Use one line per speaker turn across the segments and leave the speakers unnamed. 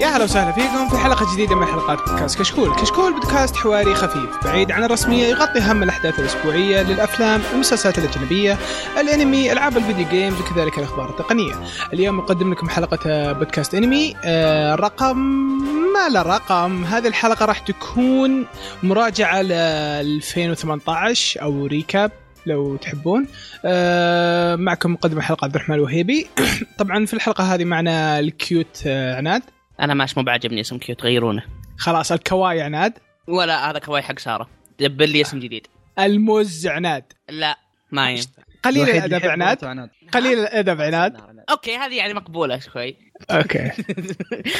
يا هلا وسهلا فيكم في حلقة جديدة من حلقات بودكاست كشكول، كشكول بودكاست حواري خفيف بعيد عن الرسمية يغطي هم الأحداث الأسبوعية للأفلام، المسلسلات الأجنبية، الأنمي، ألعاب الفيديو جيمز وكذلك الأخبار التقنية. اليوم نقدم لكم حلقة آه، بودكاست أنمي، آه، رقم ما له رقم، هذه الحلقة راح تكون مراجعة ل 2018 أو ريكاب لو تحبون آه، معكم مقدم الحلقة عبد الرحمن الوهيبي طبعا في الحلقة هذه معنا الكيوت آه، عناد
انا ماش مو بعجبني اسم كيوت غيرونه
خلاص الكواي عناد
ولا هذا كواي حق ساره دبل لي اسم جديد
الموز عناد
لا ما ي-
قليل
الوحيد اللي
الادب
يحب
عناد
مرته عناد
قليل الادب عناد
اوكي هذه يعني مقبوله شوي
اوكي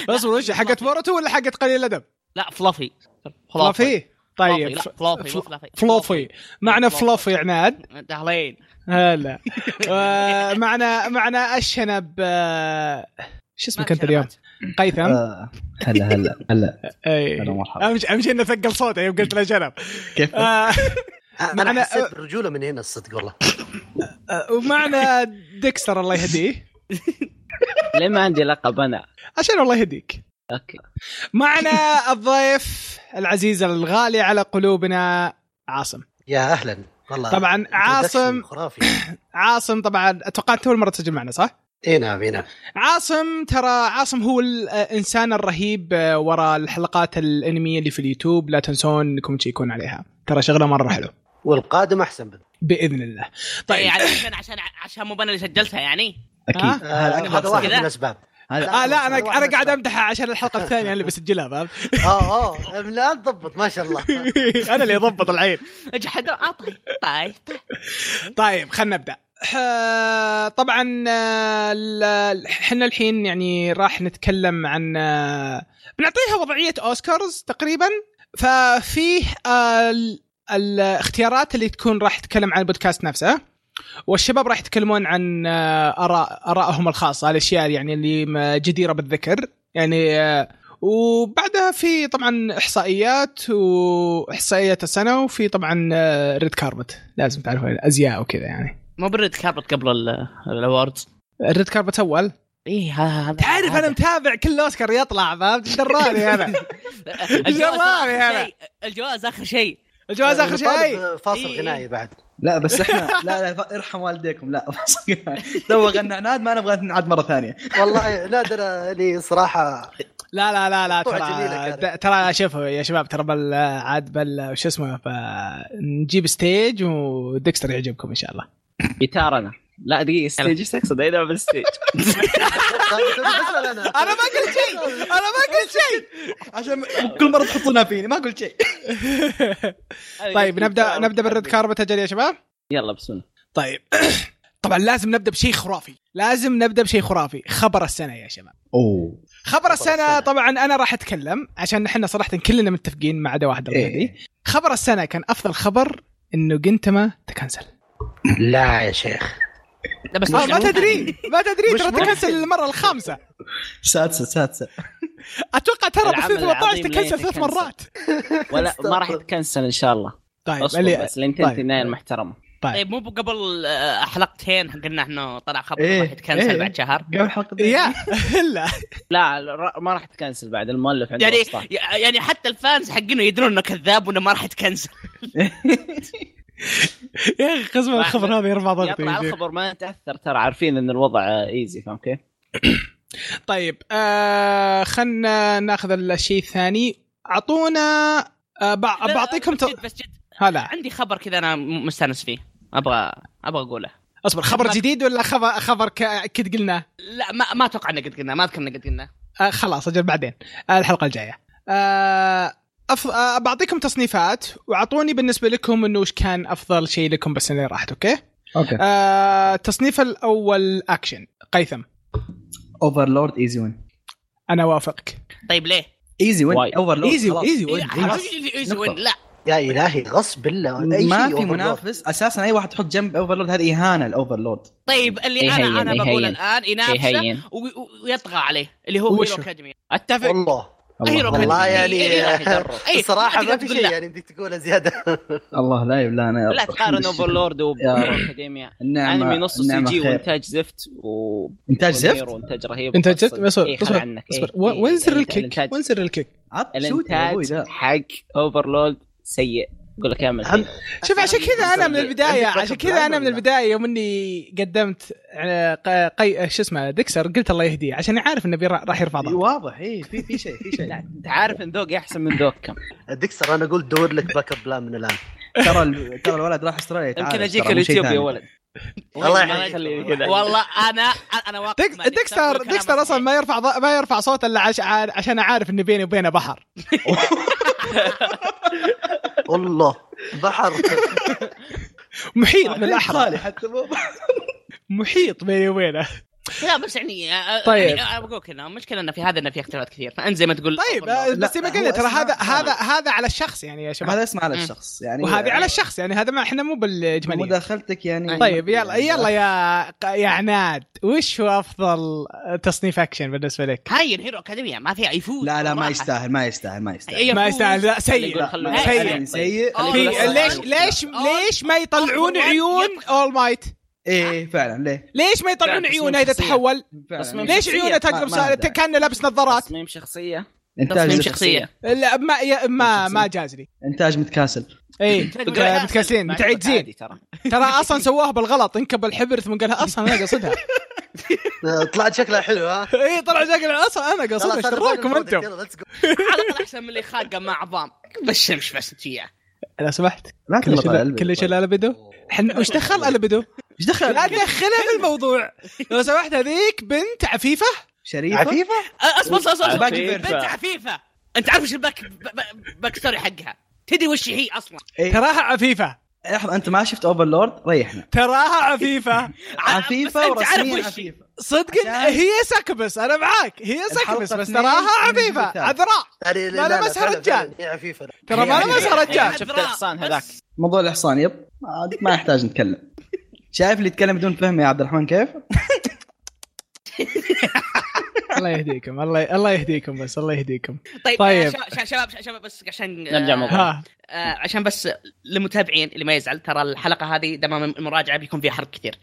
اصبر وش حقت بورتو ولا حقت قليل الادب؟
لا فلافي
فلافي
طيب
طيب
لا فلافي مو
ف-
فلافي
فلوفي معنا فلوفي عناد
دهلين
هلا آه، معنا معنا الشنب آه، شو اسمك انت اليوم؟ قيثم
آه، هلا هلا هلا
اي
هلا مرحبا
اهم شيء أهم شيء انه ثقل صوته يوم قلت له شنب
كيف؟
آه، أنا-
انا حسيت برجوله من هنا الصدق والله
آه، ومعنا ديكستر الله يهديه
ليه ما عندي لقب انا؟
عشان الله يهديك
اوكي
معنا الضيف العزيز الغالي على قلوبنا عاصم
يا اهلا والله
طبعا
introduction
عاصم
خرافي
عاصم طبعا اتوقع أنت اول مره تسجل معنا صح
اي نعم اي نعم
عاصم ترى عاصم هو الانسان الرهيب آه، وراء الحلقات الانميه اللي في اليوتيوب لا تنسون انكم تشيكون عليها ترى شغله مره حلو
والقادم احسن بد-
باذن الله
طيب
طيب
يعني عشان عشان عشان مو انا اللي سجلتها يعني
ها؟
اكيد
آه،
هذا أكبر
هذا واحد
كذا.
من الاسباب
هذا
آه لا انا
هذا واحد
انا قاعد
من الأسباب.
امدحها عشان الحلقه الثانيه اللي بسجلها فاهم
اه اه لا تضبط ما شاء الله
انا اللي اضبط العين
اجحدوا اه طيب طيب
طيب خلنا نبدا آه، طبعا آه، ال- ال- احنا الحين يعني راح نتكلم عن آه، بنعطيها وضعيه اوسكارز تقريبا ففيه آه، ال- الاختيارات اللي تكون راح تتكلم عن البودكاست نفسه والشباب راح يتكلمون عن آه، اراء ارائهم الخاصه الاشياء يعني اللي م- جديره بالذكر يعني آه، وبعدها في طبعا احصائيات واحصائيات السنه وفي طبعا ريد كاربت لازم تعرفوا الازياء وكذا يعني
مو برد كابت قبل ال- الاوردز
الريد كاربت اول
ايه هذا
تعرف
هذا.
انا متابع كل اوسكار يطلع فهمت إيش دراني انا
الجواز
جوالي
آخر
أنا.
شيء. الجواز اخر شيء
الجواز اخر شيء
طالب فاصل
إي.
غنائي بعد
لا بس احنا لا لا ف- ارحم والديكم لا بس- تو غنى عناد ما نبغى نعاد مره ثانيه
والله لا ترى لي صراحه
لا لا لا لا
مقطوعة جميلة
ترى
كانت.
د- ترى شوفوا يا شباب ترى بل عاد بل وش اسمه فنجيب ستيج وديكستر يعجبكم ان شاء الله
جيتارنا لا دقيقة ستيج ايش تقصد؟ اي نوع من الستيج؟
طيب،
انا ما قلت شيء انا ما قلت شيء
عشان كل مره تحطونها فيني ما قلت شيء
طيب نبدا نبدا بالريد كاربت اجل يا شباب
يلا بسم
طيب طبعا لازم نبدا بشيء خرافي لازم نبدا بشيء خرافي خبر السنه يا شباب
اوه
خبر السنه
السنة.
طبعا انا راح اتكلم عشان نحن صراحه كلنا متفقين ما عدا واحد
إيه.
إيه. خبر السنه كان افضل خبر انه جنتما تكنسل
لا يا شيخ
لا بس
آه ما
مش-
تدري ما تدري
مش
ترى
ممكن.
تكنسل المره الخامسه
سادسه سادسه
اتوقع ترى ب
العمل
2018
العظيم لا
تكنسل ثلاث
يتكنسل.
مرات
ولا ما راح يتكنسل ان شاء الله
طيب
اصبر
اللي-
بس لين
طيب.
تنتهي النهاية المحترمة
طيب مو قبل آه، حلقتين قلنا انه طلع خبر
إيه،
راح يتكنسل
إيه.
بعد شهر
قبل حلقه
يا لا
لا الر- ما راح تكنسل بعد المؤلف عنده
يعني
وسطات.
يعني حتى الفانز حقينه يدرون انه كذاب وانه ما راح يتكنسل
يا اخي قسم الخبر هذا يرفع ضغطي
يطلع الخبر ما تاثر ترى عارفين ان الوضع ايزي فاهم كيف؟
طيب آه خلنا ناخذ الشيء الثاني اعطونا آه بع-
لا،
بعطيكم
بس
ت...
جد بس جد
هلا
عندي خبر كذا انا م- مستانس فيه ابغى ابغى اقوله
اصبر خبر جديد ولا خبر خبر ك- كد قلناه؟
لا ما ما اتوقع انه قد قلنا ما اذكر انه قد قلنا
آه خلاص اجل بعدين آه الحلقه الجايه آه أف... آه بعطيكم تصنيفات واعطوني بالنسبه لكم انه وش كان افضل شيء لكم بالسنه اللي راحت اوكي؟
اوكي
آه التصنيف الاول اكشن قيثم
اوفرلورد ايزي وين
انا وافقك
طيب ليه؟
ايزي
واي.
وين اوفرلورد
ايزي ايزي
إيه، حرام، إيزي وين؟ لا
يا الهي غصب الله أي
ما
شيء
في
overload.
منافس اساسا اي واحد تحط جنب اوفرلورد هذا اهانه الاوفرلورد
طيب اللي
يهين،
انا انا بقول
يهين.
الان ينافسه
يهين
و- و- ويطغى عليه اللي هو
وشو؟
هيرو اكاديمي
اتفق
والله
اي
الله.
روكت
والله
أي-
يعني-
أي راح يجرب. أي-
صراحه ما
تقدر
في
إيه، تقول
شيء
لا.
يعني بدك تقوله زياده
الله لا يبلا انا
لا تقارن اوفرلورد وباكاديميا
النعمة
انمي نص سي
النعمة
جي
خير.
وانتاج زفت و
انتاج زفت
وانتاج رهيب
إنتاج زفت؟
أصلاً.
اصبر،
إيه، خل
اصبر،
عنك. إيه،
اصبر
إيه،
وين سر
الإنتاج-
الكيك؟
الإنتاج-
وين سر الكيك؟
عط شوت يا ابوي
الانتاج
لا
حق اوفرلورد سيء اقول لك اعمل
عن-
فيه.
شوف عشان كذا انا من
عندك
البدايه
backup
عشان
plan
كذا انا من
ولا؟
البدايه يوم اني قدمت على ق- قي آه، شو اسمه ديكسر قلت الله يهديه عشان عارف انه بيرا- راح يرفع
إي
ضغط
واضح اي في في شيء في شيء
لا انت عارف ان ذوقي احسن من ذوقكم
ديكسر انا اقول دور لك باك اب بلان من الان
ترى ال- ترى الولد راح استراليا تعال،
يمكن
ترى
اجيك
مو شيء
اليوتيوب
ثاني.
يا ولد
الله
ما
يحييك.
يخليني كذا.
والله انا انا واقف
ديك-
مع ديكستر
ديكستر
وكلامه
ديكستر اصلا
صحيح.
ما يرفع ض- ما يرفع صوت الا عش- ع- عشان عارف اني بيني وبينه بحر
والله بحر
محيط
طيب، خالي
بالاحرى
حتى مو
محيط بيني وبينه
لا بس يعني آه،
طيب.
يعني آه، بقول لك انه المشكله انه في هذا انه في اختلافات كثير فانت زي ما تقول
طيب آه،
أوفرلورد.
لا،
بس زي ما
هو
قلنا ترى
أسمع
هذا
خالي.
هذا هذا على الشخص يعني يا شباب
هذا اسمع على
مم.
الشخص يعني
وهذه على الشخص يعني هذا ما احنا مو بالاجماليه
مداخلتك يعني
طيب يلا يلا يا يا عناد وش هو افضل تصنيف اكشن بالنسبه لك؟
هاي هيرو اكاديميه ما فيها يفوز
لا لا ما
صراحة.
يستاهل ما يستاهل ما يستاهل
أي
ما
يفوز.
يستاهل لا سيء
يقول خلونا-
سيء
لا.
سيء
أوه.
في
خلينا نقول
ليش
أصلاً.
ليش ليش ما يطلعون
أول واحد
عيون
يبقى.
اول مايت؟
ايه فعلا ليه؟
ليش ما
لا،
يطلعون
بس مو
عيونه اذا
شخصية.
تحول؟
فعلاً.
بس مين-
ليش
شخصية؟
عيونه
ما-
تقلب
ما
صار-
له داعي.
كانه لابس نظارات؟
تصميم شخصيه
انتاج
تصميم
زفت.
شخصيه
لا ما يا- ما
شخصية.
ما إيه، جاز لي
انتاج متكاسل
اي
متكاسل.
متكاسلين متعجزين
عادي ترى
ترى اصلا سووها بالغلط انكب الحبر ثم قالها اصلا انا قصدها
طلعت شكلها حلو ها
اي إيه، طلع شكلها اصلا انا قصدها ايش دراكم انتم؟
على الاقل احسن من اللي خاقه مع عظام بالشمس بس آه، فيها
لو سمحت
لا
كل
تغلط على
شيء
قلبي.
كل شيء البدو احنا وش دخل البدو؟
ايش دخل؟
لا تدخلها في الموضوع لو سمحت هذيك بنت عفيفه
شريفه
عفيفه
اصبر اصبر اصبر
باكي
بنت
فيرفا.
عفيفه انت عارف ايش الباك ب- ب- باك ستوري حقها تدري وش هي اصلا
إيه.
تراها عفيفه
لحظه انت ما شفت اوفرلورد ريحنا
تراها عفيفه
ع- بس
عفيفه
أنت عارف
ورسميا
وش هي.
عفيفه
صدقا
عشان-
هي سكبس انا معاك هي سكبس
الحلقة
بس
اثنين
تراها
من الجزء
عفيفه
الثالث.
عذراء
يعني
لا، لا، بس هالرجال.
يا عفيفه
ترى ما
يعني-
لمسها رجال
يعني-
شفت الحصان هذاك
موضوع الاحصان يب ما- ما يحتاج نتكلم شايف اللي يتكلم بدون فهم يا عبد الرحمن كيف؟
الله يهديكم الله ي... الله يهديكم بس الله يهديكم
طيب,
طيب.
طيب. شباب شباب بس عشان
نرجع موضوع.
ها
آه، عشان بس للمتابعين اللي ما يزعل ترى الحلقه هذه دمام المراجعه بيكون فيها حرق كثير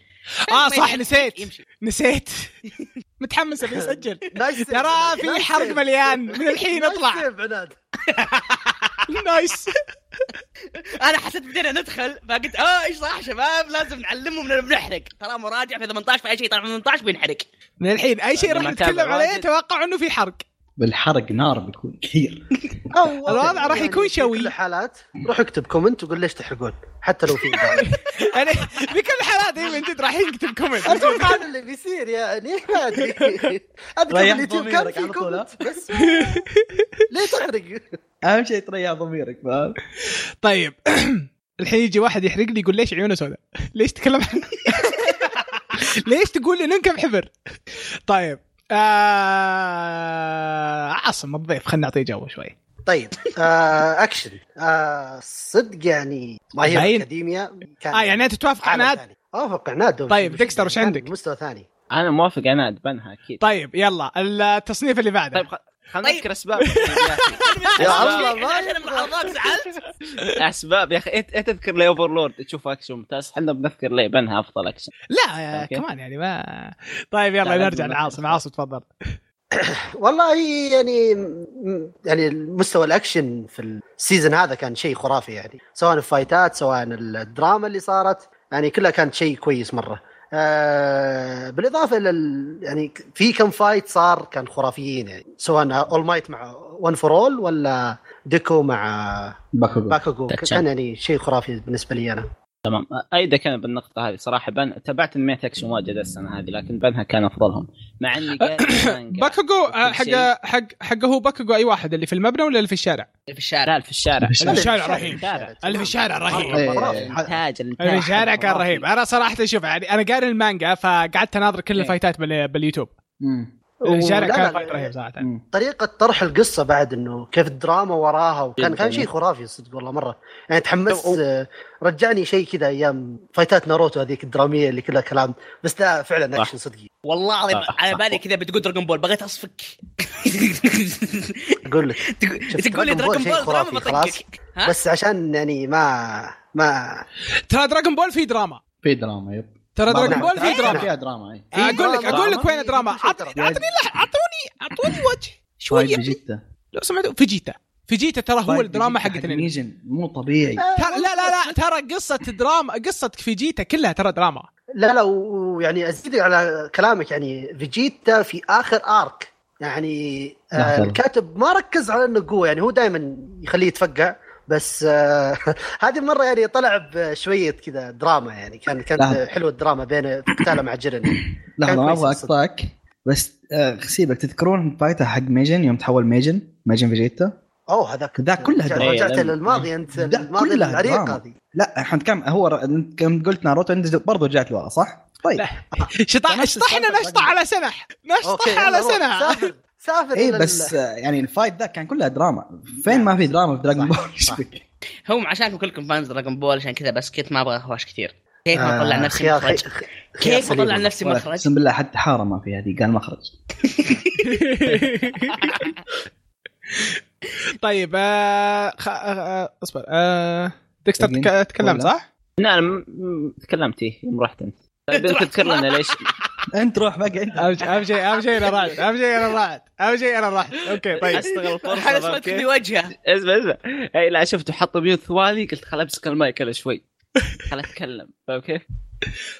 اه
ما
صح
يزعل،
نسيت
يمشي
نسيت متحمس ابي اسجل
نايس
ترى في حرق مليان من الحين اطلع
عناد
نايس
انا حسيت بدينا ندخل فقلت اه ايش صح شباب لازم نعلمهم اننا بنحرق ترى مراجع في 18 فاي شيء طالع من 18 بينحرق
من الحين اي شيء راح
لما تابع
نتكلم عليه
واجد.
توقع انه في حرق
بالحرق نار بيكون كثير
الوضع راح يكون شوي.
يعني في كل الحالات روح اكتب كومنت وقول ليش تحرقون حتى لو في بعض.
انا بكل الحالات ايوه انت راح يكتب كومنت
اتوقع هذا اللي بيصير يعني ما ادري اذكر
ريح
اليوتيوب كان
ضميرك
في
على طول، ها؟
كومنت بس ليه تحرق؟
اهم شيء تريح ضميرك فاهم؟
طيب الحين يجي واحد يحرق لي يقول ليش عيونه سوداء؟ ليش تكلم عن- ليش تقول لي ننكب حبر؟ طيب آه... عاصم الضيف خلينا نعطيه جو شوي
طيب آه اكشن آه صدق يعني ما هي
باين.
اكاديميا كان
اه يعني انت توافق
عالم
عناد
ثاني. آه، اوافق عناد دوم.
طيب، ديكستر، وش
كان
عندك؟
مستوى ثاني
انا موافق انا ادبنها اكيد
طيب يلا التصنيف اللي بعده
طيب
طيب.
خ- خلينا
طيب.
نذكر اسباب
آه،
يا الله ما
عشان الملاحظات زعلت
اسباب يا اخي إيه- إيه تذكر لي اوفرلورد تشوف اكشن ممتاز احنا بنذكر لي بنها افضل اكشن
لا آه
أوكي.
كمان يعني ما طيب يلا
لا، لازم
نرجع
نرجع.
لعاصم عاصم تفضل
والله يعني م- يعني مستوى الاكشن في السيزون هذا كان شيء خرافي يعني سواء الفايتات سواء الدراما اللي صارت يعني كلها كانت شيء كويس مره آه بالاضافه الى ال- يعني ك- في كم فايت صار كان خرافيين يعني سواء اول مايت مع ون فور اول ولا ديكو مع
باكوغو
باكوغو
تاتشان.
كان يعني شيء خرافي بالنسبه لي انا
تمام ايده كان بالنقطه هذه صراحه بن... تابعت انميات اكشن واجد السنه هذه لكن بنها كان افضلهم مع اني قاري مانجا.
باكوغو آه،
وكل
حق حق حقه هو باكوغو اي واحد اللي في المبنى ولا اللي في الشارع؟
في الشارع
لا في الشارع
في الشارع.
الشارع رهيب.
رهيب الشارع
اللي في الشارع رهيب
آه،
إيه.
آه، الانتاج
اللي
الانتاج
في الشارع كان
خرافي.
رهيب انا صراحه شوف يعني انا قاري المانجا فقعدت اناظر كل
إيه.
الفايتات بال- باليوتيوب الشارع
لا،
كان
لا،
وايد رهيب صراحه
طيب.
مم.
طريقه طرح القصه بعد انه كيف الدراما وراها وكان كان شيء خرافي صدق والله مره يعني تحمست آه، رجعني شيء كذا ايام فايتات ناروتو هذيك الدراميه اللي كلها كلام بس لا فعلا
صح.
اكشن صدقي
والله العظيم
آه.
صح،
على
صح.
بالي كذا بتقول دراجون بول بغيت اصفك
اقول لك
تقول-
شفت
تقول لي
Dragon Ball
دراجون
شيء
بول دراما
خرافي، خلاص.
بطقك ها؟
بس عشان يعني ما ما
ترى دراغون بول في دراما
في دراما يب
ترى
بعض
دراغون بول
الأحداث.
في دراما
فيها دراما اي
في
اقول لك
دراما.
اقول لك وين الدراما
في شيء
عط-
دراما.
اعطني لح- اعطوني اعطوني وجه شويه
فايت بجدة
لو سمعتوا فيجيتا فيجيتا ترى
طيب،
هو
فايت
الدراما
بجدة
حقت الانمي
نيجن مو طبيعي
ترى لا لا لا ترى قصه دراما قصه فيجيتا كلها ترى دراما
لا لا ويعني ازيد على كلامك يعني فيجيتا في اخر ارك يعني آه
نعم.
الكاتب ما ركز على انه قوه يعني هو دائما يخليه يتفقع بس آه هذه المره يعني طلع بشويه كذا دراما يعني كان
نعم.
كانت حلوه الدراما بين قتاله مع جيرن
لحظة
كان
ما
كويس
ابغى
الصدق.
اقطعك بس آه سيبك تذكرون فايته حق ميجن يوم تحول ميجن ميجن فيجيتا
اوه هذاك
ذا كلها
رجعت-
دراما.
رجعت
إيه، لأن-
للماضي انت
لا،
الماضي
كلها
العريق
دراما.
هذه
لا احنا كم هو ر- انت كم قلت ناروتو انت برضه رجعت لورا صح؟ طيب
لا. شطح
نفس
شطحنا
السالفة
نشطح على سنح نشطح على
طيب. يلا روح.
سنح
سافر سافر
اي
إلى
بس آه، يعني الفايت ذا كان كلها دراما فين ما في دراما في دراجون
صح،
بول ايش بك؟
هم عشانكم كلكم فانز دراجون بول عشان كذا بس كنت ما ابغى هواش كثير كيف
آه،
اطلع
ال-
نفسي
خيار-
مخرج
خيار- خيار
كيف اطلع
سليم.
نفسي
ولا-
مخرج
اقسم بالله حتى حاره ما في هذه قال مخرج
طيب آه خ... آه اصبر آه ديكستر
تبين؟
تك... تكلم
ولا؟
صح؟
لا أنا م- م- تكلمت فيه يوم رحت انت طيب انت تذكر لنا ليش
انت روح بقى انت
اهم شيء اهم شيء اهم شيء انا رعد اهم شيء انا رعد اهم شيء انا رعد اوكي طيب
استغل
هذا
الفرصه
سويت
أوكي.
لي وجهه
اسمع اسمع اي إيه، لا شفته حط ميوت ثواني قلت خل امسك المايك انا شوي خل اتكلم فاهم كيف؟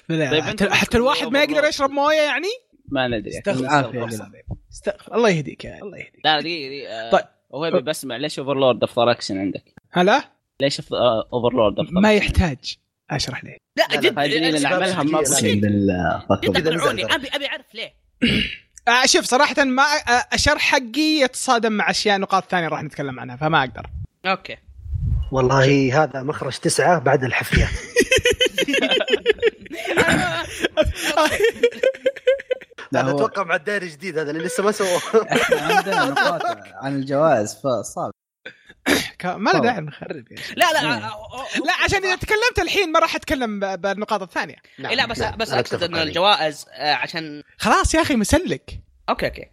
لا،
طيب
حتى,
أنت-
حتى الواحد ما يقدر يشرب مويه يعني؟
ما ندري
بالعافية يا جماعة.
استغفر الله يهديك يا الله يهديك
لا دقيقه دقيقه
طيب.
طيب هو يبي بسمع ليش اوفرلورد اوف اكشن عندك؟
هلا
ليش آه، اوفرلورد اوف
ما يحتاج اشرح ليه
لا
لا،
جد
هذه اللي
جد
الألعاب.
نعملها ما
لا.
اقسم بالله فكر.
إذا
اقنعوني
نزل.
ابي ابي اعرف ليه
آه شوف صراحه ما آه الشرح حقي يتصادم مع اشياء نقاط ثانيه راح نتكلم عنها فما اقدر
اوكي
والله هذا مخرج تسعه بعد الحفيه
لا،
هذا
هو-
اتوقع مع الدائري جديد هذا اللي لسه ما سووه
احنا عندنا نقاط عن الجوائز فصعب
ك- ما له
طبعا.
داعي نخرب يا شيخ.
لا لا
إيه.
لا عشان اذا تكلمت الحين ما راح اتكلم ب- بالنقاط الثانيه
إيه، لا بس
نعم،
بس
أنا
اقصد
أتفق
ان
عليك.
الجوائز آه، عشان
خلاص يا اخي مسلك
اوكي اوكي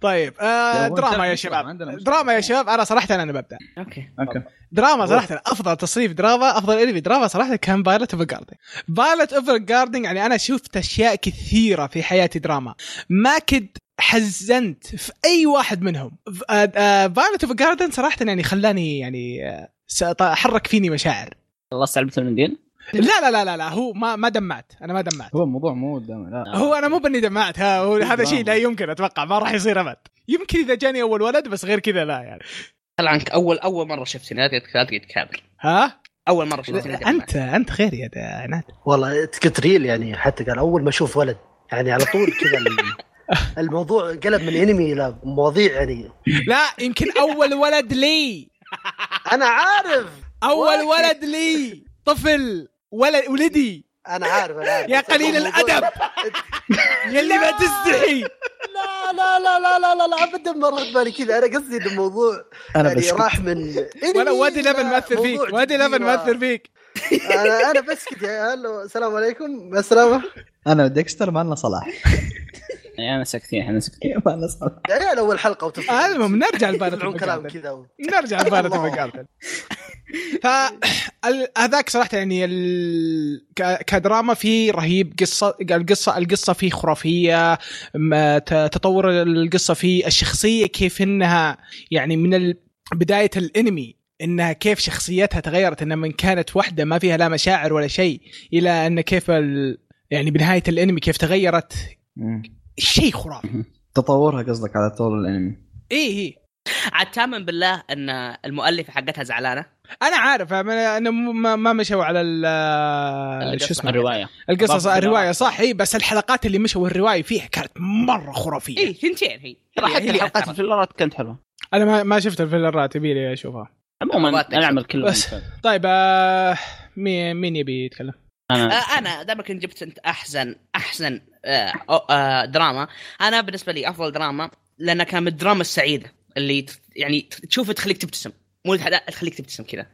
طيب آه
لا، هو
دراما
عندنا
يا
مشكلة،
شباب
عندنا مشكلة.
دراما يا شباب انا صراحه انا ببدا
اوكي
اوكي
دراما صراحه افضل تصريف دراما افضل انمي دراما صراحه كان بايلوت اوفر جاردن بايلوت اوفر جاردن يعني انا شفت اشياء كثيره في حياتي دراما ما كنت حزنت في اي واحد منهم آه، بايلوت اوفر جاردن صراحه يعني خلاني يعني آه، سط- حرك فيني مشاعر
خلصت علبه المنديل؟
لا لا لا لا, لا هو ما ما دمعت انا ما دمعت
هو الموضوع مو دم لا
آه،
هو انا مو باني دمعت ها هو هذا
دراما.
شيء لا يمكن اتوقع ما راح يصير ابد يمكن اذا جاني اول ولد بس غير كذا لا يعني
طلع عنك اول اول مره شفتني لا تقعد- لا تتكابر
ها
اول مره شفتني
لا، انت انت خير يا دا- عناد
والله كنت ريل يعني حتى قال اول ما اشوف ولد يعني على طول كذا ال- الموضوع انقلب من انمي الى مواضيع يعني
لا يمكن اول ولد لي
انا عارف
اول
ولكن-
ولد لي طفل ولد ولدي
انا عارف انا عارف
يا قليل
الموضوع-
الأدب. يلي ما تستحي
لا لا لا لا لا لا, لا ابدا ما رد بالي كذا انا قصدي ان الموضوع
انا
يعني
بس
راح من إنمي
ولا وادي
إلى
لبن ماثر فيك
موضوع
وادي
جدي
لبن
و-
ماثر فيك
انا انا بسكت يا هلا السلام عليكم السلامة
انا ديكستر ما لنا صلاح
يعني انا سكتين احنا سكتين
ما لنا صلاح
يا عيال اول يعني حلقة وتفضل
المهم نرجع لبارة
كلام
المقابل
كذا و-
نرجع لبارة
الله.
المقابل فهذاك صراحه يعني ال... ك- كدراما فيه رهيب قصه القصه القصه فيه خرافيه ما ت- تطور القصه فيه الشخصيه كيف انها يعني من ال... بدايه الانمي انها كيف شخصيتها تغيرت انها من كانت واحده ما فيها لا مشاعر ولا شيء الى ان كيف ال... يعني بنهايه الانمي كيف تغيرت شيء خرافي
تطورها قصدك على طول الانمي
ايه ايه
عاد تامن بالله ان المؤلفه حقتها زعلانه
انا عارف انا أنا م- ما ما مشوا على ال آه، شو اسمه
الروايه
القصص
الرواية.
الروايه صح اي بس الحلقات اللي مشوا الروايه فيها كانت مره خرافيه
اي إيه، ثنتين هي
ترى
هي-
حتى
هي
الحلقات
أثرت.
الفيلرات كانت حلوه
انا ما, ما شفت الفيلرات يبي لي اشوفها
عموما
الحلقات
العمل كله
بس. طيب آه مين مين يبي يتكلم؟
أنا-
آه، انا دامك إن جبت انت احسن احسن آه، أو- آه، دراما انا بالنسبه لي افضل دراما لانها كان من الدراما السعيده اللي ت- يعني ت- تشوفها تخليك تبتسم مو الحدا- تخليك تبتسم كذا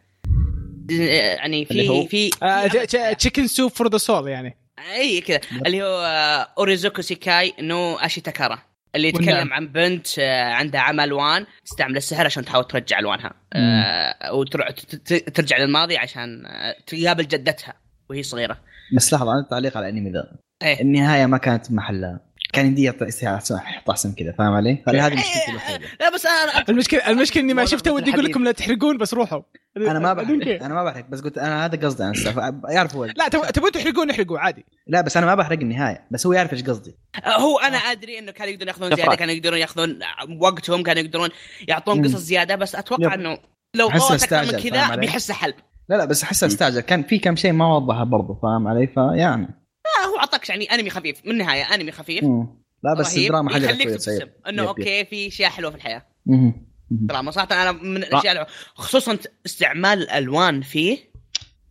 يعني
اللي هو؟
في في
آه، تشيكن سوب فور ذا سول يعني
اي كذا اللي هو آه، اوريزوكو سيكاي نو اشي تاكارا اللي
والنعم.
يتكلم عن بنت آه، عندها عمى الوان تستعمل السحر عشان تحاول ترجع الوانها آه، وتروح ت- ت- ترجع للماضي عشان آه، تقابل جدتها وهي صغيره
بس لحظه انا تعليق على الانمي ذا
إيه.
النهايه ما كانت محلها كان يدي يعطي احطاسم كذا فاهم علي؟ هذه
إيه.
مشكلتي الوحيده
لا بس انا
المشكله المشكله اني ما
والله
شفته ودي اقول لكم لا تحرقون بس روحوا
انا ما
I don't
بحرق
care.
انا ما بحرق بس قلت انا هذا قصدي انا السالفه يعرف هو
لا تبغ- تبون تحرقون احرقوا عادي
لا بس انا ما بحرق النهايه بس هو يعرف ايش قصدي
آه، هو انا ادري انه كانوا يقدرون ياخذون زياده
نفرات.
كانوا يقدرون ياخذون وقتهم كانوا يقدرون يعطون
مم.
قصص زياده بس اتوقع
يب.
انه لو
أحسه
طولت اكثر من
استعجل، فاهم
كذا
علي؟
بيحس حل
لا لا بس احسه استعجل كان في كم شيء ما وضحه برضه فاهم علي فيعني
آه، هو اعطاك يعني انمي خفيف من النهايه انمي خفيف
مم. لا بس
رهيب،
الدراما حاجه
يخليك
كويسة.
تبتسم انه
يب، يب.
اوكي في اشياء حلوه في الحياه
مم. مم.
دراما صراحه انا من الاشياء الحلوة. خصوصا استعمال الالوان فيه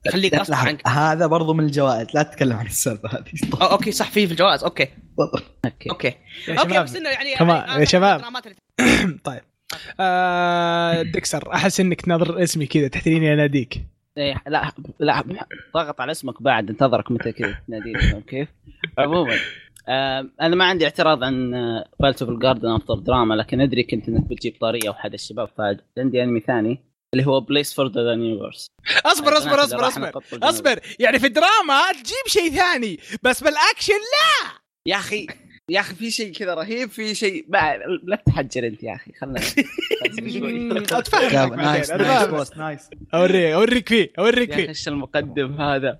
يخليك
لا،
غصب
لحظة.
عنك
هذا برضو من الجوائز لا تتكلم عن السالفه هذه
أو اوكي صح في في الجواز اوكي
تفضل.
اوكي
اوكي
يا
اوكي
شباب.
بس انه يعني
كمان،
أنا-
يا
أنا
شباب.
الدرامات اللي-
طيب آه دكسر احس انك ناظر اسمي كذا تحتريني اناديك
إيه، لا لا ضغط على اسمك بعد انتظرك متى كذا تناديني فاهم كيف؟ عموما آم، انا ما عندي اعتراض عن آه، بالتوفل جاردن افضل دراما لكن ادري كنت انك بتجيب طاريه واحد الشباب فعندي انمي ثاني اللي هو بليس فور ذا يونيفرس
اصبر اصبر اصبر اصبر اصبر يعني في الدراما تجيب شيء ثاني بس بالاكشن لا
يا اخي يا اخي في شيء كذا رهيب في شيء ما- لا تحجر انت يا اخي خلنا خلنا شوي.
يا
اتفهم
نايس نايس بوست نايس
اوريك اوريك فيه اوريك
يا اخي
فيه
ايش المقدم هذا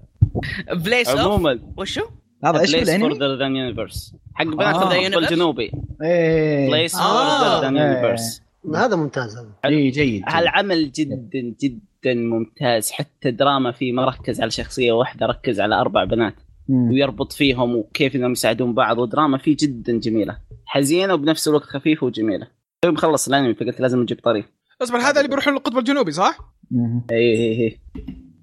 بليس اوف
عموما
وشو؟
هذا ايش
بليس فور
الانمي؟
ذا
يعني؟
يونيفرس حق
آه.
بنات القطب
Universe؟
الجنوبي
ايه
بليس فور ذا يونيفرس
هذا ممتاز هذا
إيه، جيد جيد.
هالعمل جدا جدا ممتاز حتى دراما فيه ما ركز على شخصيه واحده ركز على اربع بنات
مم.
ويربط فيهم وكيف انهم يساعدون بعض ودراما فيه جدا جميله حزينه وبنفس الوقت خفيفه وجميله تو مخلص الانمي فقلت لازم نجيب طريق إيه،
اصبر هذا اللي بيروح للقطب الجنوبي صح؟
مم.
اي اي اي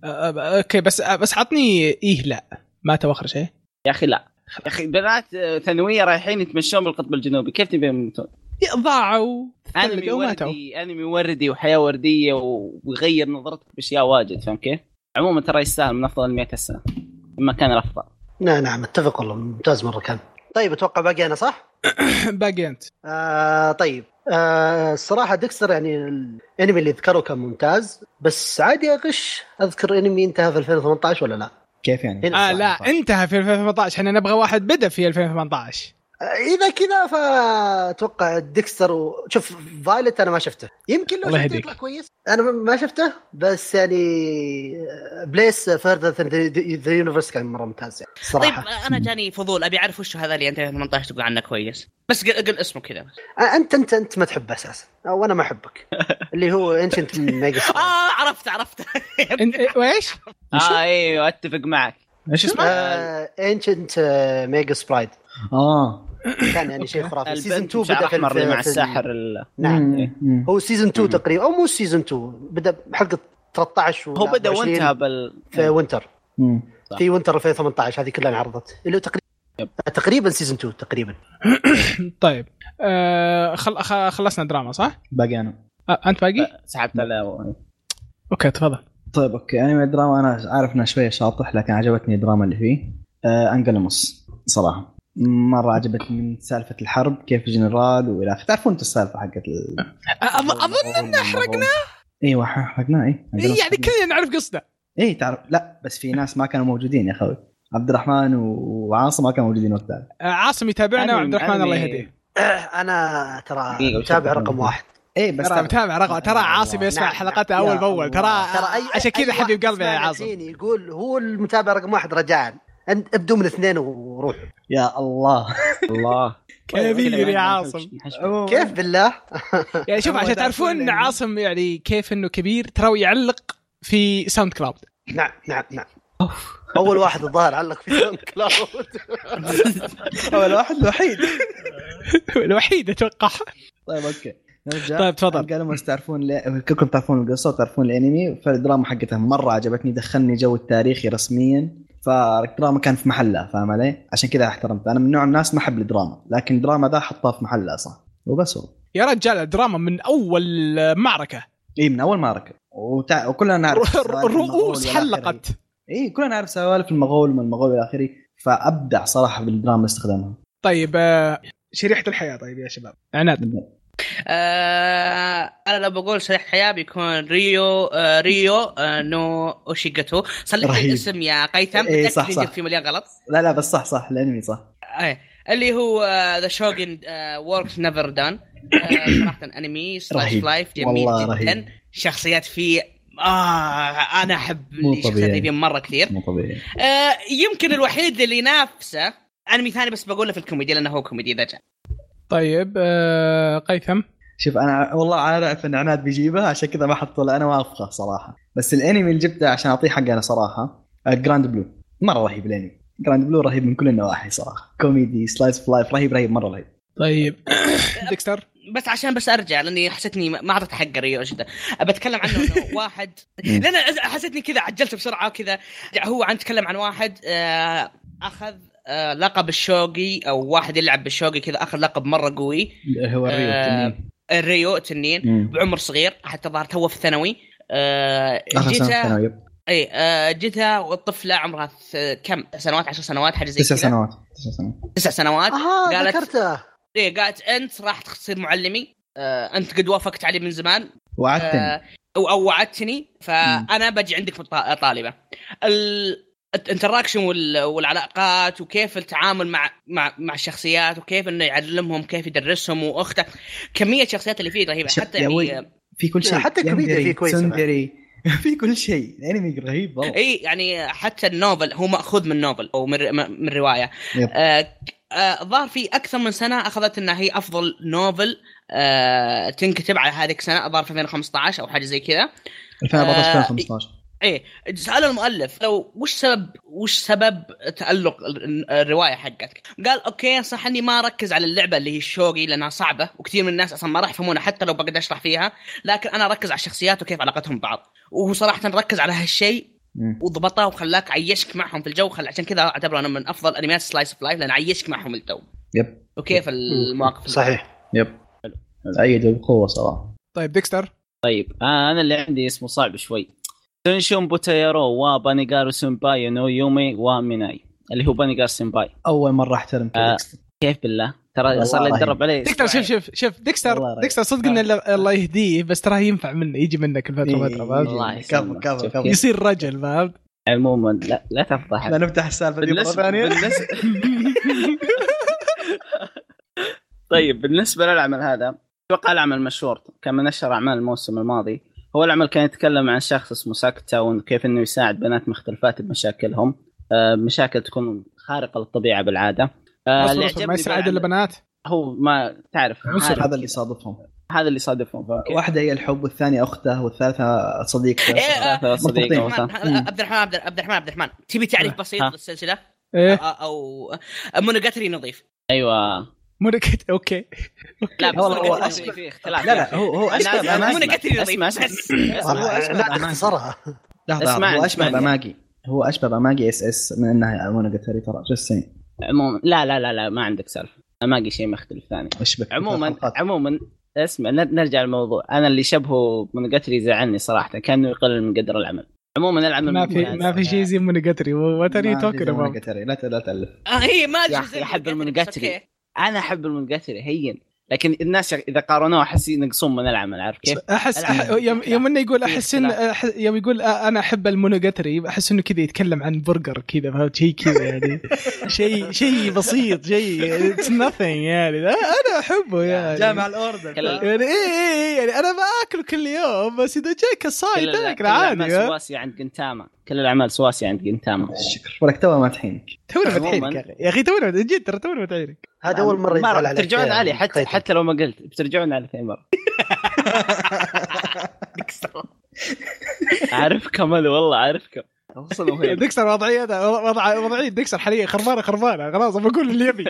آه، آه، اوكي بس آه، بس عطني ايه لا ما تواخر شيء
يا اخي لا يا اخي بنات آه، ثانويه رايحين يتمشون بالقطب الجنوبي كيف تبيهم يموتون؟
ضاعوا
انمي
ثلجوا وماتوا.
وردي انمي وردي وحياه ورديه و- ويغير نظرتك باشياء واجد فاهم كيف؟ عموما ترى يستاهل من افضل انميات السنه ما كان الافضل
نعم نعم اتفق والله ممتاز مره كان طيب اتوقع باقي انا صح؟
باقي انت
آه طيب آه الصراحة ديكستر يعني الانمي اللي ذكره كان ممتاز بس عادي اغش اذكر انمي انتهى في 2018 ولا لا؟ آه،
كيف يعني؟
هنا
اه لا انتهى في 2018 احنا نبغى واحد بدا في 2018
آه، اذا كذا فاتوقع ديكستر و... شوف فايلت انا ما شفته يمكن لو
الله
شفته
يهديك.
يطلع كويس انا ما- ما شفته بس يعني آه، بليس فيرذر ذا يونيفرس كان مره ممتاز يعني
طيب
صراحه
انا جاني فضول ابي اعرف وش هذا اللي انت 18 تقول عنه كويس بس قل, قل اسمه كذا بس
آه، انت انت انت ما تحبه اساسا وانا ما احبك اللي هو انشنت ميجا
اه عرفت عرفت
إن- إيه، وايش؟
اه ايوه اتفق معك
ايش اسمه؟
آه، انشنت ميجا سبرايد
اه
كان يعني شيء خرافي سيزون
البنت
2
بشعر
بدا في
احمر اللي
في-
مع
في-
الساحر ال-
نعم
مم. مم.
هو سيزون 2
مم.
تقريبا او مو سيزون 2 بدا حلقه 13
هو
ولا
بدا
24
وانتهى بال آه،
في وينتر
مم.
صح.
في وينتر 2018 هذه كلها انعرضت اللي هو تقريبا
يب.
تقريبا سيزون 2 تقريبا
طيب آه خل... خ- خلصنا دراما صح؟
باقي انا
آه انت باقي؟
سحبت على
اوكي تفضل
طيب اوكي انمي الدراما انا عارف انها شويه شاطح لكن عجبتني الدراما اللي فيه آه انجلموس صراحه مره عجبتني من سالفه الحرب كيف جنرال والى اخره تعرفون انتم السالفه حقت ال...
أظ- اظن ان احرقنا
ايوه حرقناه اي
يعني كلنا نعرف قصته
اي تعرف لا بس في ناس ما كانوا موجودين يا اخوي عبد الرحمن و- وعاصم ما كانوا موجودين وقتها
آه، عاصم يتابعنا وعبد الرحمن الله يهديه
آه، انا ترى
دقيقة،
متابع
شوف.
رقم واحد
اي بس
ترى
تعرف-
متابع رغم ترى عاصم يسمع
نعم،
حلقاتها
نعم.
اول
يا
باول ترى
الله.
ترى أي-
عشان كذا
أي
حبيب
واحد
قلبي يا
يسمعنا
عاصم
الحين يقول هو المتابع رقم واحد رجاء أنت ابدو من اثنين وروح
يا الله
الله
كبير يا عاصم
كيف بالله
يعني شوف
هو
عشان
تعرفون
تعرفون ان
يعني-
عاصم يعني كيف انه كبير ترى يعلق في ساوند كلاود
نعم نعم نعم اول واحد الظاهر علق في ساوند كلاود
هو الواحد الوحيد
الوحيد اتوقع
طيب اوكي نرجع
طيب، تفضل.
قالوا بس تعرفون ل... كلكم تعرفون القصه وتعرفون الانمي فالدراما حقتها مره عجبتني دخلني جو التاريخي رسميا فالدراما كان في محلها فاهم علي؟ عشان كذا احترمت انا من نوع الناس ما احب الدراما لكن الدراما ذا حطها في محلها صح وبس والله
يا رجال الدراما من اول معركة
اي من اول معركه وتع... وكلنا نعرف
الر-
سوالف المغول
الرؤوس
والى آخره.
حلقت
اي كلنا نعرف سوالف المغول من المغول الى اخره فابدع صراحه بالدراما استخدامها
طيب آه، شريحة الحياة طيب يا شباب عناد
آه انا لو بقول شريحة حياه بيكون ريو آه ريو آه نو اوشيجاتو صلح لي
رهيب.
الاسم يا قيثم
إيه، صح،
متأكد
صح.
إن جبت فيه مليان غلط
لا لا بس صح صح الانمي صح
ايه اللي هو آه، ذا شوجن وركس نيفر دان صراحه انمي سلاش
رهيب.
لايف جميل
والله
جدا
رهيب.
شخصيات فيه اه انا احب
مو
اللي شخصيات
طبيعي.
يبين مره كثير
مو طبيعي
آه يمكن الوحيد اللي ينافسه انمي ثاني بس بقوله في الكوميدي لانه هو كوميدي اذا جاء
طيب آه، قيثم
شوف انا والله عارف ان عناد بيجيبها عشان كذا ما حطه لا انا وافقه صراحه بس الانمي اللي جبته عشان اعطيه حقه آه، انا صراحه جراند بلو مره رهيب الانمي جراند بلو رهيب من كل النواحي صراحه كوميدي سلايس اوف لايف رهيب رهيب مره رهيب
طيب ديكستر
بس عشان بس ارجع لاني حسيتني ما- ما اعطيت حقه ريو جدا بتكلم عنه انه واحد لان حسيتني كذا عجلت بسرعه كذا هو عن تكلم عن واحد آه، اخذ آه، لقب الشوقي او واحد يلعب بالشوقي كذا اخذ لقب مره قوي
هو الريو
آه،
التنين.
الريو تنين
مم.
بعمر صغير حتى ظهر توه في الثانوي آه،
اخر سنه في
جيته
الثانوي
اي آه، جيته والطفله عمرها ث- كم سنوات عشر سنوات حاجه زي
تسع
كذا
سنوات تسع سنوات
تسع سنوات
اه
قالت-
ذكرته
اي قالت انت راح تصير معلمي آه، انت قد وافقت علي من زمان
وعدتني
آه، او او وعدتني فانا بجي عندك بط- طالبه الانتراكشن والعلاقات وكيف التعامل مع مع مع الشخصيات وكيف انه يعلمهم كيف يدرسهم واخته كميه الشخصيات اللي فيه رهيبه
شا-
حتى
يا
يعني
وي. في كل شيء
حتى الكوميديا
يندري،
فيه كويسة بعد.
سندري. في كل شيء الانمي رهيب والله
اي يعني حتى النوفل هو ماخوذ من نوفل او من م- من روايه
يب.
آه، ك- آه، ظهر في اكثر من سنه اخذت انها هي افضل نوفل آه، تنكتب على هذيك السنه الظاهر في 2015 او حاجه زي كذا
2014
آه،
2015
ايه سالوا المؤلف لو وش سبب وش سبب تالق ال- الروايه حقتك؟ قال اوكي صح اني ما اركز على اللعبه اللي هي الشوقي لانها صعبه وكثير من الناس اصلا ما راح يفهمونها حتى لو بقدر اشرح فيها لكن انا اركز على الشخصيات وكيف علاقتهم ببعض وصراحه ركز على هالشيء
مم.
وضبطها وخلاك عيشك معهم في الجو خل... عشان كذا اعتبره انا من افضل انميات سلايس اوف لايف لان عيشك معهم الجو
يب
وكيف المواقف
صحيح
يب ايده بقوه صراحه
طيب ديكستر
طيب آه انا اللي عندي اسمه صعب شوي تنشون بوتيرو وا بانيغارو سنباي نو يومي وا ميناي اللي هو بانيغار سنباي
اول مره احترم
آه.
كذا
كيف بالله
والله
ترى صار لي
رهيب.
اتدرب عليه
ديكستر شوف
أسبوعين.
شوف شوف
الله
ديكستر
يرحمه. آه.
ديكستر صدق ان الله- الله يهديه بس تراه ينفع منه يجي منك الفتره
إيه،
فتره فاهم
الله
كفو
يسلمك.
كفو
شوف
كفو
كيف.
يصير رجل فاهم
عموما لا لا تفضح
لا نفتح السالفه دي مره
بالنسبة-
ثانيه
بالنسبة- طيب بالنسبه للعمل هذا اتوقع العمل مشهور كان من اشهر اعمال الموسم الماضي هو العمل كان يتكلم عن شخص اسمه ساكتا وكيف انه يساعد بنات مختلفات بمشاكلهم آه، مشاكل تكون خارقه للطبيعه بالعاده آه،
أصبر،
اللي
أصبر،
عجبني
ما يساعد
بالعمل-
الا بنات
هو ما تعرف
عنصر
عارف
هذا اللي
كذا.
يصادفهم
هذا اللي صادفهم فأوكي.
واحده هي الحب والثانيه اخته والثالثه صديقته
إيه، آه،
ثلاثة صديقة
مرتبطين.
وثلاثة.
الرحمن- عبد الرحمن عبد عبد الرحمن عبد الرحمن تبي تعريف بسيط
ها. إيه.
للسلسله
آه.
ايه
او أو- مونوجاتري نظيف
ايوه
مونوكيت اوكي
لا بس
والله هو
مونوجاتري
أشبه-
فيه اختلاف
لا لا هو هو
أنا
اشبه
آسف، أنا
باماجي
مونك-
آسف. اسمع اسمع اسمع
هو أشبه
لا
بأماجي.
اختصرها
لحظة، لحظة
اسمعني،
هو اشبه
اسمعني.
باماجي هو اشبه باماجي اس اس من انها مونوجاتري ترى شو السين
عموما لا لا لا لا ما عندك سالفه ما شيء مختلف ثاني
اشبك
عموما
بالحلقات.
عموما اسمع نر- نرجع للموضوع انا اللي شبهه مونوجاتري زعلني صراحه كانه يقلل من قدر العمل عموما العمل
ما في
ممتاز.
ما في شيء زي مونوجاتري وات ار
ما
يو
في
توكينج
زي
اباوت
مونوجاتري لا ت- لا تالف
آه هي ما ادري
يا
شو
أخي،
زي
أحب
المونوجاتري، بس
المونوجاتري.
أوكي.
انا احب المونوجاتري هين لكن الناس اذا قارنوه احس ينقصون من العمل عارف كيف؟
احس أح...
العمل.
يوم يوم انه يقول
في
احس ان أح... يوم يقول آه، انا احب المونوجاتري احس انه كذا يتكلم عن برجر كذا فهمت شيء كذا يعني شيء شيء بسيط شيء اتس nothing يعني لا، انا احبه يعني
جامع الاوردر
كلا-
يعني ايه ايه إيه، يعني انا ما اكله كل يوم بس اذا جاك الصايد
كل
اكله
الاعمال
عادي ها؟
سواسيه عند جنتاما كل الاعمال سواسيه عند جنتاما
شكرا ولك توه ما تحينك
تونا متعينك
عموماً.
يا اخي يا اخي تونا مت- جد ترى تونا متعينك
هذا اول مره يزعل عليك
بترجعون
يا
علي حتى
خيثم.
حتى لو ما قلت بترجعون علي ثاني مره عارف كمال والله عارف كمال اصلا وهي
ديكسر وضعيته وضع وضعيه ديكسر حاليا خربانه خربانه خلاص بقول اللي يبي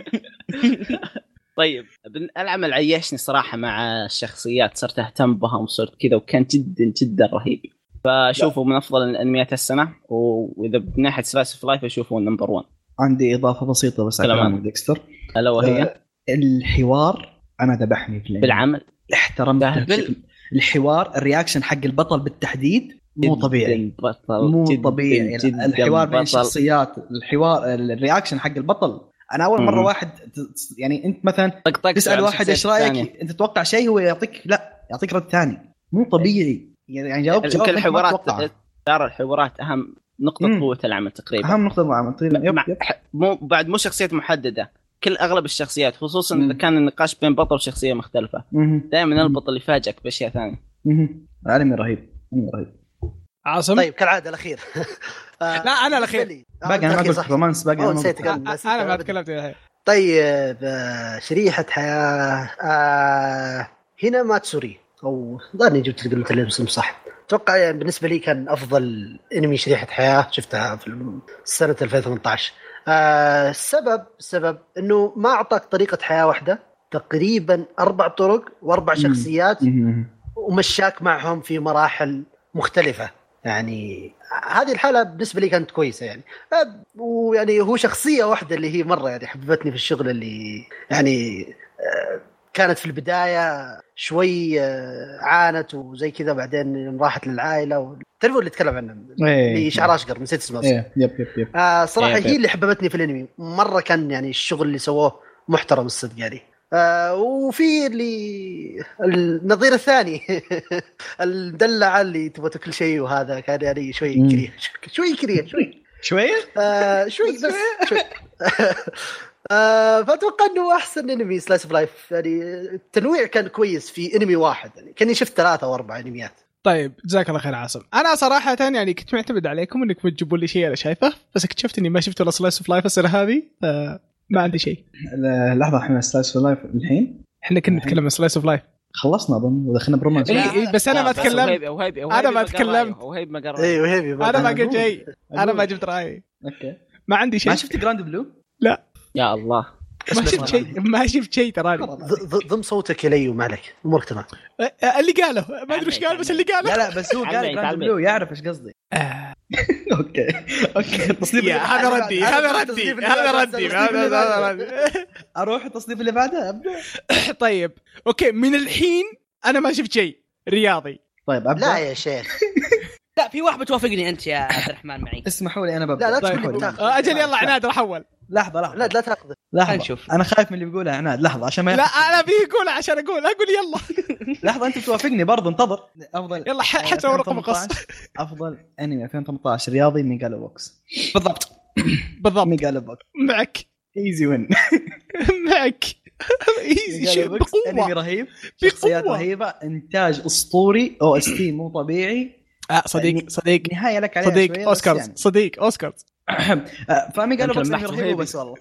طيب بن- العمل عيشني صراحه مع الشخصيات صرت اهتم بهم وصرت كذا وكان جدا جدا رهيب فاشوفه من افضل الانميات السنه و- واذا من ناحيه سلايس اوف لايف اشوفه نمبر 1
عندي اضافه بسيطه بس على
كلام.
كلام ديكستر
الا وهي
آه، الحوار انا ذبحني في الأنمي.
بالعمل
احترمت
بال-
الحوار الرياكشن حق البطل بالتحديد مو طبيعي
جداً بطل
مو
جداً-
طبيعي يعني
جداً
الحوار بين
بطل.
الشخصيات الحوار الرياكشن حق البطل انا اول مره
مم.
واحد ت- يعني انت مثلا
طقطقت
تسال
على
واحد ايش
الشخصيات
رايك
الثانية.
انت تتوقع شيء هو يعطيك لا يعطيك رد ثاني مو طبيعي يعني جاوبت جواب
يمكن
أنت ما
الحوارات
تتوقعه.
ترى الحوارات اهم نقطه
مم.
قوه العمل تقريبا
اهم نقطه معهم
مع- ح- مو بعد مو شخصيات محدده كل اغلب الشخصيات خصوصا اذا
مم.
كان النقاش بين بطل وشخصيه مختلفه دائما البطل يفاجئك باشياء ثانيه
الانمي رهيب انمي رهيب
آه،
عاصم
طيب كالعاده الاخير آه،
لا، أنا الأخير.
بالنسبة لي- آه،
باقي
أنت
انا ما
الأخير،
قلت
صح.
رومانس باقي
أوه،
أنا ما قلت.
نسيت قبل.
أ- انا ما تكلمت الحين
طيب آه، شريحه حياه آه، هنا ماتسوري او ظني جبت قلت الاسم صح اتوقع يعني بالنسبه لي كان افضل انمي شريحه حياه شفتها في سنه 2018 آه، السبب السبب انه ما اعطاك طريقه حياه واحده تقريبا اربع طرق واربع
مم.
شخصيات
مهم.
ومشاك معهم في مراحل مختلفة يعني هذه الحالة بالنسبة لي كانت كويسة يعني أب- ويعني هو شخصية واحدة اللي هي مرة يعني حببتني في الشغل اللي يعني آه، كانت في البداية شوي آه، عانت وزي كذا بعدين راحت للعائلة و- تعرفوا اللي اتكلم عنه
ايه
إيه.
اللي شعر اشقر نسيت اسمه أصلاً.
ايه يب يب يب
آه صراحه
إيه، طيب.
هي اللي حببتني في الانمي مره كان يعني الشغل اللي سووه محترم الصدق يعني آه وفي اللي النظير الثاني المدلعه اللي تبغى تاكل شيء وهذا كان يعني شوي
مم.
كريه شوي كريه شوي
شويه
آه شوي بس شوي آه فاتوقع انه احسن انمي سلايس اوف لايف يعني التنويع كان كويس في انمي واحد يعني كاني شفت ثلاثه او اربع انميات
طيب جزاك الله خير عاصم انا صراحه يعني كنت معتمد عليكم انكم تجيبوا لي شيء انا شايفه بس اكتشفت اني ما شفت ولا سلايس اوف لايف السنه هذه فما عندي شيء
لحظه احنا سلايس لايف الحين
احنا كنا نتكلم عن سلايس اوف لايف
خلصنا اظن ودخلنا برومانس
إيه، إيه، بس أنا ما
بس طيب،
تكلمت.
وهيبي- وهيبي- وهيبي
أنا ما إيه.
قال
تكلمت.
رأيه، وهيبي ما قال رأيه.
ايه وهيبي
انا ما
أنا
قلت
أقول.
شيء انا ما جبت رايي
اوكي
ما عندي شيء
ما شفت جراند بلو؟
يا الله
ما شفت شيء ما شفت شيء تراني
ض- ض- ضم صوتك الي وما عليك امورك تمام
أه، أه، اللي قاله ما
طيب،
ادري ايش قال
يعني.
بس اللي قاله
لا لا بس هو
تعال
قال
معي،
جراند
تعال
بلو يعرف ايش قصدي
آه،
اوكي اوكي التصنيف
يا،
اللي
هذا
بعده.
ردي
أنا
هذا
بعد
ردي
التصنيف اللي
هذا ردي
بعده. التصنيف اللي
هذا هذا
بعده.
ردي
اروح التصنيف اللي بعده ابدا
طيب اوكي من الحين انا ما شفت شيء رياضي
طيب
لا
ابدا
يا شيخ
لا في واحد بتوافقني انت يا عبد الرحمن معي
اسمحوا لي انا ببدا
لا لا
طيب.
تقول لي بتاخذ
أه، اجل يلا عناد راح اول
لحظه لحظه
لا لا تاخذ
لحظه
خلينا نشوف.
انا خايف من اللي بيقولها عناد لحظه عشان ما
لا
يحصل.
انا ابي اقول عشان اقول اقول يلا
لحظه انت بتوافقني برضه انتظر افضل
يلا ح- حتى لو رقم قص
2018 افضل انمي 2018 رياضي ميجالو بوكس
بالضبط بالضبط
ميجالو بوكس
معك
ايزي وين
معك ايزي شيء
ميجالو بوكس انمي
بقوه
رهيب
بقوة.
شخصيات رهيبه انتاج اسطوري او اس تي مو طبيعي
آه، صديق صديق
نهايه لك عليها شوية
صديق
بس
اوسكارز
يعني.
صديق اوسكارز
آه، فميجالو
أنت
بوكس
لمحت
انمي رهيب
رهيب.
بس والله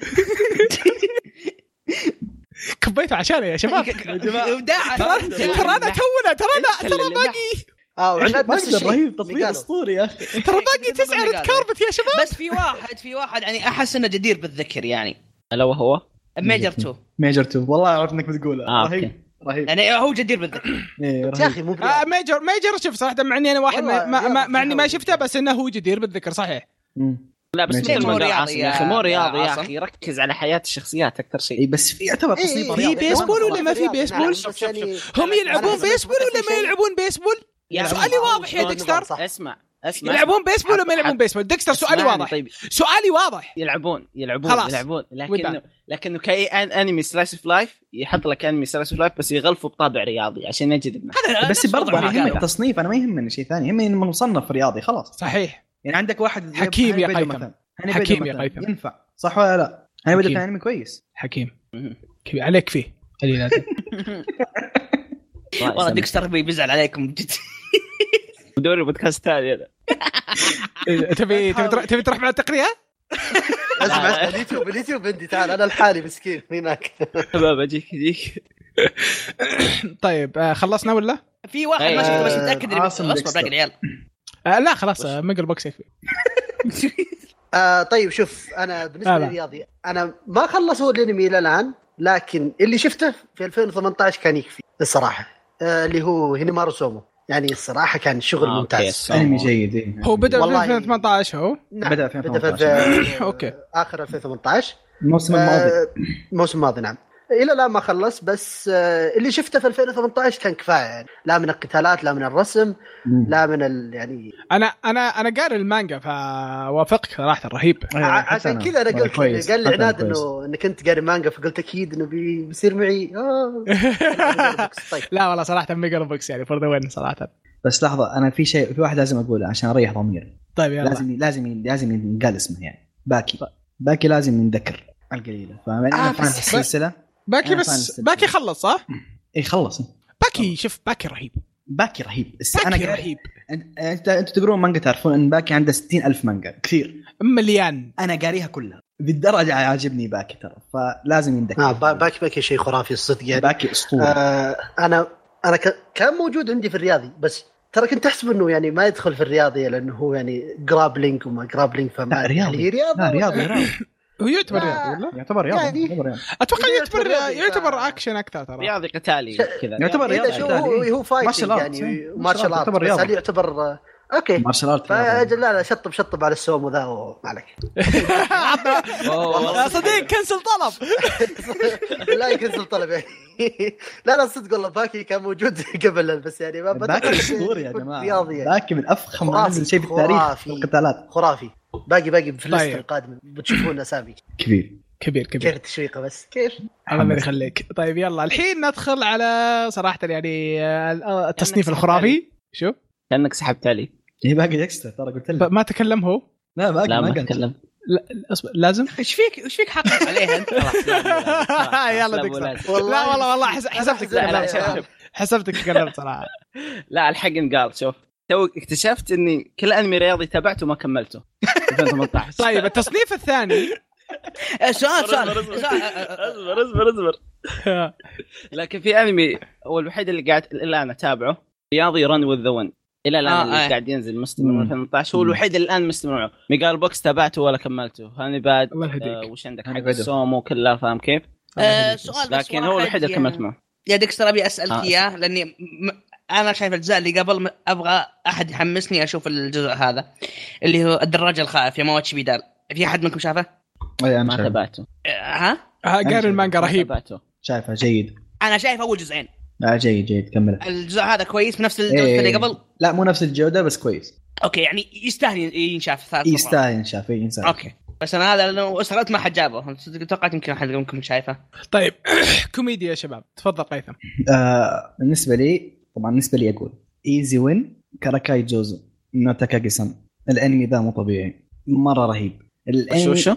كبيته عشانه يا شباب
ابداع
ترى ترى انا تونا ترى انا ترى باقي
اه وعناد
ما
نفس
اقدر
الشيء
رهيب تصوير
ميجالو.
اسطوري يا اخي
ترى باقي تسعه تكربت يا شباب
بس في واحد في واحد يعني احس انه جدير بالذكر يعني
الا وهو
ميجر 2
ميجر 2 والله عرفت انك بتقولها
آه،
رهيب رهيب
يعني هو جدير بالذكر
إيه،
يا
رهيب
اخي مو
آه
بريال.
ميجر ميجر شوف صراحه مع اني انا واحد ما
والله
ما- ما-
رياضي
مع اني ما
قوي.
شفته بس انه هو جدير بالذكر صحيح
مم.
لا بس
ميجر.
مثل
مو
ما قال
رياضي
عاصم يا اخي
يا-
مو رياضي
يا
يا
عاصم.
اخي ركز على حياه الشخصيات اكثر شيء
إيه، بس في يعتبر
إيه، إيه،
تصنيف
إيه،
في
رياضي.
رياضي.
بيسبول ولا ما في
نعم،
بيسبول؟
نعم،
شوف،
بس
شوف،
يعني-
هم يلعبون
أنا بالنسبة
بيسبول
لي
ولا ما
شيء-
يلعبون بيسبول؟
يا
سؤالي
عاصم.
واضح يا
شلون
ديكستر.
نظام نعم، صح.
اسمع اسمع
يلعبون بيسبول ولا ما
حط-
يلعبون
حط-
بيسبول؟ ديكستر سؤالي
اسمعني
واضح
طيب
سؤالي واضح
يلعبون يلعبون
خلاص.
يلعبون
وداع.
لكنه لكنه كاي أن- انمي سلايس اوف لايف يحط لك انمي سلايس اوف لايف بس يغلفه بطابع رياضي عشان يجذب معك
بس برضه
وضعه
انا
يعني
يهمني
رياضي.
التصنيف انا ما يهمني شيء ثاني يهمني انه مصنف رياضي خلاص
صحيح
يعني عندك واحد زي
حكيم
هاني
يا
بيدو
قيثم.
مثلاً. هاني
حكيم
بيدو
يا
مثلاً.
قيثم.
ينفع صح ولا لا؟ هاني بدا
حكيم.
كان انمي كويس
حكيم
مهم.
كبير عليك فيه خليه لازم.
والله ديكستر بي بيزعل عليكم جد
دوري بودكاست ثاني أنا.
إيه، تبي تبي تروح- تبي تروح مع التقنيه؟
اسمع
لا.
اسمع اليوتيوب اليوتيوب عندي تعال انا لحالي مسكين هناك
شباب اجيك اجيك
طيب آه، خلصنا ولا؟
في واحد ما شفته بس
آه،
متاكد اني
عاصم
اصبر
ديكستر.
باقي العيال
آه لا خلاص آه، ميجل بوكس يكفي
آه طيب شوف انا
لا،
بالنسبه
لا.
للرياضي انا ما خلصوا الانمي الى الان لكن اللي شفته في 2018 كان يكفي الصراحه آه اللي هو هينيمارو سومو يعني الصراحه كان شغل
آه، أوكي.
ممتاز
انمي جيد إيه.
هو بدا في
والله-
2018 هو
نعم
بدأ في
بدا في
2018.
أوكي.
اخر 2018
الموسم الماضي
آه، الموسم الماضي نعم الى الان ما خلص بس آه، اللي شفته في 2018 كان كفايه يعني لا من القتالات لا من الرسم
مم.
لا من ال... يعني
انا انا انا قاري المانجا فوافقك صراحه رهيب
أيوة،
ع-
حتى
عشان كذا انا قلت
كويس،
قال لي
حتى أنا
عناد
كويس.
انه انك انت قاري مانجا فقلت اكيد انه بي- بيصير معي آه. طيب
لا والله صراحه ميجا بوكس يعني فور ذا وين صراحه
بس لحظه انا في شيء في واحد لازم اقوله عشان اريح ضميري
طيب يلا
لازم لازم لازم ينقال اسمه يعني باكي باكي لازم ينذكر على القليله فاهم انا
آه،
فاهم
بس-
السلسله
باكي
أنا
بس
فاهم
باكي خلص صح؟
اي إيه، خلص
باكي شوف باكي رهيب
باكي رهيب بس انا
باكي
قاعد-
رهيب
أن- انت انتوا تقرون مانجا تعرفون ان باكي عنده 60000 مانجا كثير
مليان
انا قاريها كلها بالدرجه عاجبني باكي ترى فلازم يندك
آه با- باكي باكي شيء خرافي الصدق يعني
باكي اسطوره
آه انا انا ك- كان موجود عندي في الرياضي بس ترى كنت احسب انه يعني ما يدخل في الرياضي لانه هو يعني جرابلينج وما جرابلينج فما
لا، رياضي.
يعني هي رياضه
لا رياضي
ولا-
رياضي
هو يعتبر
لا.
رياضي ولا؟
يعتبر رياضي
يعني-
يعتبر رياضي
اتوقع
يعتبر
يعتبر
رياضي،
يعتبر
ف-
اكشن اكثر ترى
رياضي قتالي
ش-
كذا
يعتبر
إيه،
رياضي
شو
لا،
هو
إيه.
هو فايتنج
مارشال آرت،
يعني
إيه.
مارشال آرت،
يعتبر
بس
رياضة.
هل يعتبر آه، اوكي
مارشال ارت رياضي.
فأجل لا لا شط بشط على السومو ذا وما عليك
يا صديق كنسل طلب
لا يكنسل طلب يعني لا لا صدق والله باكي كان موجود قبل بس يعني ما ما
باكي
توقعت
اسطوري يا
يكون
جماعه
رياضي يعني
باكي من افخم ما
خرافي،
نزل شيء في التاريخ في
خرافي.
القتالات
خرافي باقي باقي في الليست
طيب.
القادمه بتشوفون اسامي
كبير
كبير كبير
كيف التشويقه بس كيف
الله ما يخليك طيب يلا الحين ندخل على صراحه يعني آه، التصنيف
يعني
الخرافي شو
كانك سحبت علي
هي إيه، باكي اكسترا ترى قلت
ب-
لك
ما تكلم هو
لا باكي
لا
ما
ما
قلت
تكلمت
لا أصبر، لازم
ايش فيك ايش فيك حق
عليها انت خلاص لا، لا، لا، خلاص،
يلا
لا،
دقيقة.
مو لازم.
لا والله والله حس- حسبتك
لا لا
تكلمت
أحسن.
صراحه
شوف،
حسبتك تكلمت صراحه
لا الحق انقال شوف تو اكتشفت اني كل انمي رياضي تابعته ما كملته 2018
طيب التصنيف الثاني
آه، سؤال
اصبر
سؤال سؤال. آه، آه،
اصبر اصبر اصبر
آه،
لكن في انمي هو الوحيد اللي قاعد الان اتابعه رياضي رن وذ ذا ون الى الان
آه، آه.
اللي قاعد ينزل مستمر
مم.
من 2018 هو
مم.
الوحيد اللي الان مستمر معه ميجال بوكس تابعته ولا كملته هاني باد
الله
آه،
يهديك
وش عندك
هاني
حق
بادو.
السومو كلها فاهم كيف؟
الله
آه،
يهديك.
سؤال بس يعني.
لكن
ورا
هو الوحيد
حد
اللي
يا-
كملت معه
يا ديكستر ابي اسالك
آه،
اياه لاني م- انا شايف الاجزاء اللي قبل م- ابغى احد يحمسني اشوف الجزء هذا اللي هو الدراجه الخايف يا مواتشي بيدال في احد منكم شافه؟
أي، أنا
ما
شايف-
تابعته
آه، ها؟
آه، قاري المانجا
ما
رهيب
تابعته
شايفه جيد
انا شايف اول جزئين
لا جيد جيد كمل
الجزء هذا كويس بنفس الجزء
إيه.
اللي قبل
لا مو نفس الجوده بس كويس
اوكي يعني يستاهل ينشاف ثالث مرة.
يستاهل ينشاف إيه، ينسى
اوكي بس انا هذا لو سالت ما حد جابه توقعت يمكن احد منكم شايفه
طيب كوميديا يا شباب تفضل قيثم
آه بالنسبه لي طبعا بالنسبه لي اقول ايزي وين كاراكاي جوزو نوتاكاغي سان الانمي ذا مو طبيعي مره رهيب
شو
الانمي
شو؟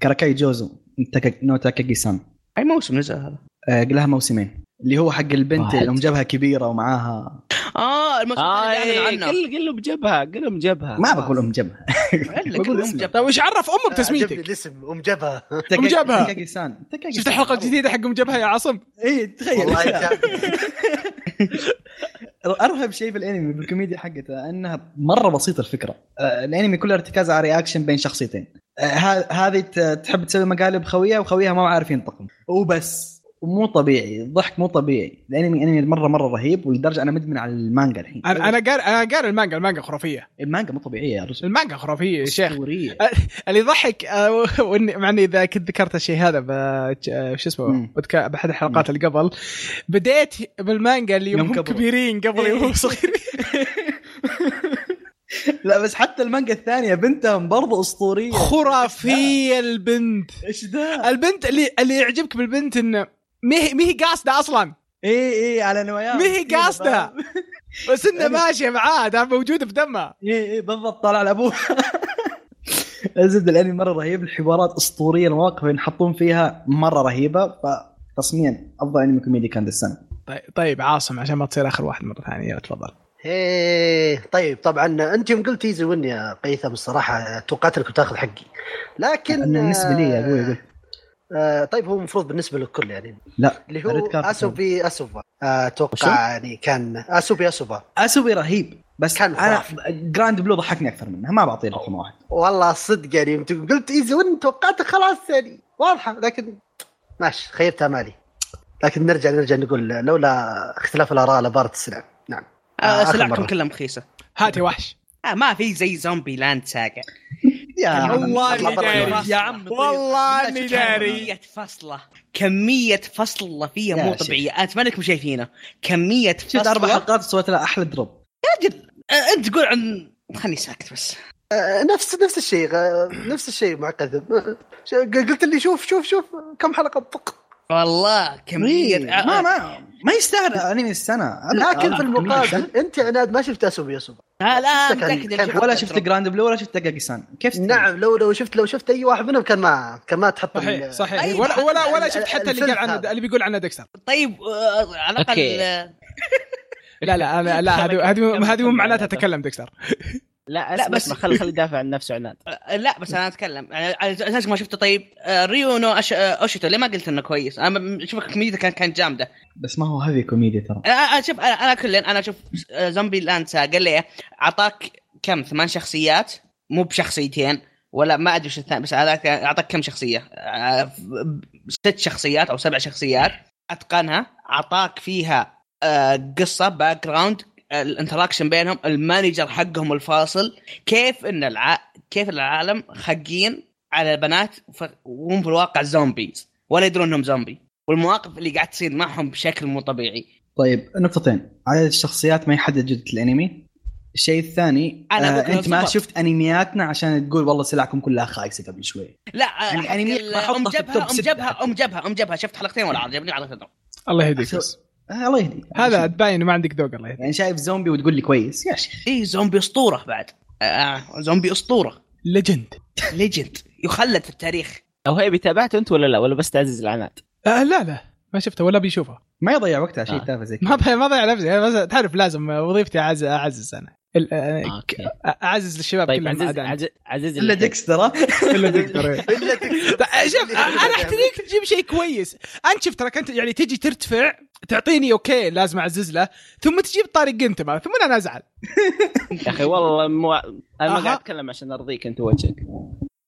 كاراكاي جوزو نوتاكا- نوتاكاغي سان
اي موسم نزل هذا
آه لها موسمين اللي هو حق البنت
واحد.
اللي ام جابها كبيره ومعاها
اه الموسم
اه
اللي
إيه،
اعلنوا عنه
قل قل له بجبهه قل له بجبهه
ما بقول ام جابها
إلا
بقول
كلهم
اسمه.
جاب-
طيب وش عرف امه
عجبني
بتسميتك؟
الاسم ام جبهه
أم جابها.
تاكاغي سان
شفت الحلقه الجديدة حق مجبهه يا عاصم؟
اي تخيل
والله جاب-
ارهب شيء في الانمي بالكوميديا حقتها انها مره بسيطه الفكره آه، الانمي كله ارتكاز على رياكشن بين شخصيتين آه، ه- هذه ت- تحب تسوي مقالب خويه وخويها ما عارف ينتقم وبس مو طبيعي الضحك مو طبيعي الانمي انمي مره مره رهيب ولدرجه انا مدمن على المانجا الحين
انا انا قاري انا قاري المانجا المانجا خرافيه
المانجا مو طبيعيه يا رجل
المانجا خرافيه يا شيخ
اسطوريه
اللي يضحك آه، وإني- مع اني اذا كنت ذكرت الشيء هذا ب آه، شو اسمه
مم.
بودكا- باحد الحلقات اللي قبل بديت بالمانجا اللي
يوم
هم
كبروا.
كبيرين قبل يوم
إيه.
صغيرين
لا بس حتى المانجا الثانيه بنتهم برضه اسطوريه
خرافيه البنت
ايش ده؟
البنت اللي اللي يعجبك بالبنت انه ما هي ما هي قاصده اصلا
اي اي إيه، على إيه، نوايا
ما هي قاصده بس انها
يعني-
ماشيه معاه ده موجوده في دمها
اي اي إيه، بالضبط طالع لابوه الزبده الانمي مره رهيب الحوارات اسطوريه المواقف اللي ينحطون فيها مره رهيبه فتصميم افضل انمي كوميدي كان ذا السنه
طيب طيب عاصم عشان ما تصير اخر واحد مره ثانيه يلا تفضل
إيه، طيب طبعا انت يوم قلت ايزي وين يا قيثم الصراحه توقعت انك بتاخذ حقي لكن
لأنه بالنسبه لي يا ابوي قلت
آه طيب هو المفروض بالنسبه للكل يعني
لا
اللي هو
ريد كارد.
اسوبي اسوبا
وشو؟
آه، اتوقع يعني كان اسوبي اسوبا
اسوبي رهيب بس
كان
انا
خرافي.
جراند بلو ضحكني اكثر منها ما بعطيه رقم واحد
والله صدق يعني يوم قلت ايزي وين توقعت خلاص يعني واضحه لكن ماشي خيبت امالي لكن نرجع نرجع نقول لولا اختلاف الاراء لبارت السلع نعم
آه،
آخر
سلعتهم
مرة.
كلها مخيسه
هات يا وحش
آه، ما في زي زومبي لاند ساقع
يا
والله
الله
إني داري. يا عم طيب. والله إني داري.
طيب، كمية فصلة كمية فصلة فيها
يا
مو
شيخ.
طبيعية أتمنى انكم شايفينها كمية
شفت
فصلة
اربع حلقات سويت لها احلى دروب
آه، أنت تقول عن خلني ساكت بس
آه، نفس نفس الشيء آه، نفس الشيء مع قذب آه، ش- قلت لي شوف شوف شوف كم حلقه طق
والله كمية آه،
إيه، ما ما
آه.
ما يستاهل انمي السنه
لكن
آه،
في المقابل انت يا عناد ما شفت اسوبي يسوبا
آه، لا
كان-
متأكد
كان-
إن
حلقة
ولا شفت جراند بلو ولا شفت دقاقي سان كيف تتكلم؟
نعم لو لو شفت لو شفت اي واحد منهم كان ما كان ما تحط
صحيح
ال-
أي
صحيح ولا
واحد
ولا ولا
ال-
شفت حتى اللي
الفيلم
قال عنه
هذا.
اللي بيقول عنه ديكستر
طيب آه، على الأقل
أوكي.
آه،
لا لا انا لا هذه هذه هذه مو معناتها تكلم ديكستر
لا
لا،
اسمع
بس-
بس خلي خلي يدافع عن نفسه عناد
لا بس انا اتكلم يعني على اساس ما شفته طيب آه، ريو نو أش... آه، اوشيتو ليه ما قلت انه كويس؟ انا م- شوف كوميديا كان كان جامده
بس ما هو هذه كوميديا ترى
انا أنا- شوف انا انا كلين انا شوف آه، زومبي لاند قال لي اعطاك كم ثمان شخصيات مو بشخصيتين ولا ما ادري وش الثاني بس أعطاك- اعطاك كم شخصيه؟ آه، ب- ست شخصيات او سبع شخصيات اتقنها اعطاك فيها آه، قصه باك جراوند الانتراكشن بينهم المانجر حقهم الفاصل كيف ان الع... كيف العالم خقين على البنات ف... وهم في الواقع زومبيز ولا يدرون انهم زومبي والمواقف اللي قاعد تصير معهم بشكل مو طبيعي
طيب نقطتين عدد الشخصيات ما يحدد جودة الانمي الشيء الثاني
أنا
آه
بكره
انت ما
الصبر.
شفت انمياتنا عشان تقول والله سلعكم كلها خايسه قبل شوي
لا
يعني
حق
أنمي
ال-
بحطها
ام
في التوب
جبهه ام
ستة
جبهه ام جبهه ام جبهه شفت حلقتين ولا عجبني على صدر
الله يهديك
أحسن.
بس.
آه الله يهديك
هذا تباين ما عندك ذوق الله يهديك
يعني شايف زومبي وتقول لي كويس يا شيخ
ايه زومبي اسطوره بعد آه زومبي اسطوره
ليجند
ليجند يخلد في التاريخ
او هي تابعته انت ولا لا ولا بس تعزز العناد
آه لا لا ما شفته ولا بيشوفه
ما يضيع وقتها شيء
آه.
تافه زي
ما
كذا
ب- ما ضيع نفسي أنا بس تعرف لازم وظيفتي اعز اعزز انا ال- آه،
اوكي
اعزز الشباب
طيب
كلهم
عزيز
عاد عندي.
عزيز, عزيز
الا
اللي-
ديكسترا
كلهم دكتور
إلا تكسب.
طيب، شوف انا احتريك تجيب شيء كويس انت شفت ترى كنت يعني تجي ترتفع تعطيني اوكي لازم اعزز له ثم تجيب طارق جنتما ثم انا ازعل
يا اخي والله مو انا
أها.
ما قاعد اتكلم عشان ارضيك انت وجهك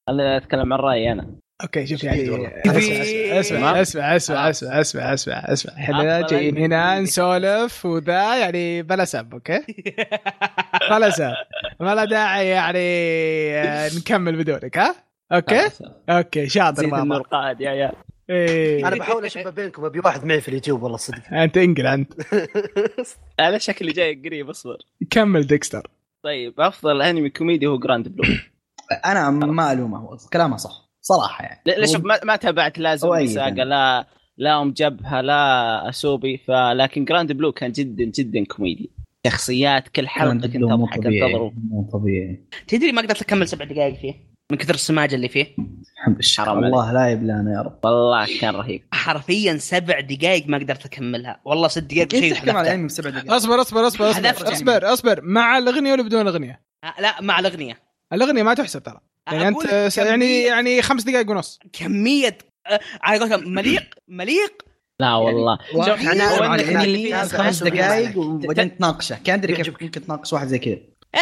انا اتكلم عن رايي انا
اوكي شوف يعني
والله.
اسمع اسمع اسمع اسمع اسمع اسمع اسمع اسمع احنا
أفضل
جايين
أن-
هنا نسولف وذا يعني بلا سب اوكي بلا سب ما له داعي يعني آه، نكمل بدونك ها اوكي اوكي شاطر
زيد النور
ماما
قائد يا عيال
إيه.
انا بحاول اشبه بينكم ابي واحد معي في اليوتيوب والله صدق
انت انقل انت
انا شكلي جاي قريب اصبر
كمل ديكستر
طيب افضل انمي كوميدي هو جراند بلو
انا ما الومه هو كلامه صح صراحه يعني
لا لا، شوف ما, ما تابعت لا
أو أي
زومبي ساقا
ثاني.
لا لا ام جبهه لا اسوبي فلكن جراند بلو كان جدا جدا كوميدي شخصيات كل حلقه
كلام
كنت
جدلو مو
اضحك
طبيعي
انتظر
مو طبيعي
تدري ما قدرت اكمل سبع دقائق فيه من كثر السماجه اللي فيه
الحمد لله
حرام عليك.
الله لا يبلانا يا رب
والله كان رهيب
حرفيا سبع دقائق ما قدرت اكملها والله ست دقائق
كيف
شيء
تحكم على
حذفتها.
انمي بسبع دقائق؟
اصبر اصبر اصبر اصبر
حذفت.
اصبر اصبر مع الاغنيه ولا بدون الاغنيه؟
آه، لا مع الاغنيه
الاغنيه ما تحسب ترى يعني انت
أقول
آه، يعني
كمية-
يعني خمس دقائق ونص
كميه آه، على قولتهم مليق مليق
لا والله
واحد
يعني
يلعب
هو
على
إنك
الأنمي
إنك
اللي
تناسب
خمس
الناس.
دقائق وبعدين تناقشه كان ادري كيف ممكن تناقش واحد زي كذا
آه، آه،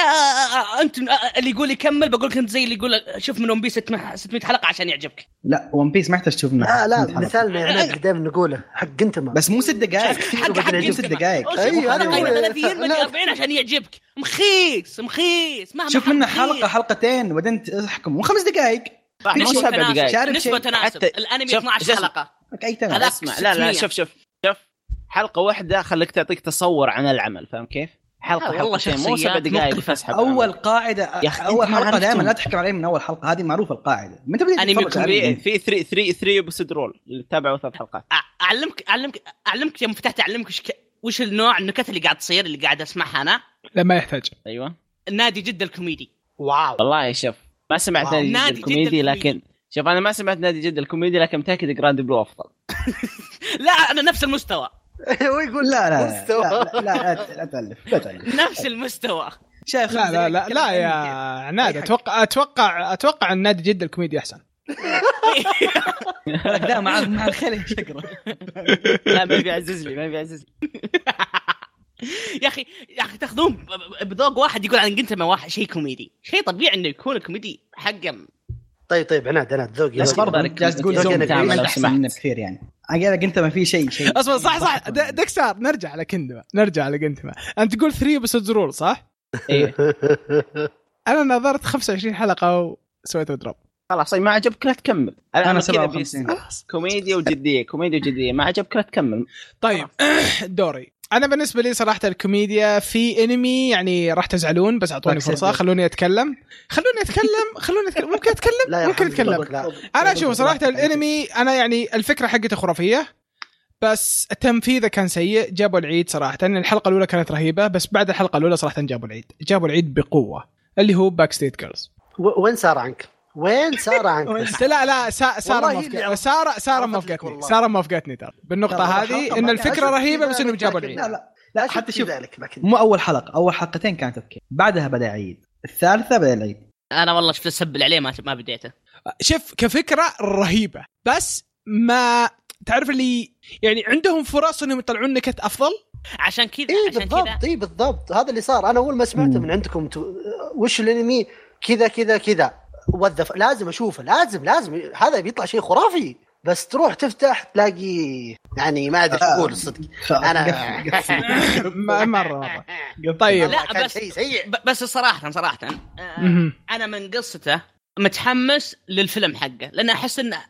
آه، انت آه، اللي يقول يكمل بقول لك انت زي اللي يقول شوف من ون بيس 600 حلقه عشان يعجبك
لا ون بيس ما يحتاج تشوف منه
آه، لا
خمس
لا
حلقات.
مثالنا يا عناد اللي دايما نقوله حق انت ما
بس مو ست دقائق
حق حق
وبعدين ست دقائق
أيوة،
ايوه انا
أنا-
30 مدري
لا.
40 عشان يعجبك مخيس مخيس مهما
شوف
حط
منه
مخيس.
حلقه حلقتين وبعدين تحكم وخمس دقائق
صح مو
نسبة
سبع
تناسب.
دقائق
شارب
نسبة
شيء.
تناسب
حتى-
الانمي
شوف-
12
شوف-
حلقه
لك اي تمام
هذاك
اسمع لا
600.
لا شوف شوف شوف حلقه واحده خليك تعطيك تصور عن العمل فاهم كيف؟
آه،
حلقه
والله
حلقتين مو سبع
شخصيات
دقائق
مختلفة.
فسحب
اول قاعده
يا أخي،
اول
أنت ما
حلقه
عرفتم.
دائما لا تحكم عليه من اول حلقه هذه معروفه القاعده متى بديت
أنمي
تتفرج على
في
الأنمي؟
في 3 3 3 بسدرول اللي تابعوا ثلاث حلقات
أع- اعلمك اعلمك اعلمك يوم فتحت اعلمك وش ك- وش النوع النكت اللي قاعد تصير اللي قاعد اسمعها انا
لا ما يحتاج
أيوة.
ايوه
نادي جدا الكوميدي
واو
والله شوف ما سمعت
واو.
نادي جد
نادي جد الكوميدي.
الكوميدي لكن شوف انا ما سمعت نادي جد الكوميدي لكن متاكد جراند بلو افضل
لا انا نفس المستوى
ويقول
لا لا
مستوى.
لا لا لا لا- لا تالف لا تالف
نفس المستوى
شايف
لا لا لا, لا يا عناد اتوقع اتوقع اتوقع ان نادي جده الكوميدي احسن
لا مع مع الخيل شكرا
لا ما بيعزز لي ما بيعزز لي
يا اخي يا اخي تاخذون ب- ب- بذوق واحد يقول عن قنت واحد شيء كوميدي شيء طبيعي انه يكون الكوميدي حقه
طيب طيب عناد عناد ذوقي
بس
ذوقي.
برضه
برضه جالس تقول
ذوقي
زومبي
زوم
أنا
تعمل
كويس.
لو
احسن
سمحت
منه بكثير يعني اقول لك انت ما في شيء شيء
اصبر صح صح د- دكسار نرجع لكندما نرجع لكندما انت تقول 3 بس زرور صح؟
إيه.
انا نظرت 25 حلقه وسويت دروب
خلاص طيب، ما عجبك لا تكمل
انا
كذا بيس-
57
كوميديا وجديه كوميديا وجديه ما عجبك لا تكمل
طيب دوري انا بالنسبه لي صراحه الكوميديا في انمي يعني راح تزعلون بس اعطوني
Black
فرصه
Sabbath.
خلوني اتكلم خلوني اتكلم خلوني أتكلم. ممكن اتكلم
لا يا
ممكن
حبيبي،
أتكلم.
لا.
انا اشوف صراحه الانمي انا يعني الفكره حقته خرافيه بس تنفيذه كان سيء جابوا العيد صراحه الحلقه الاولى كانت رهيبه بس بعد الحلقه الاولى صراحه جابوا العيد جابوا العيد بقوه اللي هو باك ستيت جيرلز
و- وين ساره عنك؟ وين ساره عنك؟
لا لا سا- سارة
والله
ما
هي اللي
وافقتني
عرفت-
سارة سارة ما
عرفت لك
وافقتني
والله.
سارة ما وافقتني ترى بالنقطة
لا،
هذه
الحلقة
ان
ما-
الفكرة
أشوف
رهيبة
كذا
بس انهم
لكن-
جابوا العيد
لا لا
لا
حتى
حتى
شوف-
شوف ذلك لكن
مو اول حلقه اول حلقتين كانت اوكي بعدها بدا يعيد الثالثه بدا العيد
انا والله شفت السبل عليه ما ما بديته
شوف كفكره رهيبه بس ما تعرف اللي يعني عندهم فرص انهم يطلعون نكت افضل
عشان كذا
اي
عشان كذا
إيه، بالضبط اي بالضبط هذا اللي صار انا اول ما سمعته
مم.
من عندكم تو... وش الانمي كذا كذا كذا وظف لازم اشوفه لازم لازم هذا بيطلع شيء خرافي بس تروح تفتح تلاقي يعني ما
آه.
ادري شو اقول الصدق انا
قفل- قفل.
ما- مره مره طيب
لا،
كان
بس-
شيء سيء
ب- بس صراحه صراحه آه،
مهم.
انا من قصته متحمس للفيلم حقه لان احس انه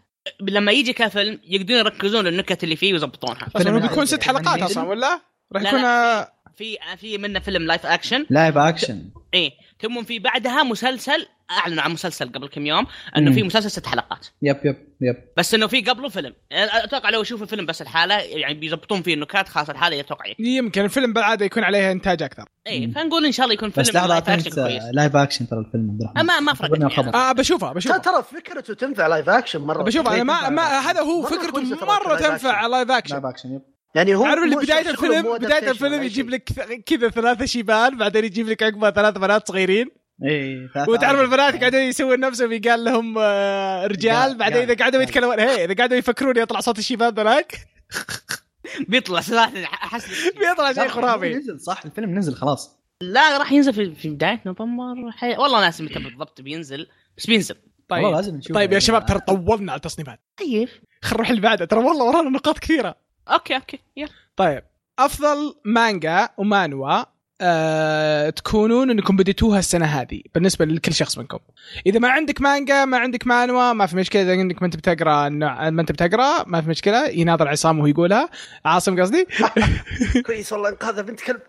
لما يجي كفيلم يقدرون يركزون النكت اللي فيه ويظبطونها
اصلا هو
فيلم
بيكون
عادي.
ست حلقات اصلا ولا؟ راح
يعني لا،
يكون آه،
في في منه فيلم لايف اكشن
لايف اكشن
ايه ثم في بعدها مسلسل اعلنوا عن مسلسل قبل كم يوم انه
مم.
في مسلسل ست حلقات
يب يب يب
بس انه في قبله فيلم يعني اتوقع لو يشوفوا الفيلم بس الحاله يعني بيظبطون فيه النكات خاصه الحاله اتوقع
يمكن الفيلم بالعاده يكون عليه انتاج اكثر
اي
مم.
إيه. فنقول ان شاء الله يكون
بس
فيلم
لحظه
لايف
أعطيك
اكشن كويس
لايف اكشن ترى الفيلم عبد الرحمن
ما ما فرقت
خبرنا
يعني.
خبر.
آه بشوفها
ترى-
بشوفها
ترى فكرته تنفع لايف اكشن مره
بشوفها انا ما,
كويس.
ما هذا هو
مرة كويسة
فكرته
ترى
مره
اللايف
تنفع على لايف اكشن
لايف اكشن يب
يعني هو
عارف اللي
مو-
بدايه
شغله
الفيلم
مو
بدايه
adaptation
الفيلم
ولا
يجيب
شيء.
لك ث- كذا ثلاثه شيبان بعدين يجيب لك عقبها ثلاث بنات صغيرين
اي
وتعرف البنات قاعدين يسوون نفسهم يقال لهم آه، رجال
رجال،
بعدين اذا
رجال.
قعدوا يتكلمون هي اذا قعدوا يفكرون يطلع صوت الشباب هناك
بيطلع صراحه احس
بيطلع شيء خرافي
نزل صح الفيلم نزل خلاص
لا راح ينزل في, في بدايه نوفمبر حي... والله ناس متى بالضبط بينزل بس بينزل
والله
طيب
لازم نشوف
طيب يا شباب ترى طولنا على التصنيفات
طيب
خلينا نروح اللي بعده ترى والله ورانا نقاط كثيره
اوكي اوكي يلا
طيب افضل مانجا ومانوا أه تكونون انكم بديتوها السنه هذه بالنسبه لكل شخص منكم اذا ما عندك مانجا ما عندك مانوا ما في مشكله اذا انك ما انت بتقرا النوع- ما انت بتقرا ما في مشكله يناظر عصام وهو يقولها عاصم قصدي
كويس والله انقاذها بنت كلب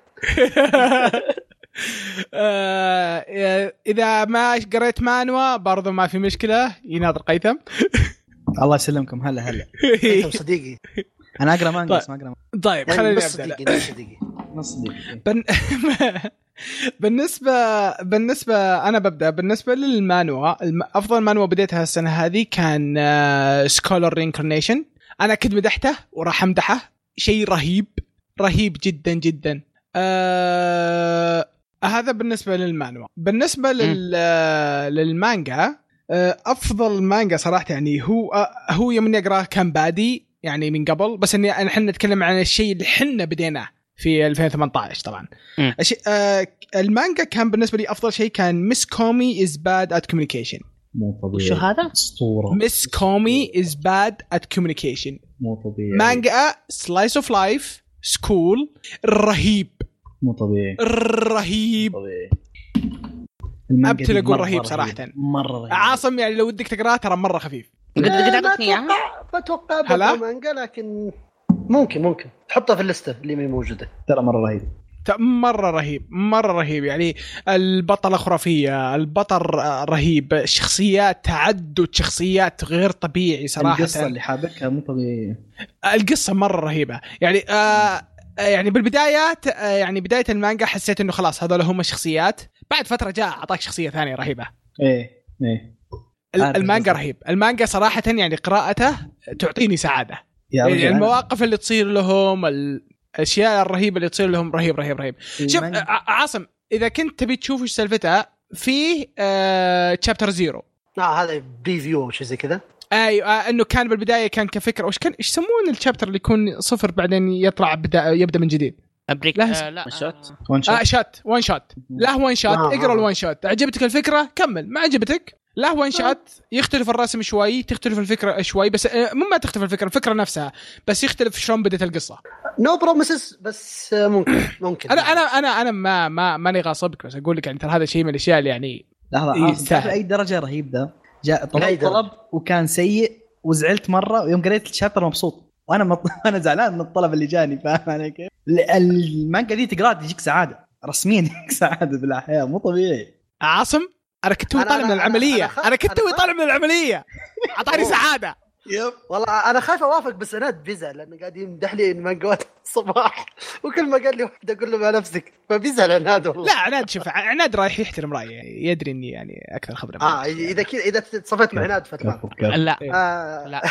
آه، اذا ما قريت مانوا برضو ما في مشكله يناظر قيثم
الله يسلمكم هلا هلا
إيه.
انت إيه، صديقي
انا اقرا مانجا
طيب.
بس ما اقرا
طيب
يعني
خلينا
بس
نبدا
صديقي بس صديقي
نص دقيقة.
بن... بالنسبه بالنسبه انا ببدا بالنسبه للمانوا الم... افضل مانوا بديتها السنه هذه كان آه، سكولر رينكرنيشن انا كنت مدحته وراح امدحه شيء رهيب رهيب جدا جدا آه... هذا بالنسبه للمانوا بالنسبه لل... آه، للمانجا آه، افضل مانجا صراحه يعني هو آه، هو يوم اني اقراه كان بادي يعني من قبل بس اني احنا نتكلم عن الشيء اللي حنا بديناه في 2018 طبعا
مم.
الشيء- آه، المانجا كان بالنسبه لي افضل شيء كان مس كومي از باد ات كوميونيكيشن
مو طبيعي
وشو هذا؟
اسطوره
مس كومي از باد ات كوميونيكيشن
مو طبيعي
مانجا سلايس اوف لايف سكول رهيب
مو طبيعي
رهيب
طبيعي المانجا
أبتل
دي
أقول
مرة
رهيب صراحة.
مره رهيب
عاصم يعني لو ودك تقراه ترى مره خفيف
قد قد
ما
اعطتني اياها
اتوقع ما اتوقع
هلا؟
بقرا مانجا لكن ممكن ممكن تحطها في اللسته اللي ما هي موجوده
ترى مره رهيب
ت- مره رهيب مره رهيب يعني البطله خرافيه البطل آه، رهيب الشخصيات تعدد شخصيات غير طبيعي صراحه
القصه اللي حابكها مو طبيعي
القصه مره رهيبه يعني آه يعني بالبدايات آه يعني بدايه المانجا حسيت انه خلاص هذول هم الشخصيات بعد فتره جاء اعطاك شخصيه ثانيه رهيبه
ايه ايه
ال-
عارف
المانجا
قصدي.
رهيب المانجا صراحه يعني قراءته تعطيني سعاده
يا رجل
يعني
أنا
المواقف اللي تصير لهم الاشياء الرهيبه اللي تصير لهم رهيب رهيب رهيب
في
شوف
مانجا-
آه، آه، عاصم اذا كنت تبي تشوف ايش سالفتها في آه تشابتر زيرو
اه هذا بريفيو او شيء زي كذا
ايوه آه انه كان بالبدايه كان كفكره وش كان ايش يسمون الشابتر اللي يكون صفر بعدين يطلع بدا يبدا من جديد
امريكا
لا،
آه، لا
شوت
وان شوت
آه شوت وان شوت لا وان شوت
آه،
اقرا
آه.
الوان شوت عجبتك الفكره كمل ما عجبتك لا هو انشات يختلف الرسم شوي تختلف الفكره شوي بس آه، مو ما تختلف الفكره الفكره نفسها بس يختلف شلون بدت القصه
نو بروميسز بس آه، ممكن ممكن
انا انا انا انا ما ما ماني غاصبك بس اقول لك يعني ترى هذا شيء من الاشياء اللي يعني
لحظه
إيه،
عاصم، تعرف
سهل.
اي درجه رهيب ده جاء
لأي
طلب
درجة؟
طلب وكان سيء وزعلت مره ويوم قريت الشابتر مبسوط وانا مط... انا زعلان من الطلب اللي جاني فاهم علي كيف؟ ل- المانجا دي تقراها تجيك سعاده رسميا يجيك سعاده بالاحياء مو طبيعي
عاصم انا كنت توي
أنا-
طالع
أنا-
من
أنا-
العمليه
أنا خ-
انا كنت
أنا
توي
خ-
طالع من العمليه اعطاني
أوه.
سعاده
يب
والله انا خايف اوافق بس انا بزعل لانه قاعد يمدح لي المانجوات الصباح وكل ما قال لي واحده اقول له مع نفسك فبيزعل عناد والله
لا عناد شوف عناد رايح يحترم رايي يدري اني يعني اكثر خبره منك.
اه اذا كذا اذا صفيت مع عناد فتره
كفو كفو
لا
آه
لا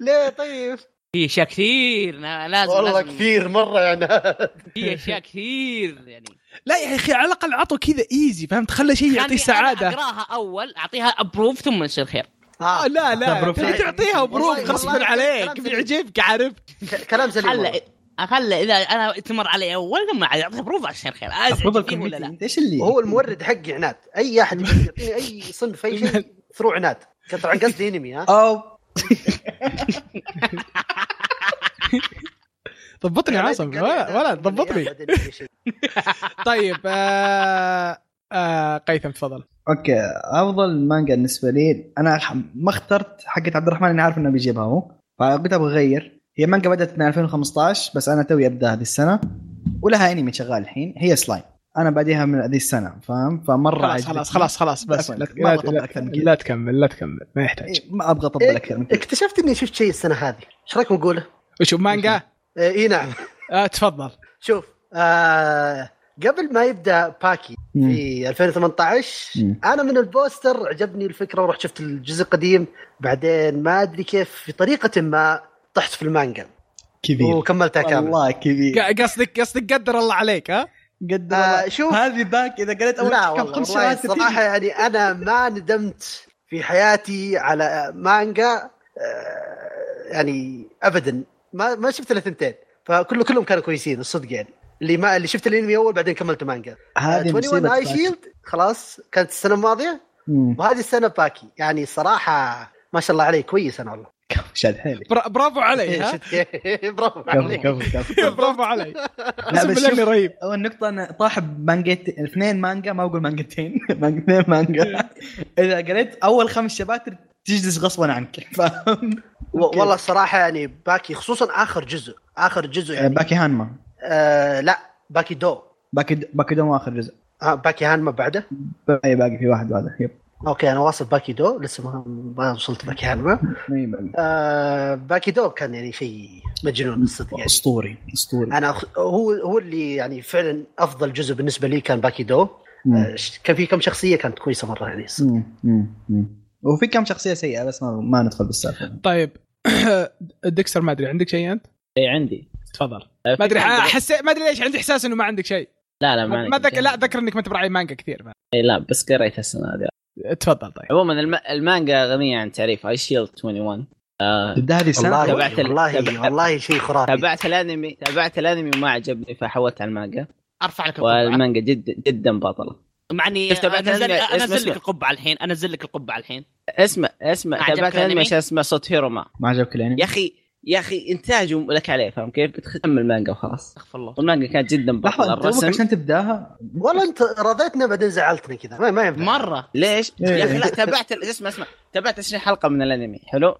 ليه طيب؟
في اشياء كثير نا- لازم
والله
لازم-
كثير يعني. مره يا
آه،
عناد
في اشياء كثير يعني
لا يا اخي على الاقل عطوا كذا ايزي فهمت خلى شيء
خلني
يعطيه
أنا
سعاده
اقراها اول اعطيها ابروف ثم يصير خير
آه
آه
لا
لا،
لا
بروف.
تبي تعطيها بروف
والله-
غصبا
والله
عليك
كلام سليم.
بيعجبك عارف
ك- كلام سليم والله.
خلى خلى اذا انا تمر علي اول ثم عاد اعطيها بروف عشان خير
ابروفل
ازعج فيه ولا
كوميتي
لا
انت ايش اللي
وهو المورد حقي عناد اي احد يعطيني اي صنف اي شيء ثرو عناد كان طبعا قصدي انمي ها
او
ضبطني يا عاصم ولا ولا ضبطني طيب آه آه قيثم تفضل
اوكي افضل مانجا بالنسبه لي انا الح- ما اخترت حقت عبد الرحمن انا عارف انه بيجيبها هو فقلت ابغى اغير هي مانجا بدات من 2015 بس انا توي ابدا هذه السنه ولها انمي شغال الحين هي سلايم انا باديها من هذه السنه فاهم فمره
خلاص
عجبتني.
خلاص خلاص خلاص بس
عفواً،
لا
ما
لا-
أبغى أطلع أكثر من كذا.
لا تكمل لا تكمل ما يحتاج
إيه، ما ابغى اطبل اكثر من كذا
اكتشفت اني شفت شيء السنه هذه ايش رايكم نقوله؟
وشوف مانجا
آه، اي نعم
آه تفضل
إيه.
شوف آه قبل ما يبدا باكي
مم.
في 2018
مم.
انا من البوستر عجبني الفكره ورحت شفت الجزء القديم بعدين ما ادري كيف بطريقه ما طحت في المانجا
كبير
وكملتها كامل
والله كبير
ق- قصدك قصدك قدر الله عليك ها
قد
آه
والله.
شوف
هذه باك اذا قريت اول
لا
كم-
والله,
كم
والله
شغلات
الصراحه
تجي.
يعني انا ما ندمت في حياتي على مانجا آه، يعني ابدا ما ما شفت الا ثنتين فكله كلهم كانوا كويسين الصدق يعني اللي ما اللي شفت الانمي اول بعدين كملت مانجا آه،
هذه
21
مصيبه
اي
باك.
شيلد خلاص كانت السنه الماضيه
مم.
وهذه السنه باكي يعني صراحه ما شاء الله عليه كويس انا والله
شاد حيلي
برا- برافو علي ها
برافو
كفو
عليك
كفو كفو
برافو علي اقسم
بس
بالله
شوف-
اني رهيب
هو النقطة أنا طاحب مانجيت اثنين مانجا ما أقول مانجتين مانجا- اثنين مانجا إذا قريت أول خمس شباتر تجلس غصبا عنك فاهم؟
و- والله الصراحه يعني باكي خصوصا اخر جزء اخر جزء يعني
باكي هانما
آه لا باكي دو
باكي باكي دوم آخر جزء
آه باكي هان ما بعده
أي باقي في واحد بعده يب
اوكي انا واصل باكي دو لسه ما ما وصلت باكي هان
ما يبالي.
آه باكي دو كان يعني شيء مجنون الصدق يعني
أسطوري أسطوري
انا أخ- هو هو اللي يعني فعلا افضل جزء بالنسبه لي كان باكي دو
مم.
آه، ش- كان في كم شخصيه كانت كويسه مره يعني الصدق.
مم. مم. مم. وفي كم شخصية سيئة بس ما, ما ندخل بالسالفة
طيب دكسر ما ادري عندك شيء انت؟
اي إيه، عندي
تفضل
آه،
ما ادري
فكرة-
حسيت ما ادري ليش أه، عندي احساس انه ما عندك شيء
لا لا ما
ما
عليك.
ذك... لا ذكر انك ما تبرع مانجا كثير ف-
إي، لا بس قريتها السنه هذه
تفضل طيب
عموما الم... المانجا غنيه عن تعريف اي شيلد 21
تبدأ هذه السنة
والله
تابعت ال-
والله
تابعت-
والله شيء خرافي
تابعت الانمي تابعت الانمي وما عجبني فحولت على المانجا
ارفع لك القبعه
والمانجا جدا جدا بطله
مع اني
شفت بعد
انزل
الأنمي- اسمع-
انزل
اسمع.
لك القبعه الحين انزل لك القبعه الحين
اسمع اسمع
ما عجبك
تابعت الانمي
الأنمي؟
عشان اسمه صوت هيروما
ما عجبك الأنمي
يا اخي يا اخي انتاجه لك عليه فاهم كيف؟ قلت كمل المانجا وخلاص
استغفر الله
والمانجا كانت جدا بطله
لحظة توك
الرسم
عشان تبداها
والله انت رضيتنا بعدين زعلتنا كذا ما ما ينفع.
مره
ليش؟
إيه.
يا اخي لا تابعت ال- اسمع اسمع تابعت 20 حلقه من الانمي حلو؟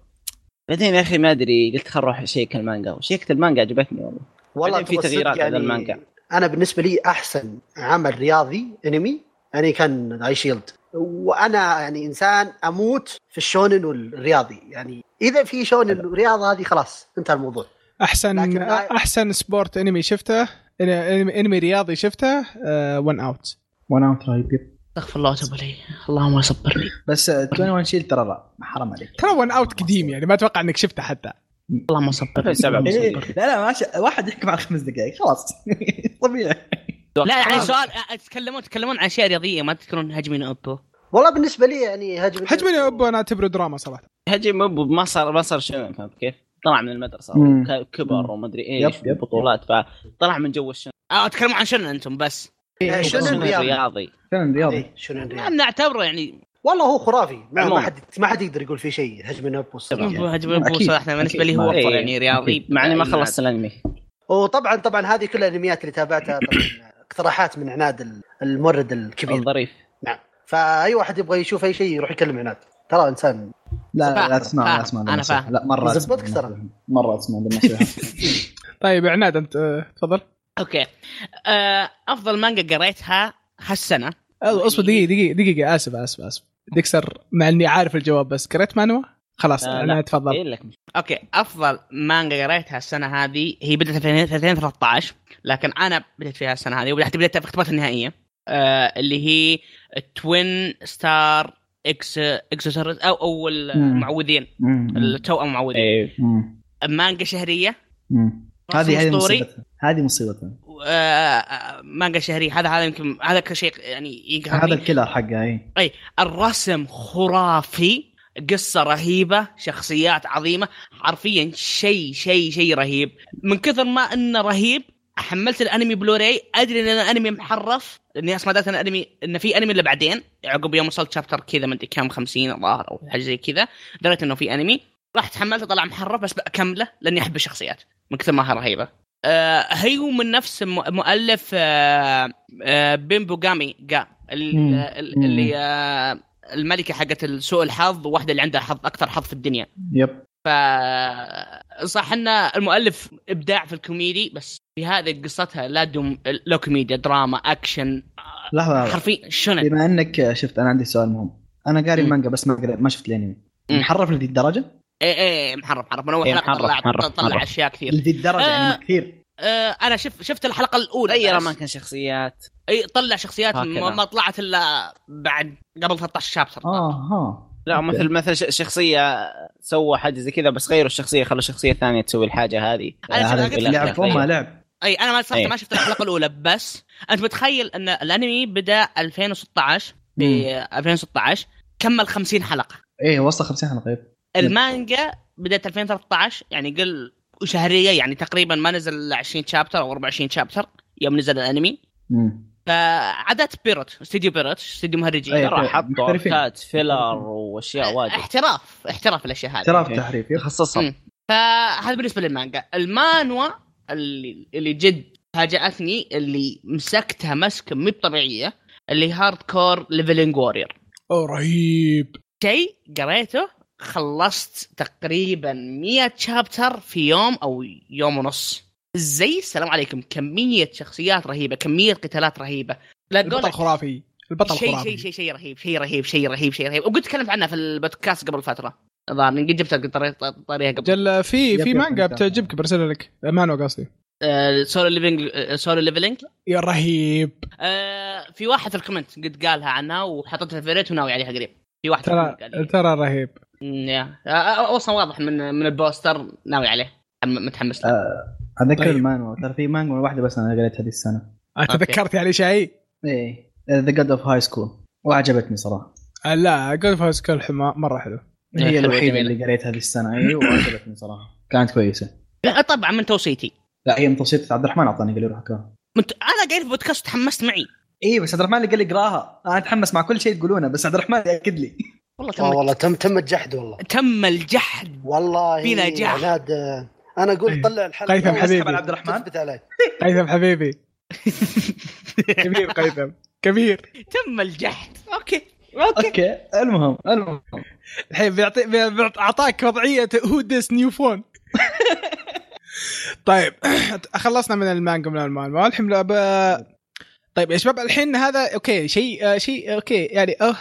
بعدين يا اخي ما ادري قلت خل اروح اشيك المانجا وشيكت المانجا عجبتني والله
والله
بعدين في
تبغى
تغييرات
الصدق
يعني
على المانجا.
انا بالنسبه لي احسن عمل رياضي انمي يعني كان اي شيلد وانا يعني انسان اموت في الشونن والرياضي يعني اذا في شونن ورياضه هذه خلاص انتهى الموضوع
احسن
لكن-
احسن سبورت انمي شفته إن- انمي, انمي رياضي شفته آه، ون اوت
وأنا أوت رايب يب.
استغفر الله وتوب اليه اللهم صبرني
بس آه، 21 شيل ترى لا حرام عليك
ترى ون اوت قديم يعني ما اتوقع انك شفته حتى
اللهم صبرني
2007
اللهم
إيه،
صبرني.
لا لا ماشي واحد يحكم على خمس دقائق خلاص طبيعي
لا
آه.
يعني سؤال أ- تكلمون تكلمون عن اشياء رياضيه ما تذكرون هجمين اوبو
والله بالنسبه لي يعني هجم
حجم ابو انا اعتبره دراما صراحه
هجي مب ما صار ما صار شنو فهمت كيف؟ طلع من المدرسه
مم.
وك-
مم.
كبر وما ادري
يب،
ايش
يب.
بطولات فطلع من جو الشنو
اه تكلموا عن آه، شنو انتم بس
إيه، شنو
شنو
الرياضي؟
رياضي
فيلم رياضي
إيه، شنو
نعم.
الرياضي؟
انا اعتبره يعني
والله هو خرافي ما, ما
عموما.
حد ما حد يقدر يقول فيه شيء هجم الاب والصدق يعني.
هجم البوصه احنا بالنسبه لي هو
نعم. أكيد.
افضل يعني رياضي
مع اني ما خلصت الانمي
وطبعا طبعا هذه كل الانميات اللي تابعتها طبعا اقتراحات من عناد ال- المورد الكبير
ظريف
فاي واحد يبغى يشوف اي شيء يروح يكلم عناد ترى انسان
لا لا, لا
فاهم،
تسمع لا
فاهم،
تسمع
أنا
بالنصيحة.
فاهم.
لا مره أسمع
زبطك ترى.
بالنصيحة. مره اسمع بالنصيحه
طيب يا عناد انت آه، تفضل
اوكي آه، افضل مانجا قريتها هالسنه
أو- اصبر دقيقه دقيقه دقيقه اسف اسف اسف ديكسر مع اني عارف الجواب بس قريت مانوا خلاص
آه، لا.
عناد تفضل
قايل لك
اوكي افضل مانجا قريتها السنه هذه هي بدات في 2013 لكن انا بدات فيها السنه هذه وبدات بداتها في اختبارات النهائيه آه اللي هي توين ستار اكس اكسسوارز او او المعوذين التوأم المعوذين
إيه.
مانجا شهريه
هذه هذه
أسطوري.
مصيبتها هذه مصيبتها
آه، آه، مانجا شهريه هذا هذا يمكن هذا كل شيء يعني
هذا
يقهرني
الكيلر حقها اي
الرسم خرافي قصة رهيبة شخصيات عظيمة حرفيا شيء شيء شيء رهيب من كثر ما انه رهيب حملت الانمي بلوراي ادري ان الانمي محرف لاني اصلا دات الانمي ان في انمي اللي بعدين عقب يوم وصلت شابتر كذا ما ادري كم 50 الظاهر او حاجه زي كذا دريت انه في انمي رحت حملته طلع محرف بس بكمله لاني احب الشخصيات من كثر ما هي رهيبه آه هي من نفس الم- مؤلف آه آه بيمبوغامي جا ال-
مم.
ال- اللي آه الملكه حقت سوء الحظ والواحده اللي عندها حظ اكثر حظ في الدنيا
يب
ف صح ان المؤلف ابداع في الكوميدي بس في هذه قصتها لا دوم لا كوميديا دراما اكشن
لحظه لحظة.
حرفيا
إيه.
شنن
بما انك شفت انا عندي سؤال مهم انا قاري
مم.
المانجا بس ما قريت- ما شفت الانمي
مم.
محرف لذي الدرجه؟
اي اي إيه، محرف محرف من اول
إيه،
حلقه
محرف،
طلع
محرف،
طلع
محرف.
اشياء كثير
لذي الدرجه
آه.
يعني كثير
آه، انا شف شفت الحلقه الاولى
غير
بس.
اماكن شخصيات
اي طلع شخصيات
هكذا.
ما ما طلعت الا بعد قبل 13 شابتر
آه.
اه ها
لا مثل مثل ش- شخصيه سوى حاجه زي كذا بس غيروا الشخصيه خلوا شخصيه ثانيه تسوي الحاجه هذه
أنا شفت-
هذا
أنا قلت لك
لعب
لعب.
فوق ما لعب
اي انا ما صراحه
إيه.
ما شفت الحلقه الاولى بس انت متخيل ان الانمي بدا 2016 ب 2016 كمل 50 حلقه
ايه وصل 50 حلقه يب.
المانجا بدات 2013 يعني قل شهريه يعني تقريبا ما نزل إلا 20 شابتر او 24 شابتر يوم نزل الانمي
مم.
إيه. فعادات بيروت استديو بيروت استديو مهرجين
أي.
ترى
إيه،
حطوا
محترفين.
اركات فيلر واشياء واجد
احتراف احتراف الاشياء هذه
اعتراف
أوكي.
تحريف يب.
تخصصها
مم. فهذا بالنسبه للمانجا المانوا اللي اللي جد فاجاتني اللي مسكتها مسكه مو طبيعيه اللي هارد كور ليفلينج وورير
اوه رهيب
شيء قريته خلصت تقريبا 100 شابتر في يوم او يوم ونص زي السلام عليكم كميه شخصيات رهيبه كميه قتالات رهيبه لا
البطل خرافي البطل
شيء شيء
خرافي
شيء شيء رهيب شيء رهيب شيء رهيب شيء رهيب وقد تكلمت عنها في البودكاست قبل فتره الظاهر إني قد جبتها طريقه طريقه قبل
جل في
يب
في
يب،
مانجا
أنت-
بتعجبك برسلها لك مانوا قصدي
سولو ليفلينج سولو ليفلينج
يا رهيب
آه، في واحد في الكومنت قد قالها عنها وحطيتها في ريت وناوي عليها قريب في واحد في
ترى
الكومنت قال لي.
ترى رهيب
مم، يا. آه، آه، اصلا واضح من من البوستر ناوي عليه عم- متحمس
أه.
له
اتذكر
طيب.
المانوا آه، ترى في مانجا واحده بس انا قريتها هذه السنه
أنا تذكرت يعني شيء
ايه ذا جاد اوف هاي سكول وعجبتني صراحه
آه، لا جولف هاوس كل مره حلو
إيه،
هي
حلوة
الوحيده
جميلة.
اللي قريتها هذه السنه اي وعجبتني صراحه كانت كويسه
آه، طبعا من توصيتي
لا هي من توصيه عبد الرحمن اعطاني قال لي روح اقراها
منت... انا قايل في بودكاست تحمست معي
اي إيه، بس عبد الرحمن اللي قال لي اقراها انا اتحمس مع كل شيء تقولونه بس عبد الرحمن ياكد لي
والله تم
والله
آه،
والله تم تم الجحد والله
تم الجحد
والله
في نجاح.
عناد آه، انا اقول طلع الحلقه
إيه. قيثم
واسحب
حبيبي.
على عبد الرحمن تثبت علي
قيثم حبيبي كبير قيثم كبير
تم الجحد اوكي
اوكي المهم المهم
الحين بيعطي بي- بيعط- اعطاك وضعيه هو ديس نيو فون طيب خلصنا من المانجا من المانوا الحين لا ب- طيب يا شباب الحين هذا اوكي شيء آه، شيء اوكي يعني أوه.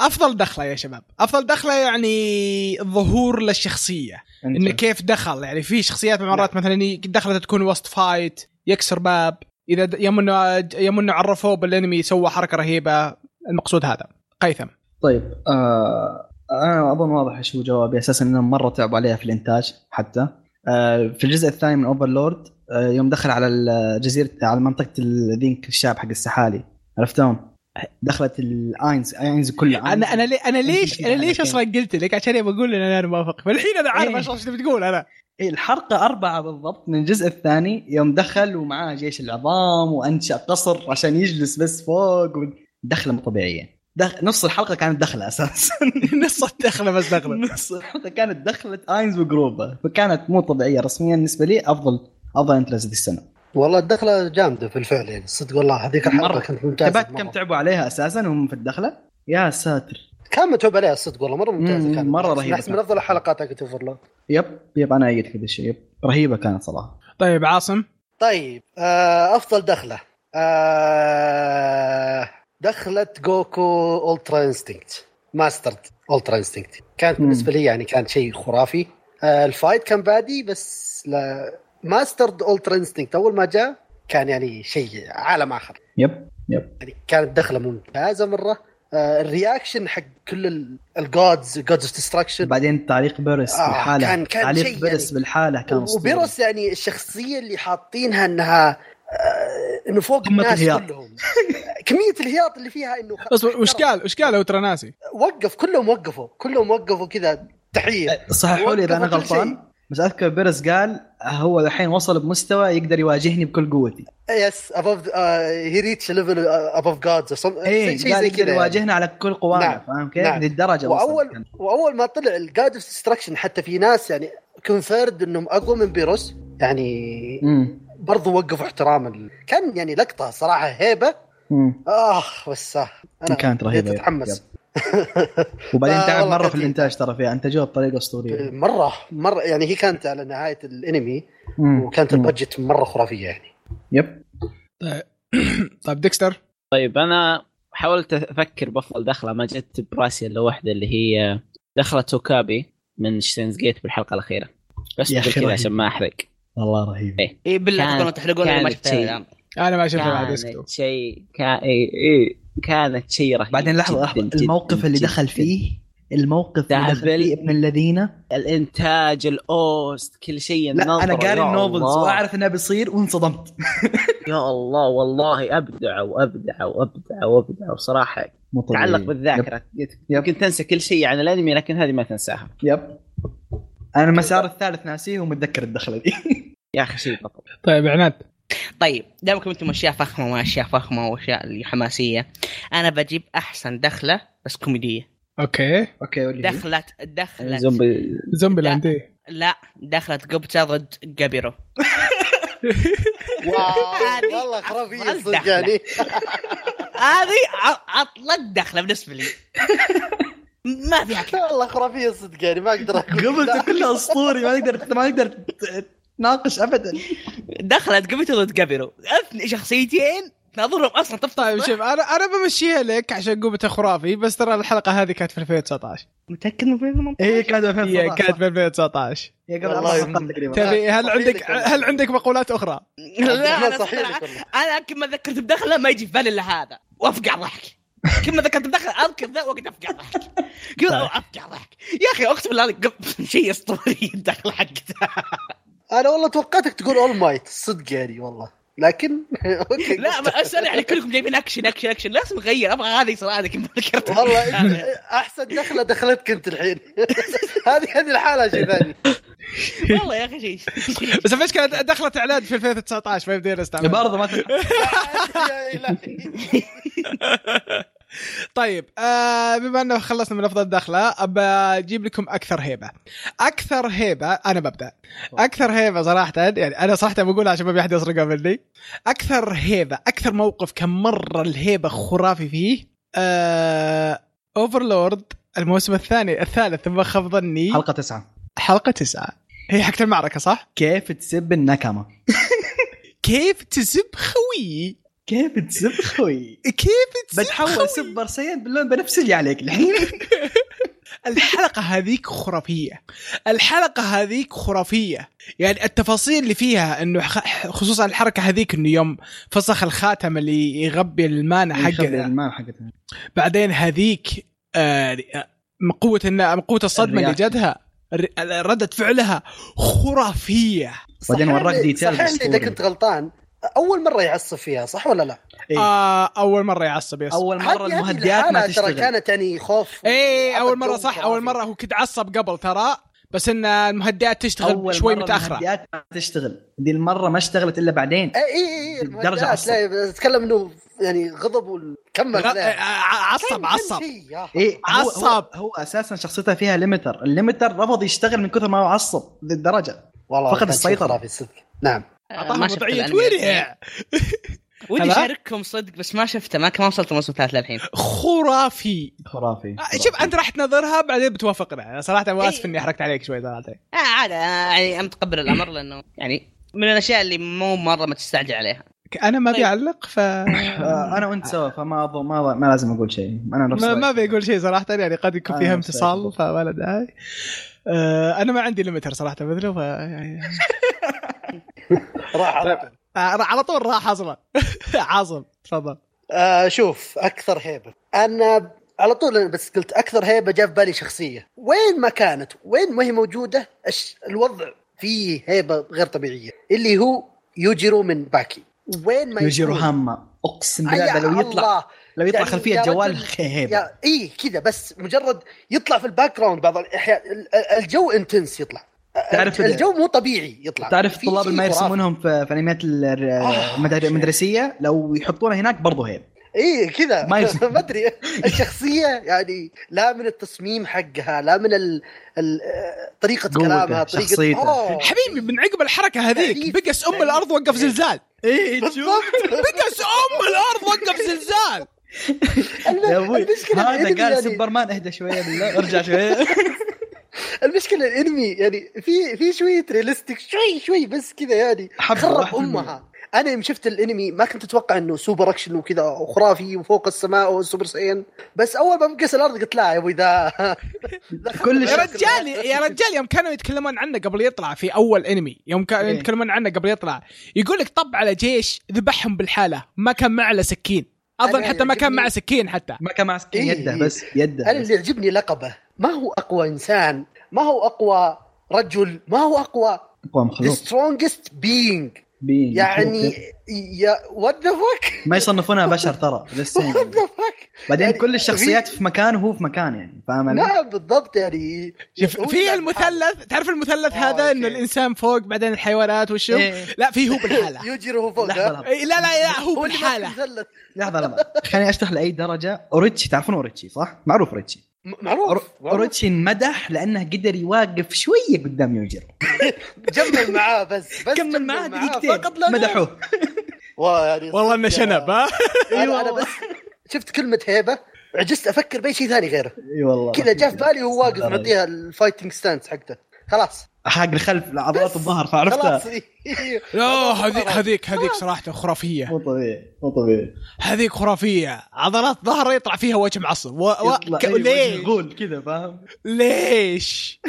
افضل دخله يا شباب افضل دخله يعني ظهور للشخصيه انه
انت
كيف دخل يعني في شخصيات مرات
نعم.
مثلا دخلت تكون وسط فايت يكسر باب اذا د- يوم انه يوم انه عرفوه بالانمي سوى حركه رهيبه المقصود هذا قيثم
طيب آه انا اظن واضح ايش هو جوابي اساسا انهم مره تعبوا عليها في الانتاج حتى آه في الجزء الثاني من اوفرلورد آه يوم دخل على الجزيره على منطقه ال- ذيك الشاب حق السحالي عرفتهم؟ دخلت الاينز اينز كلها
انا انا لي انا
نعم. أنت
ليش
كذا
انا ليش
على
اصلا قلت لك عشان ابى اقول ان انا موافق فالحين انا عارف
إيه.
ايش ايش بتقول انا
الحلقه أربعة بالضبط من الجزء الثاني يوم دخل ومعاه جيش العظام وأنشأ قصر عشان يجلس بس فوق و... دخلة مو طبيعية دخ... نص الحلقة كانت دخلة أساسا
نص الدخله بس دخله
نص الحلقة كانت دخلة آينز وجروبا فكانت مو طبيعية رسميا بالنسبة لي أفضل أفضل انترس ذي السنة
والله الدخله جامده بالفعل يعني صدق والله هذيك الحلقه
مرة.
كانت ممتازه
تبات
مرة.
كم تعبوا عليها أساسا وهم في الدخلة يا ساتر
كان متعوب عليها الصدق والله مره ممتازه
مم،
كانت
مرة رهيبة
احس من
كانت.
افضل الحلقات حقت اوفرلورد
يب يب أنا أيدك في ذا الشيء يب رهيبة كانت صراحة
طيب عاصم
طيب آه افضل دخله آه دخله جوكو الترا انستنكت ماسترد الترا انستنكت كانت
مم.
بالنسبه لي يعني كان شيء خرافي آه الفايت كان بادي بس لا ماسترد الترا انستنكت اول ما جاء كان يعني شيء عالم اخر
يب يب
يعني كانت دخله ممتازه مره آه الرياكشن حق كل الجودز جودز اوف ديستركشن
بعدين تعليق بيرس
آه،
بالحالة
كان- كان
تعليق
شيء
بيرس
يعني.
بالحالة كان أسطوري.
وبيرس يعني الشخصيه اللي حاطينها انها آه، انه فوق
قمة
الناس
الهياط.
كلهم كميه الهياط اللي فيها انه خ-
بس وش قال وش قال لو ترى ناسي
وقف كلهم وقفوا كلهم وقفوا كذا تحيه
صححوا لي اذا انا
وقفوا كل شيء.
غلطان بس اذكر بيرس قال هو الحين وصل بمستوى يقدر يواجهني بكل قوتي
أه، يس ابف هي ريتش ليفل ابف جادز
اي
شيء
إيه، قال
زي
يقدر
كذا يعني.
يواجهنا على كل قوانا
نعم،
فاهم كيف؟
نعم.
للدرجه
واول واول ما طلع الجاد اوف ديستركشن حتى في ناس يعني كونفيرد انهم اقوى من بيروس يعني
امم
برضو وقفوا احترام ال... كان يعني لقطه صراحه هيبه اه بس آه انا
كانت رهيبة،
بديت اتحمس
وبعدين
آه،
تعب
والله
مره في
كانت- إيه،
الانتاج ترى فيها انتجوها بطريقه اسطوريه
مره مره يعني هي كانت على نهايه الانمي
مم.
وكانت
مم.
البادجت مره خرافيه يعني
يب
طيب ديكستر
طيب انا حاولت افكر بافضل دخله ما جت براسي الا واحده اللي هي دخله توكابي من شتينز جيت بالحلقه الاخيره بس
يا أخي
بقول كذا
رهيب.
عشان ما احرق
والله رهيب
اي إيه، بالله
كانت-
تقولون تحرقون اللي ما
كانت
شفتها
شيء.
الآن.
انا ما شفت بعد ديسكتو
كانت شيء كا... إيه إيه كانت شيء رهيب
بعدين لحظه
جداً
لحظه
جداً
الموقف اللي
جداً.
دخل فيه الموقف اللي دخل
دهبل.
فيه ابن الذين
الانتاج الاوست كل شيء
لا انا
النظرة،
قاري
يا
النوفلز
الله.
واعرف انه بيصير وانصدمت
يا الله والله ابدعوا ابدعوا ابدعوا ابدعوا صراحه
مو طبيعي.
تعلق بالذاكره
طيب. يب.
يمكن تنسى كل شيء عن الانمي لكن هذه ما تنساها
يب انا المسار الثالث ناسيه ومتذكر الدخله دي
يا اخي شيء بطل
طيب عناد
طيب دامكم انتم اشياء فخمه واشياء فخمه واشياء اللي حماسيه انا بجيب احسن دخله بس كوميديه
اوكي
اوكي واللي هي؟
دخلت دخلت
زومبي
زومبي لاند إيه.
لا دخلت قبته ضد جابيرو هذه
والله خرافيه
أفضل
صدق
دخلة.
يعني
هذه ع- اطلق دخله بالنسبه لي ما فيها كلام.
والله خرافيه صدق يعني ما اقدر أقول.
قبلته كلها اسطوري ما تقدر ما تقدر ت- تناقش ابدا
دخلت قبته ضد جابيرو اثني شخصيتين نظرهم اصلا تفطر
طيب شوف انا انا بمشيها لك عشان قوته خرافي بس ترى الحلقه هذه كانت في 2019
متاكد من فيلم
اي كانت 2019
هي كانت في 2019
هي قبل
والله
أربع
يم-
حلقات تقريبا
تبي هل
صحيح
عندك
لك والله.
هل عندك مقولات اخرى؟
لا
أنا
انا
صحيح لك
صراحة-
والله.
انا كل ما ذكرت بدخله ما يجي في بالي الا هذا وافقع ضحك كل ما ذكرت بدخله اذكر ذا وقت افقع ضحك كل افقع ضحك يا اخي اقسم بالله قب- شيء اسطوري الدخله حقتها
انا والله توقعتك تقول اول مايت صدق يعني والله لكن اوكي
لا ما اسال يعني كلكم جايبين اكشن اكشن اكشن لازم اغير ابغى هذه صراحه كل ما ذكرت
والله إنت احسن دخله دخلتك انت الحين هذه هذه الحاله شيء ثاني
والله يا اخي شيء شيء-
بس المشكله دخلت اعلان في 2019 فيبدينا استعمل
برضه ما تناقش.
يا إلهي.
طيب آه بما انه خلصنا من افضل دخله ابى اجيب لكم اكثر هيبه. اكثر هيبه انا ببدا. اكثر هيبه صراحه يعني انا صراحه بقولها عشان ما في احد يسرقها مني. اكثر هيبه اكثر موقف كان مره الهيبه خرافي فيه آه اوفرلورد الموسم الثاني الثالث ثم خاب ظني
حلقه تسعه
حلقه تسعه هي حقت المعركه صح؟
كيف تسب النكمه؟
كيف تسب خويي؟
كيف تسب خوي؟
كيف تسب
بتحول سوبر سيد باللون بنفسجي عليك الحين
الحلقة هذيك خرافية الحلقة هذيك خرافية يعني التفاصيل اللي فيها انه خ- خصوصا الحركة هذيك انه يوم فسخ الخاتم اللي يغبي المانع حقه
المال حقتها
بعدين هذيك آه، من قوة إن- من قوة الصدمة اللي
الرياكشن.
جتها الر- ردة فعلها خرافية
بعدين وراك
صحيح-
ديتيلز
صحيح لي اذا
أسطوري.
كنت غلطان اول مره يعصب فيها صح ولا لا؟
إيه.
آه اول مرة يعصب يس
اول
هذه-
مره
هذه
المهدئات ما
الحالة ترى
تشتغل إيه.
كانت يعني خوف
ايه
وعطت
اول مرة
جو
صح
خرافي.
اول مرة هو كنت عصب قبل ترى بس ان المهدئات تشتغل شوي
مرة
متاخره
المهدئات ما تشتغل دي المره ما اشتغلت الا بعدين
اي اي
درجة
اي إيه، المهدئات،
عصب.
لا بس اتكلم انه يعني غضب وكمل
غ- آه،
لا. كم-
عصب
كم
عصب
شيء يا أخي.
ايه هو-
عصب.
هو, هو اساسا شخصيته فيها ليمتر الليمتر رفض يشتغل من كثر ما هو عصب للدرجه
والله
فقد
كان شيء
السيطرة.
خرافي الصدق نعم
اعطاها
ما شفت
وضعيه
الأنمي.
ورع
ودي
هلا؟
اشارككم صدق بس ما شفته ما ما وصلت الموسم الثالث للحين
خرافي
خرافي
آه، شوف انت راح تنظرها بعدين بتوافق معي أنا صراحه أنا اسف
إيه.
اني حركت عليك شوي صراحه
آه عادة آه، يعني انا متقبل الامر لانه يعني من الاشياء اللي مو مره ما تستعجل عليها
انا ما
طيب.
بيعلق ف
آه، انا وانت سوا فما أظن ما, ما لازم اقول شيء انا نفس
ما,
رأيك.
ما بيقول شيء صراحه يعني قد يكون
أنا
فيها
نفس
انفصال
رأيك.
فما داعي آه، انا ما عندي ليمتر صراحه مثله ف يعني
راح على-
آه، على طول راح اصلا عظم تفضل
آه شوف اكثر هيبه انا على طول أنا بس قلت اكثر هيبه جاء في بالي شخصيه وين ما كانت وين ما هي موجوده الش- الوضع فيه هيبه غير طبيعيه اللي هو يوجيرو من باكي وين ما
يجي
يكون.
رهامة اقسم
آه،
بالله
يا
ده لو يطلع
الله.
لو يطلع
يعني
خلفيه
يا
جوال
رجل-
خيبه
يا اي كذا بس مجرد يطلع في الباك جراوند بعض الاحيان ال- ال- الجو انتنس يطلع
تعرف-
الجو مو طبيعي يطلع
تعرف
طيب، في
طلاب
شيء
ما
خرافي.
يرسمونهم في في انميات ال- ال-
آه،
المدر- المدرسيه لو يحطونه هناك برضه هيب
اي إيه، كذا
ما يصير.
ما ادري الشخصيه يعني لا من التصميم حقها لا من ال... ال... طريقه
قوته،
كلامها طريقه
شخصيته.
أوه.
حبيبي من عقب الحركه هذيك
إيه،
تعريف-
بقس ام
تعريف.
الارض وقف زلزال
إيه،
اي
بالضبط
بقس ام الارض وقف زلزال
الم-
يا ابوي
المشكله الانمي
هذا قال
يعني
سوبرمان اهدى شويه بالله ارجع شويه
المشكله الانمي يعني في في شويه ريالستيك شوي شوي بس كذا يعني
حبة
خرب
واحدة
امها انا يوم شفت الانمي ما كنت اتوقع انه سوبر اكشن وكذا وخرافي وفوق السماء وسوبر ساين بس اول ما بنقص الارض قلت لا يا ابوي ذا ذا خرب
كل
يا
شيء.
الأكل.
رجال يا رجال يوم كانوا يتكلمون عنه قبل يطلع في اول انمي يوم كانوا
إيه.
يتكلمون عنه قبل يطلع يقول لك طب على جيش ذبحهم بالحاله ما كان معه الا سكين اظن
أنا
حتى ما كان
يعجبني-
معه سكين حتى
ما كان مع سكين
إيه،
يده
إيه.
بس يده
انا
بس.
اللي يعجبني لقبه ما هو اقوى انسان ما هو اقوى رجل ما هو اقوى
اقوى
the
مخلوق
strongest being
بين
يعني يا what the fuck
ما يصنفونها بشر ترى لسه يعني.
what the fuck
بعدين
يعني
كل الشخصيات في مكان وهو في مكان يعني فاهم علي؟
نعم بالضبط يعني
شوف
هو
في
يلعب حاله.
المثلث تعرف المثلث
آه،
هذا انه
أوكي.
الانسان فوق بعدين الحيوانات والشو
إيه.
لا في هو بالحاله
يوجيرو هو فوق
لحظة،
ها؟
لحظة.
إيه، لا لا لا هو
هو اللي ماسك
بالحاله
المثلث.
لحظه لحظه خليني اشرح لاي درجه اوريتشي تعرفون اوريتشي صح؟ معروف اوريتشي
م- معروف
أور- اوريتشي انمدح لانه قدر يواقف شويه قدام يوجيرو
جمل معاه بس بس
كمل معاه دقيقتين
فقط لا مدحوه
مدحوه
والله انه شنب ها
ايوه انا بس شفت كلمه هيبه عجزت افكر باي شيء ثاني غيره
اي والله
كذا جاء في بالي وهو واقف مديها الفايتنج ستانس حقته خلاص
حق الخلف عضلات الظهر
خلاص
فعرفتها
لا هذيك هذيك هذيك صراحه خرافيه
مو طبيعي مو طبيعي
هذيك خرافيه عضلات ظهره يطلع فيها وجه معصب و... و...
يطلع أيوة،
ك...
أي وجه
ليش
غول كذا فاهم
ليش؟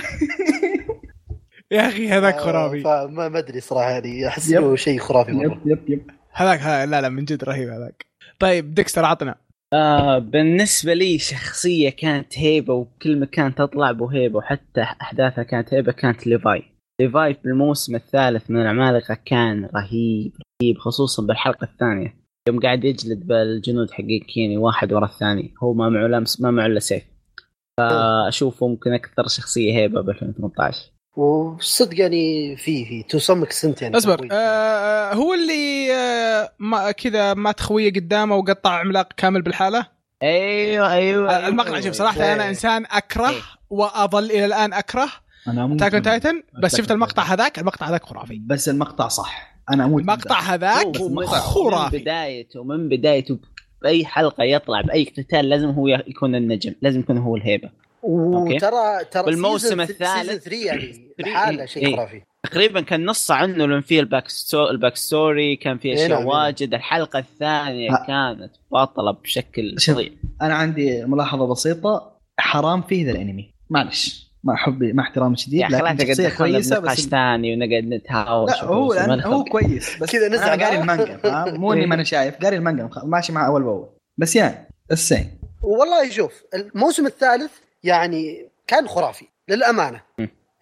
يا اخي هذاك
آه،
خرافي
آه، فما ما ادري صراحه يعني احس
يب.
انه شيء خرافي مره
يب يب يب
هذاك ها- لا لا من جد رهيب هذاك طيب ديكستر عطنا
آه بالنسبة لي شخصية كانت هيبة وكل مكان تطلع بهيبة وحتى أحداثها كانت هيبة كانت ليفاي ليفاي في الموسم الثالث من العمالقة كان رهيب رهيب خصوصا بالحلقة الثانية يوم قاعد يجلد بالجنود حقين كيني واحد ورا الثاني هو ما معه لمس ما معه إلا سيف فأشوفه ممكن أكثر شخصية هيبة ب 2018
وصدق يعني في في تو سم اكسنت يعني
اصبر
تقوي.
آه هو اللي آه ما كذا مات خويه قدامه وقطع عملاق كامل بالحاله
أيوه أيوه,
طيب،
أيوه
المقطع شوف صراحه
إيه.
انا انسان اكره
إيه.
واظل الى الان اكره
انا اموت
تاكل تايتن بس
Attack on
شفت
Titan.
المقطع هذاك المقطع هذاك خرافي
بس المقطع صح انا اموت
المقطع هذاك
هو- هو من
خرافي
بدايته من بدايته باي حلقه يطلع باي قتال لازم هو يكون النجم لازم يكون هو الهيبه أوكي.
وترى ترى
بالموسم
season-
الثالث.
season 3 يعني
إيه.
لحاله شيء
إيه.
خرافي
تقريبا كان نص عنه لان فيه الباك ستوري الباك ستوري كان فيه
إيه
اشياء
نعم، إيه نعم.
واجد الحلقه الثانيه
ها.
كانت باطله بشكل
شوف.
فظيع
انا عندي ملاحظه بسيطه حرام فيه ذا الانمي معلش مع حبي مع احترامي الشديد
يا أخي خلاص
لكن
يعني نقعد
شخصية
ندخل
كويسه
نقاش
بس
ثاني ونقعد نتهاوش
لا هو
وما
لأن هو
ندخل.
كويس بس
كذا
انا
نزعل
قاري المانجا فاهم؟ مو
إيه.
اني ما انا شايف قاري المانجا ماشي معه اول باول بس يعني السين
والله شوف الموسم الثالث يعني كان خرافي للامانه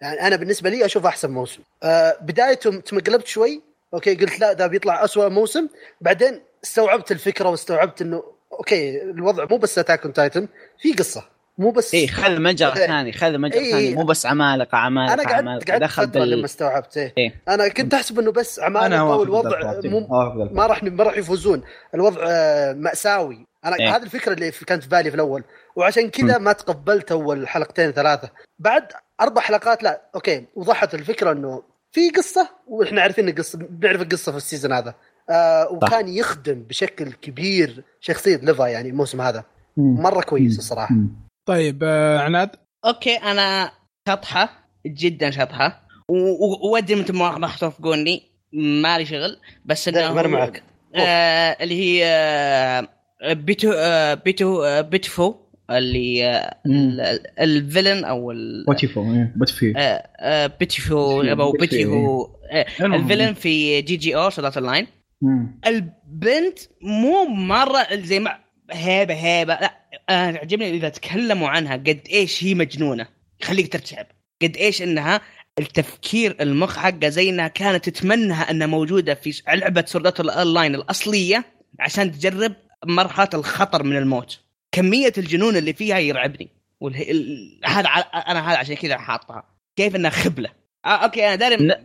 يعني انا بالنسبه لي اشوف احسن موسم آه بدايته تمقلبت شوي اوكي قلت لا ده بيطلع أسوأ موسم بعدين استوعبت الفكره واستوعبت انه اوكي الوضع مو بس اتاك تايتن في قصه مو بس
اي إيه، خذ مجرى ثاني خذ مجرى
إيه.
ثاني مو بس عمالقه
انا
عمالقه
قعدت
عمالقه
قعدت
دخل
فتره لما
بال
استوعبت إيه.
إيه.
انا كنت احسب انه بس عمالقه
وافق
والوضع
بالترتيب.
مو
أوافق بالترتيب.
ما راح ما راح يفوزون الوضع آه، مأساوي انا
إيه.
هذه الفكره اللي في- كانت في بالي في الاول وعشان كذا ما تقبلت اول حلقتين ثلاثه بعد اربع حلقات لا اوكي وضحت الفكره انه في قصه واحنا عارفين القصه بنعرف القصه في السيزون هذا آه وكان يخدم بشكل كبير شخصيه ليفا يعني الموسم هذا
مم.
مره كويس
مم.
الصراحه
مم.
طيب آه، عناد
اوكي انا شطحه جدا شطحه و- و- وودي انتم ما راح توافقوني مالي شغل بس انه
دائما معك.
آه اللي هي آه بيتو آه بيتو آه بيتفو اللي آه ال- ال- الفيلن او ال-
واتيفو إيه، بتفي
آه، آه، بيتفو
بيتفو،
او بيتفو
بيتفو.
آه، الفيلن في جي جي او سولات لاين
مم.
البنت مو مره زي ما هيبه هيبه لا انا تعجبني اذا تكلموا عنها قد ايش هي مجنونه يخليك ترتعب قد ايش انها التفكير المخ حقها زي انها كانت تتمنها انها موجوده في لعبه سوردات الاونلاين الاصليه عشان تجرب مرحله الخطر من الموت كميه الجنون اللي فيها يرعبني والهي... ال- هذا ع- انا هذا عشان كذا حاطها كيف انها خبله آه اوكي انا داري
لا.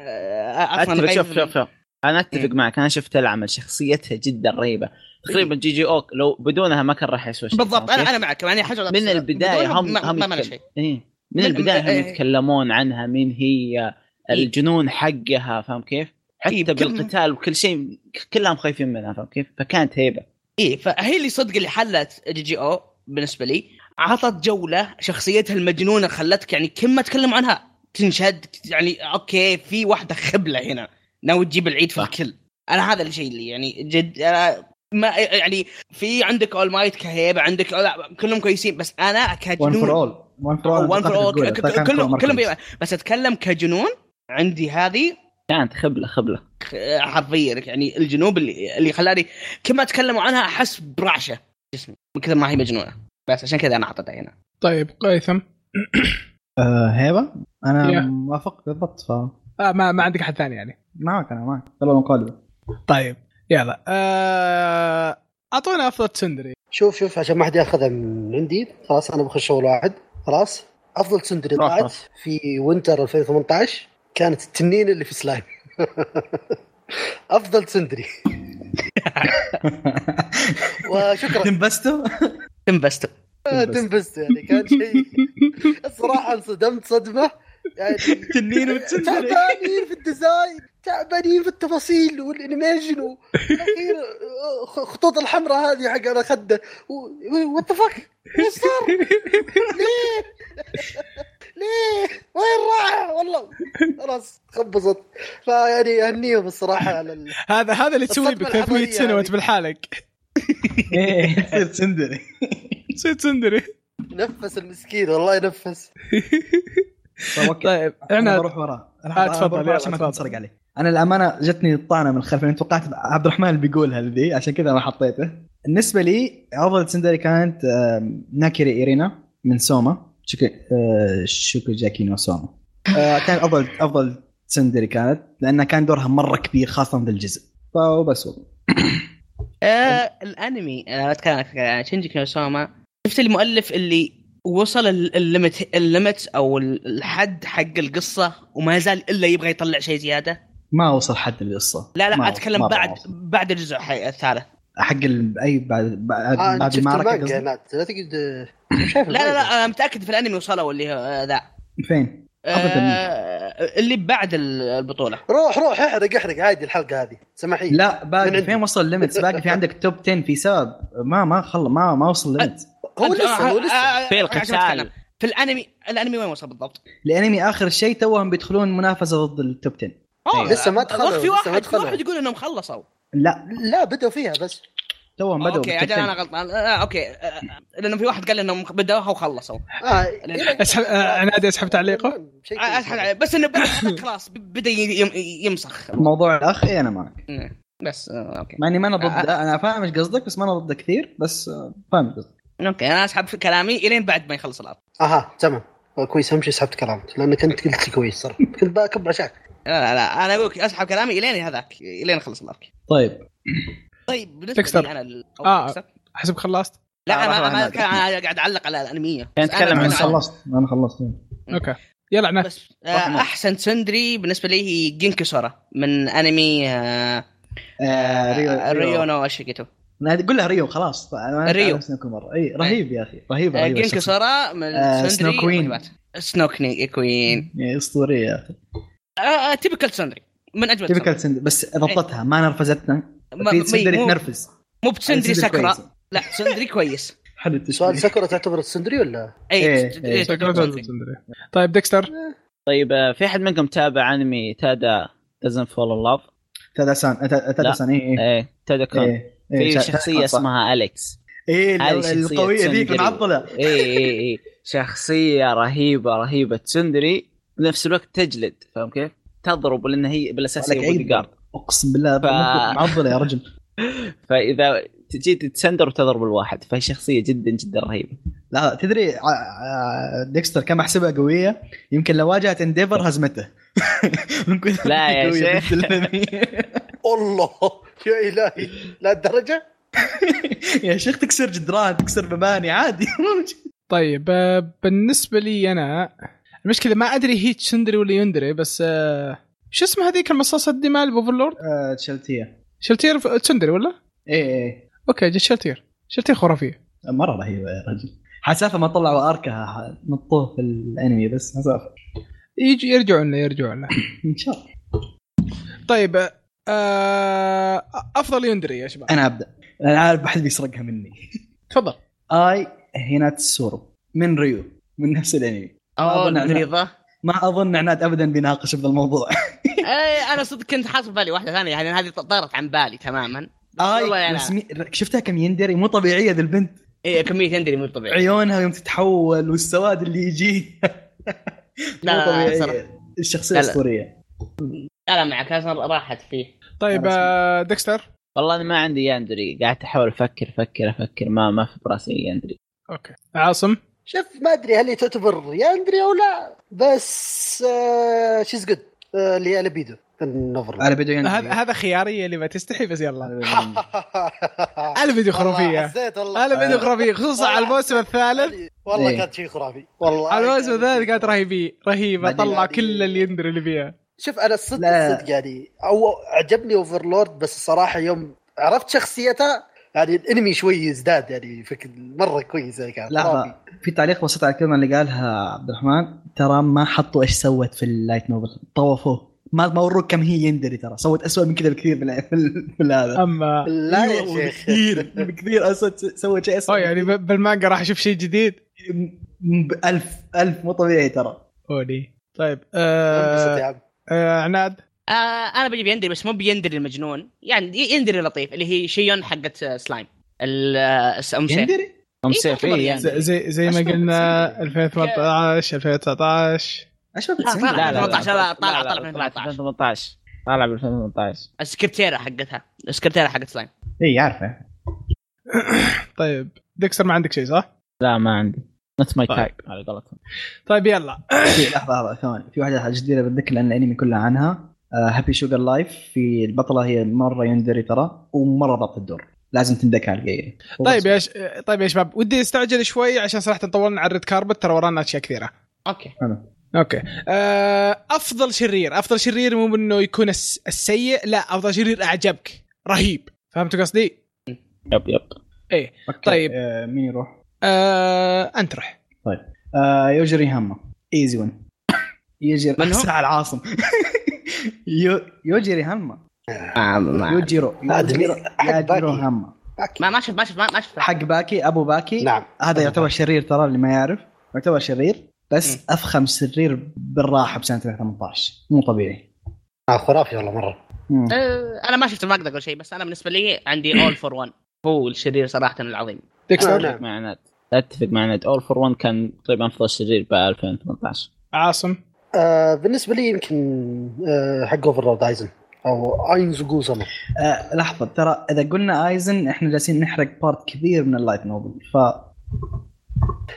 آه،
اتفق
غير-
شوف شوف شوف انا
إيه.
اتفق معك انا شفت العمل شخصيتها جدا رهيبه تقريبا جي جي اوك لو بدونها ما كان راح يسوى شيء
إيه. بالضبط
أوكي؟
انا انا معك يعني حجر
من البدايه
بدونهم
هم
ما
هم
ما معنا
يتكلم-
شيء
إيه. من
من-
البدايه
إيه.
هم يتكلمون عنها مين هي الجنون حقها فاهم كيف؟ حتى
إيه، بكل-
بالقتال وكل شيء كلها مخايفين منها فاهم كيف؟ فكانت هيبه
اي إيه، فهي اللي صدق اللي حلت جي جي او بالنسبه لي عطت جوله شخصيتها المجنونه خلتك يعني كل ما تكلم عنها تنشد يعني اوكي في واحده خبله هنا ناوي تجيب العيد في
صح.
الكل انا هذا الشيء اللي يعني جد انا ما يعني في عندك اول مايت كهيبه عندك لا كلهم كويسين بس انا
وان
كجنون
فور اول وان فور اول
وان
أعتقد
فور أول،
تقوله.
ك-
كان
ك-
فور
كلهم
مركز.
كلهم بس اتكلم كجنون عندي هذه
كانت خبله خبله
حرفيا يعني الجنوب اللي اللي خلاني كل ما تكلموا عنها احس برعشه جسمي من كثر ما هي مجنونه بس عشان كذا انا اعطيتها هنا
طيب قيثم
آه، هيبه
يا.
انا موافق بالضبط ف
آه ما ما عندك حد ثاني يعني
معك انا معك يلا مقالبه
طيب يلا آه، اعطونا افضل تسندري
شوف شوف عشان ما حد ياخذها من عندي خلاص انا بخش اول واحد خلاص افضل سندري
روح،
طلعت
روح.
في وينتر 2018 كانت التنين اللي في سلايم افضل سندري وشكرا
تنبستوا؟
تنبسط
تنبست يعني كان شيء الصراحه انصدمت صدمه يعني
تنين وتسندري
تعبانين في الديزاين تعبانين في التفاصيل والانيميشن و- والأخير خ- خطوط الحمراء هذه حق على خده وات ذا فك ايش صار؟ ليه؟ ليه؟ وين راح؟ والله خلاص خبصت فيعني اهنيهم الصراحه على ال...
هذا هذا اللي تسويه
الصدمة
ب 300
العضلية
سنه
هذه.
وانت بالحالك
ايه تصير تندري
تصير تسندري
نفس المسكين والله نفس
طيب
انا
عناد
بروح وراه
آه، تفضل، يلا،
عشان ما
تفضل.
تنسرق علي انا الامانه جتني الطعنه من الخلف لأني توقعت عبد الرحمن بيقولها ذي عشان كذا ما حطيته بالنسبه لي افضل سندري كانت آم، ناكيري ايرينا من سوما شوكو آه، شوكو جاكي نو سوما آه، كان افضل افضل سندري كانت لانها كان دورها مره كبير خاصه بالجزء فبس والله
آه الانمي انا بتكلم عن شينجي كينوسوما شفت المؤلف اللي وصل ال- الليمت الليمت او ال- الحد حق القصه وما زال الا يبغى يطلع شيء زياده
ما وصل حد للقصه
لا
ما
لا
وصل-
اتكلم
ما
بعد
وصل.
بعد الجزء الحي- الثالث
حق ال- اي بعد بعد,
آه،
بعد
شفت
المعركه
المانجا
قصدي؟
هناك. لا تقعد شايف
لا لا لا انا متاكد في الانمي وصلوا اللي هو، آه، ذا
فين؟ أبداً.
آه، اللي بعد ال- البطوله
روح روح احرق احرق عادي الحلقه هذه سمحي
لا
من
باقي
عندي.
فين وصل الليمتس باقي في عندك توب 10 في سبب ما ما خل ما ما وصل الليمتس
هو لسه
أه،
هو لسه
في
آه، عشان
القتال
أتكلم. في الانمي الانمي وين وصل بالضبط؟
الانمي اخر شيء توهم بيدخلون منافسه ضد التوب 10
أوه،
لسه ما دخلوا،
والله آه، في
لسه ما
واحد في
دخلوا.
واحد يقول انهم خلصوا
لا
لا بدوا فيها بس
توهم بدأوا
اوكي
بالtop
عجل
10.
انا غلطان آه، اوكي آه، لانه في واحد قال انهم بدوها وخلصوا
آه، أه،
اسحب آه، عناد اسحب تعليقه
شيء
آه، أسحب عليه. بس انه بعد خلاص ب- بدا ي- يم- يمسخ
موضوع الاخ اي انا معك
بس آه، اوكي
مع اني ما انا ضده انا فاهم ايش قصدك بس ما انا ضده كثير بس آه، فاهم قصدك
اوكي انا اسحب في كلامي الين بعد ما يخلص الارض
اها تمام أه، كويس اهم شيء سحبت كلامك لانك انت قلت شيء كويس صراحه كنت بكب عشاك
لا لا, لا انا اقول لك اسحب كلامي الين هذاك الين يخلص الارض
طيب
طيب بالنسبه
تكسر.
لي انا ال-
آه.
أو تكسر.
حسب خلصت
لا انا
راح
انا
أنا
أتكلم- أنا قاعد اعلق على الانميه
كان
بس أنا
يتكلم عن
انا
أتكلم عن-
خلصت انا خلصت
اوكي يلا عناد
بس آه، احسن سندري بالنسبه لي هي جينكي سورا من انمي آه،
آه،
آه،
ريو
ريو
ريو
نو اشيكيتو
أنا قول لها ريو خلاص طيب، انا
ريو. آه،
ريو كل مره اي رهيب يا اخي رهيب رهيب
جينكي
الشخصية.
سورا من
آه،
سندري
سنو كوين.
ومحبات. سنو كني- كوين
يعني اسطوريه يا اخي
تيبكال آه، سندري من اجمل سندري.
تيبكال سند بس ضبطتها ما نرفزتنا
إيه. ما-
في
ما-
سندري
مو-
تنرفز
مو بسندري
سندري
ساكورا
كويسة.
لا سندري كويس
حلو التشبيه
سؤال سكرة تعتبر السندري ولا؟
اي
إيه،
س-
إيه.
إيه، سندري.
طيب ديكستر
طيب آه، في احد منكم تابع انمي تادا دزنت فول ان لاف؟
تدسان تدسان
إيه.
اي
ايه تادا كان
اي
إيه، في شخصيه اسمها اليكس
اي
هذه شخصية
القويه ذيك
سندري.
المعضله
اي اي اي شخصيه رهيبه رهيبه تسندري بنفس الوقت تجلد فاهم كيف؟ تضرب لان هي بالاساس هي
ولك عيب.
بودي جارد
اقسم بالله
ف-
معضله يا رجل
فاذا تجي تتسندر وتضرب الواحد فهي شخصيه جدا جدا رهيبه
لا تدري ع- ع- ديكستر كم احسبها قويه يمكن لو واجهت انديفر هزمته من كثر
لا يا
قوية ضد
شيخ.
الأنمي.
الله يا الهي لا الدرجه
يا شيخ تكسر جدران تكسر مباني عادي مو مشكلة.
طيب آه، بالنسبه لي انا المشكله ما ادري هي تشندري ولا يندري بس آه، شو اسمها هذيك المصاصه الدماء الاوفرلورد
آه، إيه، تشلتيه
شلتير ف- تشندري ولا
اي اي
اوكي جت شلتير شلتير خرافيه
مره رهيبه يا رجل حسافه ما طلعوا اركها نطوه في الانمي بس حسافه
يجي يرجعون لنا يرجعون لنا
ان شاء الله
طيب آه، آه، افضل يندري يا شباب
انا ابدا انا عارف حد بيسرقها مني
تفضل
اي هيناتسورو من ريو من نفس الانمي
اوه
أظن أنا-
مريضه
ما اظن عناد ابدا بيناقش في الموضوع
اي انا إيه، صدق كنت حاط في بالي واحده ثانيه يعني هذه طارت عن بالي تماما والله
اي
يعني.
رسمي شفتها كم يندري مو طبيعيه ذي البنت
إيه كميه تندري مو طبيعي
عيونها يوم تتحول والسواد اللي يجيه
لا،
مو طبيعية.
صراحة.
الشخصية
لا، لا.
اسطورية
لا لا معك أصلاً راحت فيه
طيب آه، ديكستر
والله انا ما عندي ياندري قاعد احاول افكر افكر افكر ما ما في براسي ياندري
اوكي عاصم
شوف ما ادري هل هي تعتبر يا اندري او لا بس آه شيز جود آه اللي هي لبيدو
آه،
النظر
على يعني. بدو
هذا
يندري
هذا خياري اللي ما تستحي بس يلا الفيديو خرافيه
حسيت والله
انا فيديو خرافي خصوصا على الموسم الثالث
يعني والله
إيه.
كان شيء خرافي والله
على الموسم
كان
الثالث
شيء
كانت
خرافي.
رهيبي رهيبه
بعدين
طلع
هذه-
كل اللي يندري اللي فيها
شوف انا الصدق
لا.
الصدق يعني او عجبني اوفرلورد بس الصراحه يوم عرفت شخصيتها يعني الانمي شوي ازداد يعني فكر مره كويس يعني كان خرافي.
لحظة في تعليق بسيط على الكلمة اللي قالها عبد الرحمن ترى ما حطوا ايش سوت في اللايت نوفل طوفوه ما ما وروك كم هي يندري ترى سوت أسوأ من كذا بكثير في ال- في ال- في هذا
اما
لا يا
أيوه.
أيوة،
شيخ
بكثير بكثير اسوء سوت شيء
اه
اسوء
يعني ب- بالمانجا راح اشوف شيء جديد
م- بألف ألف مو طبيعي ترى
اوني طيب
انبسط
آه
يا عم
آه عناد
آه انا بجيب يندري بس مو بيندري المجنون يعني ي- يندري لطيف اللي هي شيون حقت آه، سلايم ال- آه، ام سيف
يندري
ام
إيه،
سيف
تعتبر
إيه
ياندري.
زي-
يعني
زي زي ما
أشوف
قلنا
بتصير.
2018 2019
اشوف
لا، طالع.
لا لا لا.
2018 لا، طالع-
لا، لا،
طالع من
2018 طالع ب 2018
السكرتيره حقتها السكرتيره حقت سلايم
اي عارفه
طيب ديكستر ما عندك شيء صح؟
لا ما عندي نوت ماي
طيب.
تايب على قولتهم
طيب يلا
في لحظه لحظه ثواني في واحده جديده بتذكر لان الانمي كله عنها آه، هابي شوجر لايف في البطله هي مره يندري ترى ومره ضبط الدور لازم تندك على القيه
طيب يا ش... طيب يا شباب ودي استعجل شوي عشان صراحه طولنا على الريد كاربت ترى ورانا اشياء كثيره
اوكي
اوكي آه، افضل شرير افضل شرير مو انه يكون الس- السيء لا افضل شرير اعجبك رهيب فهمت قصدي
يب يب
طيب.
آه مين يروح؟
آه، انت رح
آه يوجري هاما ايزي ون يوجري
من هو؟
ساعة العاصم يو... يوجري هاما يوجيرو يوجيرو
أدمي- حق
يوجيرو
باكي.
هاما
ما ما شفت ما شفت ما شفت
حق باكي ابو باكي
نعم
هذا يعتبر شرير ترى اللي ما يعرف يعتبر شرير بس افخم شرير بالراحه بسنه 2018 مو طبيعي
آه خرافي والله مره
مم.
آه، انا ما شفته ما اقدر اقول شيء بس انا بالنسبه لي عندي اول فور 1 هو الشرير صراحه العظيم
آه،
ديكستر
نعم.
مع عناد اتفق مع عناد اول فور 1 كان تقريبا افضل شرير ب 2018
عاصم
آه بالنسبه لي يمكن آه حق اوفرلورد ايزن او اينز جوزما
آه لحظه ترى اذا قلنا ايزن احنا جالسين نحرق بارت كبير من اللايت نوبل ف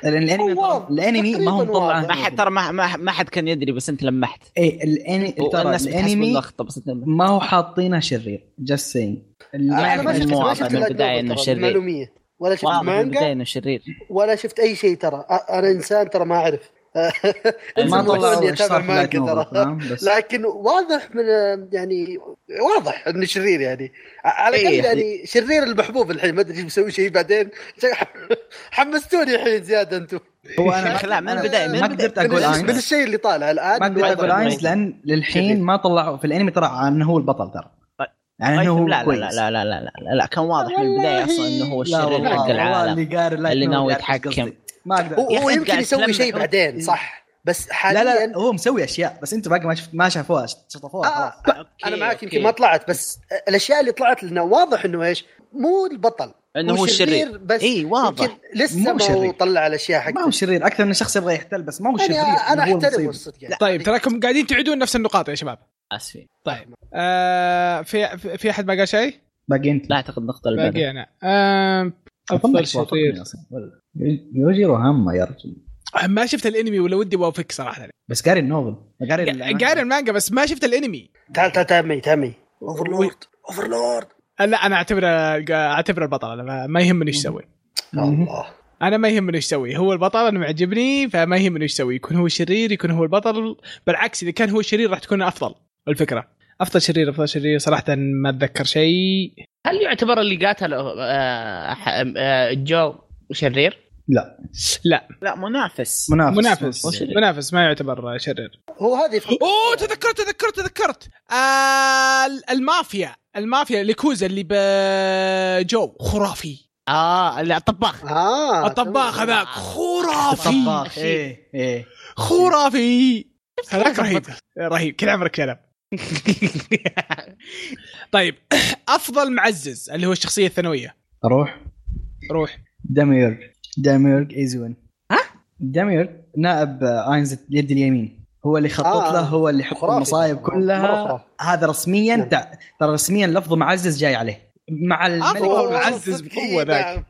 لأن الانمي
واضح،
الانمي ما هو
تقريباً
مطلع
واضح.
ما حد ترى ما ما ما حد كان يدري بس انت لمحت
اي الانمي إيه، ترى
والناس بتحسب
الانمي
اللقطه بس انت لمحت.
ما هو حاطينه شرير جاست سين
أنا ما شفت- ما شفت
لايك
من البداية
نوفل
إنه
ترى،
شرير.
معلوميه ولا شفت
واضح من البدايه
مانجا
انه شرير
ولا شفت اي شيء ترى أ- انا انسان ترى ما اعرف
ما
الموضوع
توقعوا
اني
ايش صار
اتابع
في لايت
مانجا
نوفل
ترى
فاهم بس
لكن واضح من يعني واضح انه شرير يعني على الاقل
إيه.
يعني شرير المحبوب الحين ما ادري ايش مسوي شيء بعدين حمستوني الحين زياده انتم
هو
يا أخي لا، من
أنا
البداية، من
ما
البداية.
قدرت
من,
اقول
الش- من
اينز
الشيء اللي طالع الان
ما قدرت اقول
طلع
اينز لان للحين ما طلعوا في الانمي طلع انه هو البطل ترى يعني انه هو
طيب. لا, لا,
كويس
لا, لا, لا لا لا لا لا كان واضح من البدايه اصلا انه هو
لا
الشرير
والله-
حق
والله
العالم
اللي قاري لايت
اللي
نوفل
ناوي
يعرف إيش
يتحكم.
قصدي. ما اقدر
هو
يا
هو
أخي
يمكن
قاعد
يسوي
تلمح. إيه.
شيء بعدين صح بس حاليا
لا لا لا، هو مسوي اشياء بس انت باقي ما شفت ما شافوها شطفوها
آه،
خلاص
انا معاك يمكن ما طلعت بس الاشياء اللي طلعت لنا واضح انه ايش مو البطل
انه هو الشرير
بس
إيه،
اي واضح
يمكن لسه
مو
ما
شرير.
هو طلع الاشياء
ما هو
حقته
شرير اكثر من شخص يبغى يحتل بس ما هو شرير
يعني انا
إنه هو
احترمه
المصيبة.
الصدق يعني
طيب تراكم قاعدين تعيدون نفس النقاط يا شباب
اسفين
طيب آه في في- في احد ما قال شيء؟
باقي انت
لا اعتقد نقطه البدايه
باقي انا آه
أظنك
افضل شرير آه،
توافقني أصلاً. ولا- يوجيرو هم يا رجل
ما شفت الانمي ولا ودي اوافقك صراحه
بس قاري النوفل قاري ال- إيه،
قاري المانجا بس ما شفت الانمي
تعال تعال تامي تامي اوفرلورد اوفرلورد
آه، لا انا اعتبره اعتبره البطل انا ما- ما يهمني ايش يسوي
الله
انا ما يهمني ايش يسوي هو البطل انا معجبني فما يهمني ايش يسوي يكون هو شرير يكون هو البطل بالعكس اذا كان هو شرير راح تكون افضل الفكره افضل شرير افضل شرير صراحه ما اتذكر شيء
هل يعتبر اللي قاتل آه، ح- آه، جو شرير؟
لا منافس
منافس
منافس
شرير.
منافس ما يعتبر شرير
هو هذه
اوه تذكرت تذكرت تذكرت آه المافيا المافيا الكوزا اللي بجو خرافي آه،
اه لا طباخ
اه
الطباخ
تمام.
هذاك خرافي
طباخ ايه ايه
خرافي هذاك رهيب رهيب كل عمرك كلام طيب افضل معزز اللي هو الشخصيه الثانويه
اروح
روح
داميرج داميرج ايزون ها؟ داميرج نائب آه، اينز اليد اليمين هو اللي خطط
آه.
له هو اللي يحط
خرافي.
المصايب
مرة
كلها
خرافي.
هذا رسميا تع- ترى رسميا لفظه معزز جاي عليه مع
آه،
الملك
هو
والله
معزز
صدق،
بقوة
إيه،
ذاك.
نعم.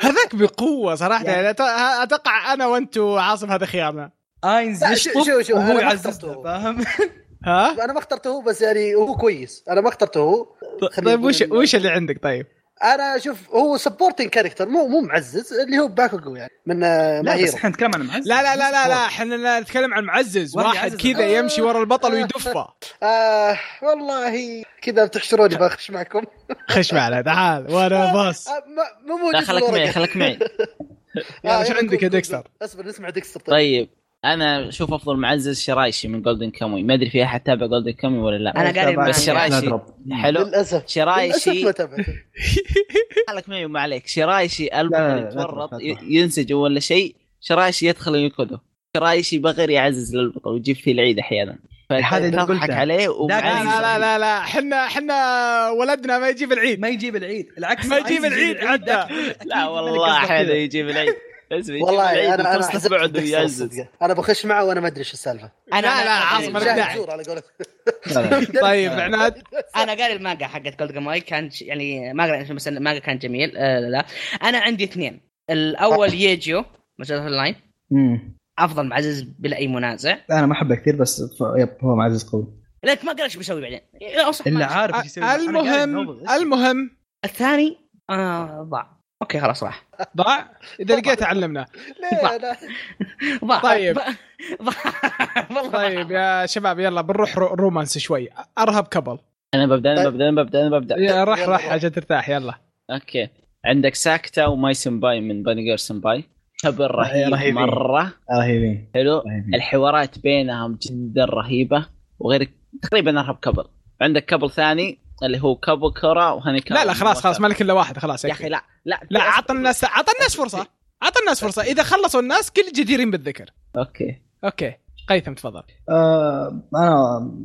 هذاك بقوه صراحه
يعني-
يعني أت- اتوقع انا وانت وعاصم هذا خيارنا
اينز
لا، شو-
يشطف
شو- شو، أنا
وهو
ما
يعزز
اخترته.
له، فاهم
ها
انا ما اخترته هو بس يعني هو كويس انا ما اخترته هو خلينا
طيب وش
نقول-
وش اللي عندك طيب
انا اشوف هو سبورتنج كاركتر مو مو معزز اللي هو باكوغو يعني من آه،
لا
ماهيرو
بس احنا نتكلم عن المعزز
لا لا لا لا لا احنا نتكلم عن معزز
واحد
واحد
يعزز.
كذا
آه.
يمشي ورا البطل ويدفه
آه والله كذا بتحشروني بخش معكم
خش معنا تعال وانا باص
آه ما- مو موجود
لا خلك
الورقة.
معي خلك معي
يلا،
آه،
شو
يلا،
عندك
قول-
يا
قول-
ديكستر؟
قول. اصبر نسمع ديكستر طيب
طيب انا اشوف افضل معزز شرايشي من جولدن كاموي ما ادري في احد تابع جولدن كاموي ولا لا
أنا قاري
بعد
بس
المانجا.
شرايشي
لا drop.
حلو
للاسف للاسف
شرايشي
ما تابعت
خلك معي وما عليك شرايشي
لا، لا،
البطل
لا
يتورط
تروح، لا
ي-
تروح.
ينسج ولا شيء شرايشي يدخل ينقذه شرايشي بغير يعزز للبطل ويجيب فيه العيد احيانا
هذا اللي
فتضحك
قلته.
عليه
لا
ومعزز
لا لا لا لا احنا احنا ولدنا ما يجيب العيد
ما يجيب العيد العكس
ما يجيب
عايز
العيد
ذاك
حتى
يقول أكيد
لا
الملك
والله
قصده كذا.
حلو يجيب العيد بس يجيب العيد
والله انا انا
وترصد
حزبت
بعده
ديكستر
يعزز
صدق. انا بخش معه وانا ما ادري ايش السالفه
لا، لا،
طيب،
عاصم، أنا
جاهز
داعي.
زور على قولتك.
لا، لا.
طيب عناد
انا قاري المانجا حقت جولد ماي كان ش- يعني ما قريت بس المانجا كان جميل آه لا, لا انا عندي اثنين الاول ييجيو مسلسل اللاين
أمم.
افضل معزز بلا اي منازع
انا ما احبه كثير بس ف- يب هو معزز قوي
لك ما قريت ايش بسوي بعدين إيه، أصلاً ما
الا
أدري.
عارف ايش يسوي. أنا قاعد
المهم
نوبل.
المهم
الثاني آه ضاع اوكي خلاص راح
ضاع اذا لقيت علمنا
ليه لا
ضاع
طيب.
ضاع والله
طيب
طيب
يا شباب يلا بنروح رو- رومانس شوي ارهب كبل
انا ببدا
طيب.
انا ببدا انا ببدا انا ببدا
يا راح
يلا
راح
روح.
عشان ترتاح يلا
اوكي عندك ساكتا وماي سمباي من باني جير سمباي كبر رهيب
رهيبين.
مره
رهيبين
حلو
رهيبين.
الحوارات بينهم جدا رهيبه وغير تقريبا ارهب كبل عندك كبل ثاني اللي هو كابو كورا وهانيكا
لا لا خلاص خلاص مالك الا واحد خلاص
يا
يكفي
اخي لا لا
لا عطى الناس عطى الناس فرصه عطى الناس فرصه اذا خلصوا الناس كل جديرين بالذكر
اوكي
اوكي قيثم تفضل
آه انا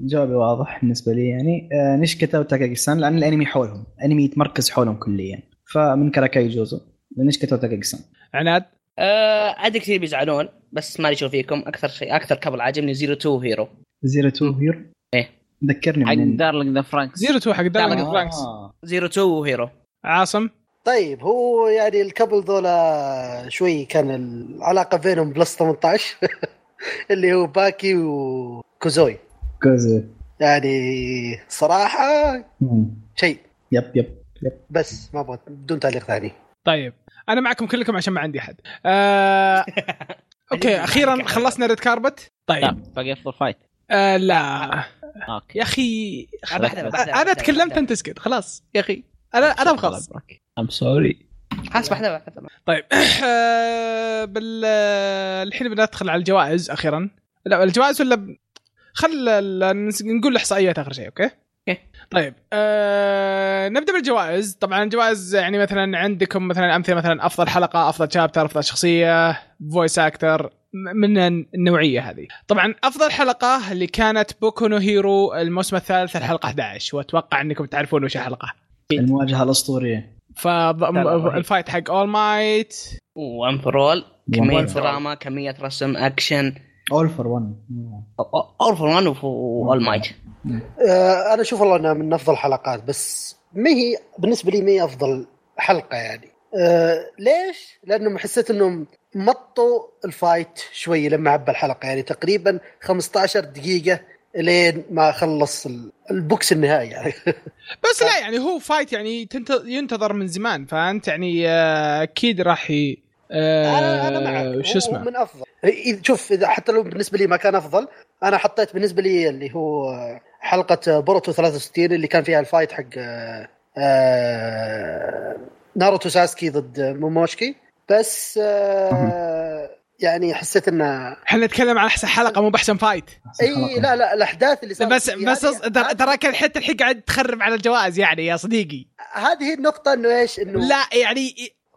جوابي واضح بالنسبه لي يعني آه نشكتا وتاكاكي سان لان الانمي حولهم الانمي يتمركز حولهم كليا فمن كراكاي جوزو نشكتا وتاكاكي سان
عناد
آه ادري كثير بيزعلون بس مالي شو فيكم اكثر شيء اكثر قبل عاجبني زيرو تو هيرو
زيرو تو هيرو
إيه.
ذكرني
حق
من
دارلينج ذا فرانكس
زيرو تو حق دارلينج
دارلينج.
فرانكس
آه.
زيرو تو هيرو
عاصم
طيب هو يعني الكبل ذولا شوي كان العلاقه بينهم بلس 18 اللي هو باكي وكوزوي
جوزو
يعني صراحه
مم.
شيء
يب يب
بس ما ابغى بدون تعليق ثاني
طيب انا معكم كلكم عشان ما عندي حد آه... اوكي اخيرا خلصنا ريد كاربت طيب
لا باقي افضل فايت
آه لا
اوكي
يا اخي
أبا أحلى
خلاص.
واحدة.
انا تكلمت انت اسكت خلاص يا اخي انا انا مخلص
ام سوري
حاسب احلى
طيب آه، بال آه، الحين بندخل على الجوائز اخيرا لا الجوائز ولا ب... خل ال- نس- نقول الاحصائيات اخر شيء اوكي
أوكي.
طيب آه نبدا بالجوائز طبعا الجوائز يعني مثلا عندكم مثلا امثله مثلا افضل حلقه افضل شابتر افضل شخصيه فويس اكتر من النوعيه هذه طبعا افضل حلقه اللي كانت بوكونو هيرو الموسم الثالث الحلقه 11 واتوقع انكم تعرفون وش الحلقه
المواجهه الاسطوريه
فالفايت حق اول مايت
وان رول كميه
One for all.
دراما كميه رسم اكشن
اول فور 1
اول فور وان واول مايت
آه، انا اشوف والله انها من افضل الحلقات بس ما هي بالنسبه لي ما هي افضل حلقه يعني آه، ليش؟ لانهم حسيت انهم مطوا الفايت شوي لما عبى الحلقه يعني تقريبا 15 دقيقه لين ما خلص ال- البوكس النهائي يعني
بس لا يعني هو فايت يعني تنت- ينتظر من زمان فانت يعني آه، اكيد راح ي... آه،
انا انا معك
شو اسمه
من افضل إذا- شوف اذا حتى لو بالنسبه لي ما كان افضل انا حطيت بالنسه لي اللي هو حلقه بوروتو 63 اللي كان فيها الفايت حق آه، آه، ناروتو ساسكي ضد موموشكي بس آه، يعني حسيت انه
احنا نتكلم عن احسن حلقه مو باحسن فايت
اي لا لا الاحداث اللي صارت
بس
في
بس
هذه-
أص- ترى- ترى كان حتى الحين قاعد تخرب على الجوائز يعني يا صديقي
هذه هي النقطه انه ايش انه
لا يعني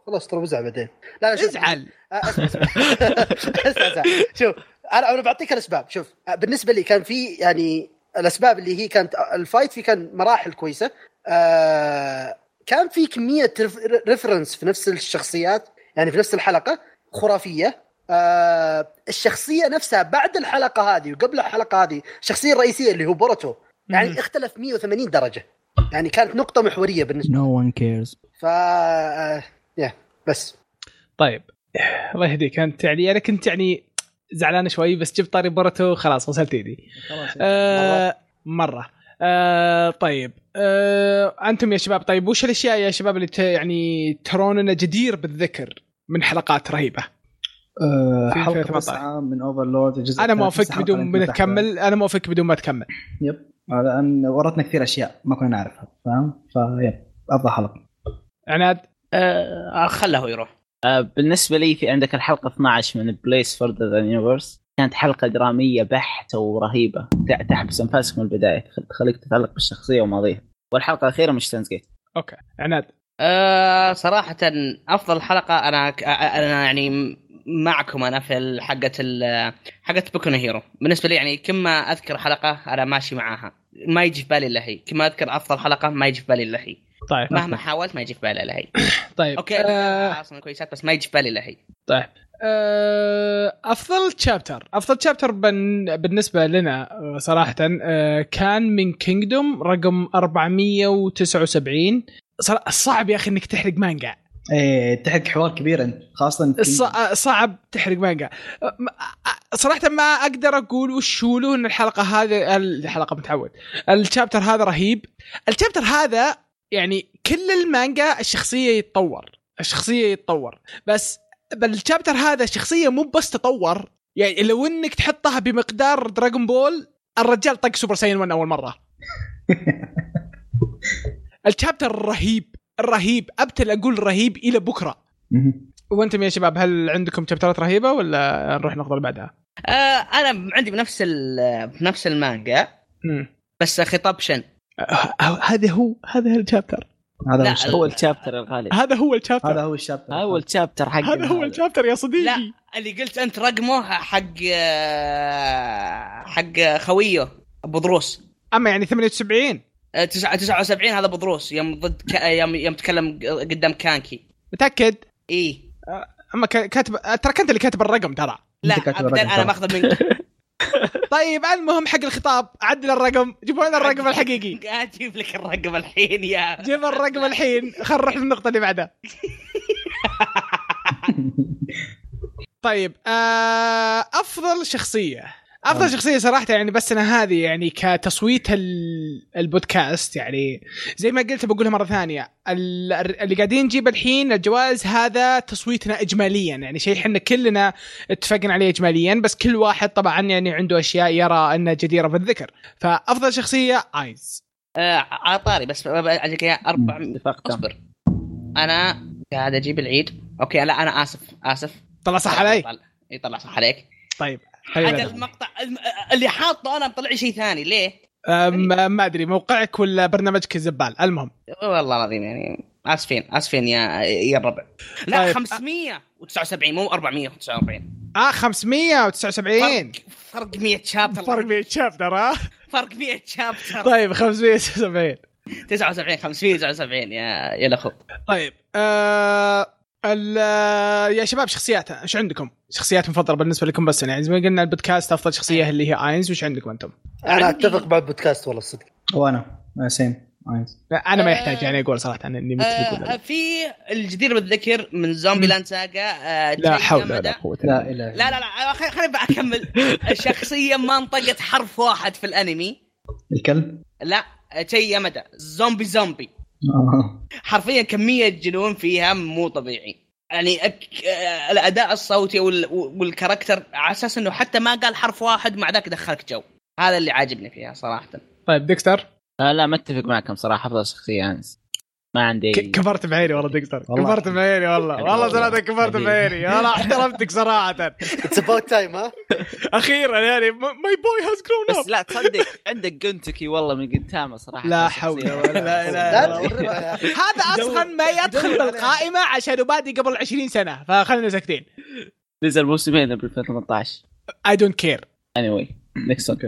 خلاص ترى وزع بعدين لا شوف،
ازعل
آه، اسمع اسمع اسمع اسمع. شوف انا انا بعطيك الاسباب شوف بالنسبه لي كان في يعني الاسباب اللي هي كانت آه، الفايت في كان مراحل كويسه آه كان في كميه ريف- ريفرنس في نفس الشخصيات يعني في نفس الحلقه خرافيه آه الشخصيه نفسها بعد الحلقه هذه وقبل الحلقه هذه الشخصيه الرئيسيه اللي هو بورتو
مم.
يعني اختلف 180 درجه يعني كانت نقطه محوريه بالنسبه
نو ون كيرز
ف يا آه، بس
طيب الله يهديك انت يعني انا كنت يعني زعلان شوي بس جبت طاري برتو خلاص وصلت ايدي آه مره آه طيب آه انتم يا شباب طيب وش الاشياء يا شباب اللي ت- يعني ترون انه جدير بالذكر من حلقات رهيبه في
حلقه
2018.
9 آه، من اوفرلورد الجزء
انا
الثالث، بس
موافق
حلقة
بدون
لأنك
ما
فتحتها.
تكمل انا موافق بدون ما تكمل
لان ورتنا آه، كثير اشياء ما كنا نعرفها فاهم فيب افضل حلقه
عناد
آه خله هو يروح
آه، بالنسبه لي في عندك الحلقه 12 من بليس فوردر ذان يونيفرس كانت حلقه دراميه بحته ورهيبه ت- تحبس انفاسك من البدايه تخ- تخليك تتعلق بالشخصيه وماضيها والحلقه الاخيره مش جيت
اوكي عناد
آه صراحة أفضل حلقة أنا ك- أنا يعني م- معكم أنا في ال- حقة ال- حقة بوكو هيرو بالنسبة لي يعني كل ما أذكر حلقة أنا ماشي معاها ما يجي في بالي إلا هي كل ما أذكر أفضل حلقة ما يجي في بالي إلا هي
طيب
مهما حاولت ما يجي في بالي إلا هي
طيب
أوكي
آه طيب.
أصلا كويسات بس ما يجي في بالي إلا هي
آه، افضل تشابتر افضل تشابتر بن بالنسبه لنا آه، صراحه آه، كان من كينجدوم رقم 479 صرا- صعب يا اخي انك تحرق مانجا
ايه تحرق حوار كبير انت خاصه في-
ص- آه، صعب تحرق مانجا آه، م- آه، صراحه ما اقدر اقول وش هو له ان الحلقه هذه الحلقه متعود الشابتر هذا رهيب الشابتر هذا يعني كل المانجا الشخصيه يتطور الشخصيه يتطور بس بالشابتر هذا الشخصيه مو بس تطور يعني لو انك تحطها بمقدار دراغون بول الرجال طق سوبر ساين 1 اول مره الشابتر رهيب رهيب ابتل اقول رهيب الى بكره
مهم.
وانتم يا شباب هل عندكم شابترات رهيبه ولا نروح النقطه اللي بعدها؟
آه أنا عندي بنفس ال- بنفس المانجا
مم.
بس خطاب شن
ه- أه، هذا هو هذا هو الشابتر
هذا
لا،
هو الشابتر
هو الشابتر الغالي
هذا هو
هذا
الشابتر
هو الشابتر
هذا هو الشابتر حقنا
هذا هو
هذا.
الشابتر يا صديقي
لا. اللي قلت أنت رقمه حق آه، حق خويه أبو ضروس
اما يعني 78
تسعة- 79 هذا بضروس يوم ضد ك... آه، يوم يوم تكلم قدام كانكي إيه.
متاكد
اي
اما ك- كاتب ترى كنت اللي كاتب الرقم ترى
لا
أنت كاتب
ابدا
الرقم
انا
ترى.
ماخذه منك
طيب المهم حق الخطاب عدل الرقم جيبوا لنا الرقم الحقيقي
اجيب لك الرقم الحين يا
جيب الرقم الحين خلينا نروح للنقطه اللي بعدها طيب آه افضل شخصيه افضل شخصيه صراحه يعني بس انا هذه يعني كتصويت ال- البودكاست يعني زي ما قلت بقولها مره ثانيه ال- اللي قاعدين نجيب الحين الجوائز هذا تصويتنا اجماليا يعني شيء احنا كلنا اتفقنا عليه اجماليا بس كل واحد طبعا يعني عنده اشياء يرى انها جديره بالذكر فافضل شخصيه ايز
آه، على طاري بس اجيك اياه اربع
اتفاق تام
اصبر انا قاعد اجيب العيد اوكي لا انا اسف اسف
طلع صح علي
يطلع- يطلع صح عليك
طيب
هذا
حلو
المقطع الم- اللي حاطه انا مطلع لي شيء ثاني ليه؟ إيه.
أم- ما ادري موقعك ولا برنامجك الزبال المهم
والله العظيم يعني اسفين اسفين يا يا الربع لا
طيب.
579 مو 449
اه 579
فرق- فرق 100 شابتر
فرق 100 شابتر ها
فرق 100 شابتر
طيب 579
79 579 يا يا الاخو
طيب آه ال- آه، يا شباب شخصيات ايش عندكم؟ شخصيات مفضله بالنسبه لكم بس يعني زي ما قلنا البودكاست افضل شخصيه
إيه.
اللي هي اينز وش عندكم انتم؟
انا اتفق مع البودكاست والله الصدق
وانا آه، سيم اينز
لا، انا ما
آه.
يحتاج يعني اقول صراحه اني مثلي
آه،
آه
في الجدير بالذكر من زومبي
مم.
لاند ساجا
لا
آه، تشينجا
حول
مدى.
ولا قوه الا
لا
بالله
اله
لا لا لا آه، خل- خليني بقى اكمل الشخصيه ما انطقت حرف واحد في الانمي
الكلب
لا شيء مدى زومبي زومبي
آه.
حرفيا كميه جنون فيها مو طبيعي يعني أك... آه، الاداء الصوتي وال... والكاركتر على اساس انه حتى ما قال حرف واحد مع ذاك دخلك جو هذا اللي عاجبني فيها صراحه
طيب ديكستر
آه لا ما اتفق معكم صراحه افضل شخصيه انس ما عندي
ك- كبرت بعيني والله ديكستر
والله.
كبرت بعيني والله والله صراحه كبرت
حبيبي.
بعيني انا احترمتك صراحه
اتس اباوت تايم ها
اخيرا يعني ماي بوي هاز جرون
بس
اب
لا تصدق عندك جنتكي والله من قدامه صراحه
لا
شخصية
حول
ولا
ولا
قوة.
لا لا
لا
لا.
تقربها يا أخي.
هذا اصلا ما يدخل بالقائمه عشان بادي قبل 20 سنه فخلينا ساكتين
نزل موسمين قبل 2018
اي دونت كير
اني واي نكسون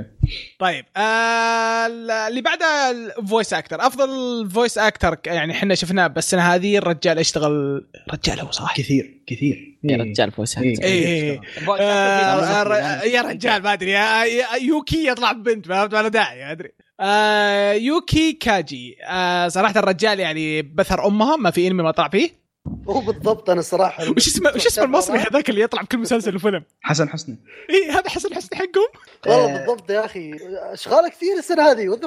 طيب آه اللي بعدها الفويس اكتر افضل فويس اكتر يعني احنا شفناه بس السنه هذه الرجال اشتغل رجال هو صح
كثير كثير
يا
إيه.
رجال فوز
إيه.
حتى.
إيه، إيه. آه، آه، يا رجال ما ادري يا- يا- يوكي يطلع بنت فهمت ولا داعي ما ادري آه، يوكي كاجي آه، صراحه الرجال يعني بثر امها ما في انمي ما طلع فيه
هو بالضبط انا صراحه
وش اسمه وش اسمه المصري هذاك اللي يطلع بكل مسلسل وفيلم
حسن حسني
اي هذا حسن حسني حقهم
والله بالضبط يا اخي اشغال كثير السنه هذه وات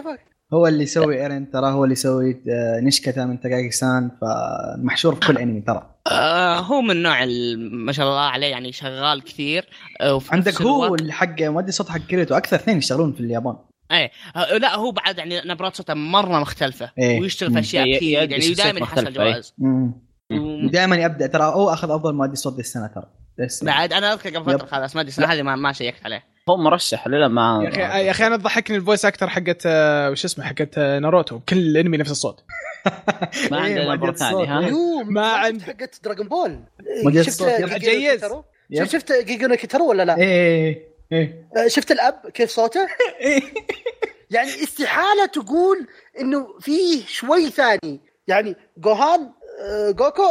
هو اللي يسوي ايرن ترى هو اللي يسوي آه، نشكتا من تاكاكي سان فمحشور في كل انمي ترى
آه هو من نوع ال- ما شاء الله عليه يعني شغال كثير آه، وفي نفس
عندك هو
الوقت-
اللي حق مؤدي صوت حق كيريتو اكثر اثنين يشتغلون في اليابان
آه، لا هو بعد يعني نبرات صوته مره مختلفه
إيه.
ويشتغل في
مم.
اشياء
ي-
كثير
يدرس
يعني
بصوت
دائما يحصل
مختلف، إيه.
جوائز وم-
دائما ابدا ترى هو اخذ افضل مؤدي صوت السنه ترى بس-
بعد انا اذكر قبل
يب.
فتره خلاص ما ادري السنه هذه ما, ما شيكت عليه
هو مرشح ولا لا
آه،
ما
يا اخي يا اخي انا ضحكني الفويس اكتر حقت آه، وش اسمه حقت آه، ناروتو كل انمي نفس الصوت
ما
إيه،
عندنا
مؤدي
مره
الصوت.
ثانيه ها
يو
ما عند-
حقت دراغون بول
مدير
شفت
الصوت.
جيجينو
جيز.
كيتارو؟
يب.
شفت- شفت جيجونا كيتارو ولا لا؟
ايه ايه ايه
آه، شفت الاب كيف صوته؟
إيه.
يعني استحاله تقول انه فيه شوي ثاني يعني جوهان آه، جوكو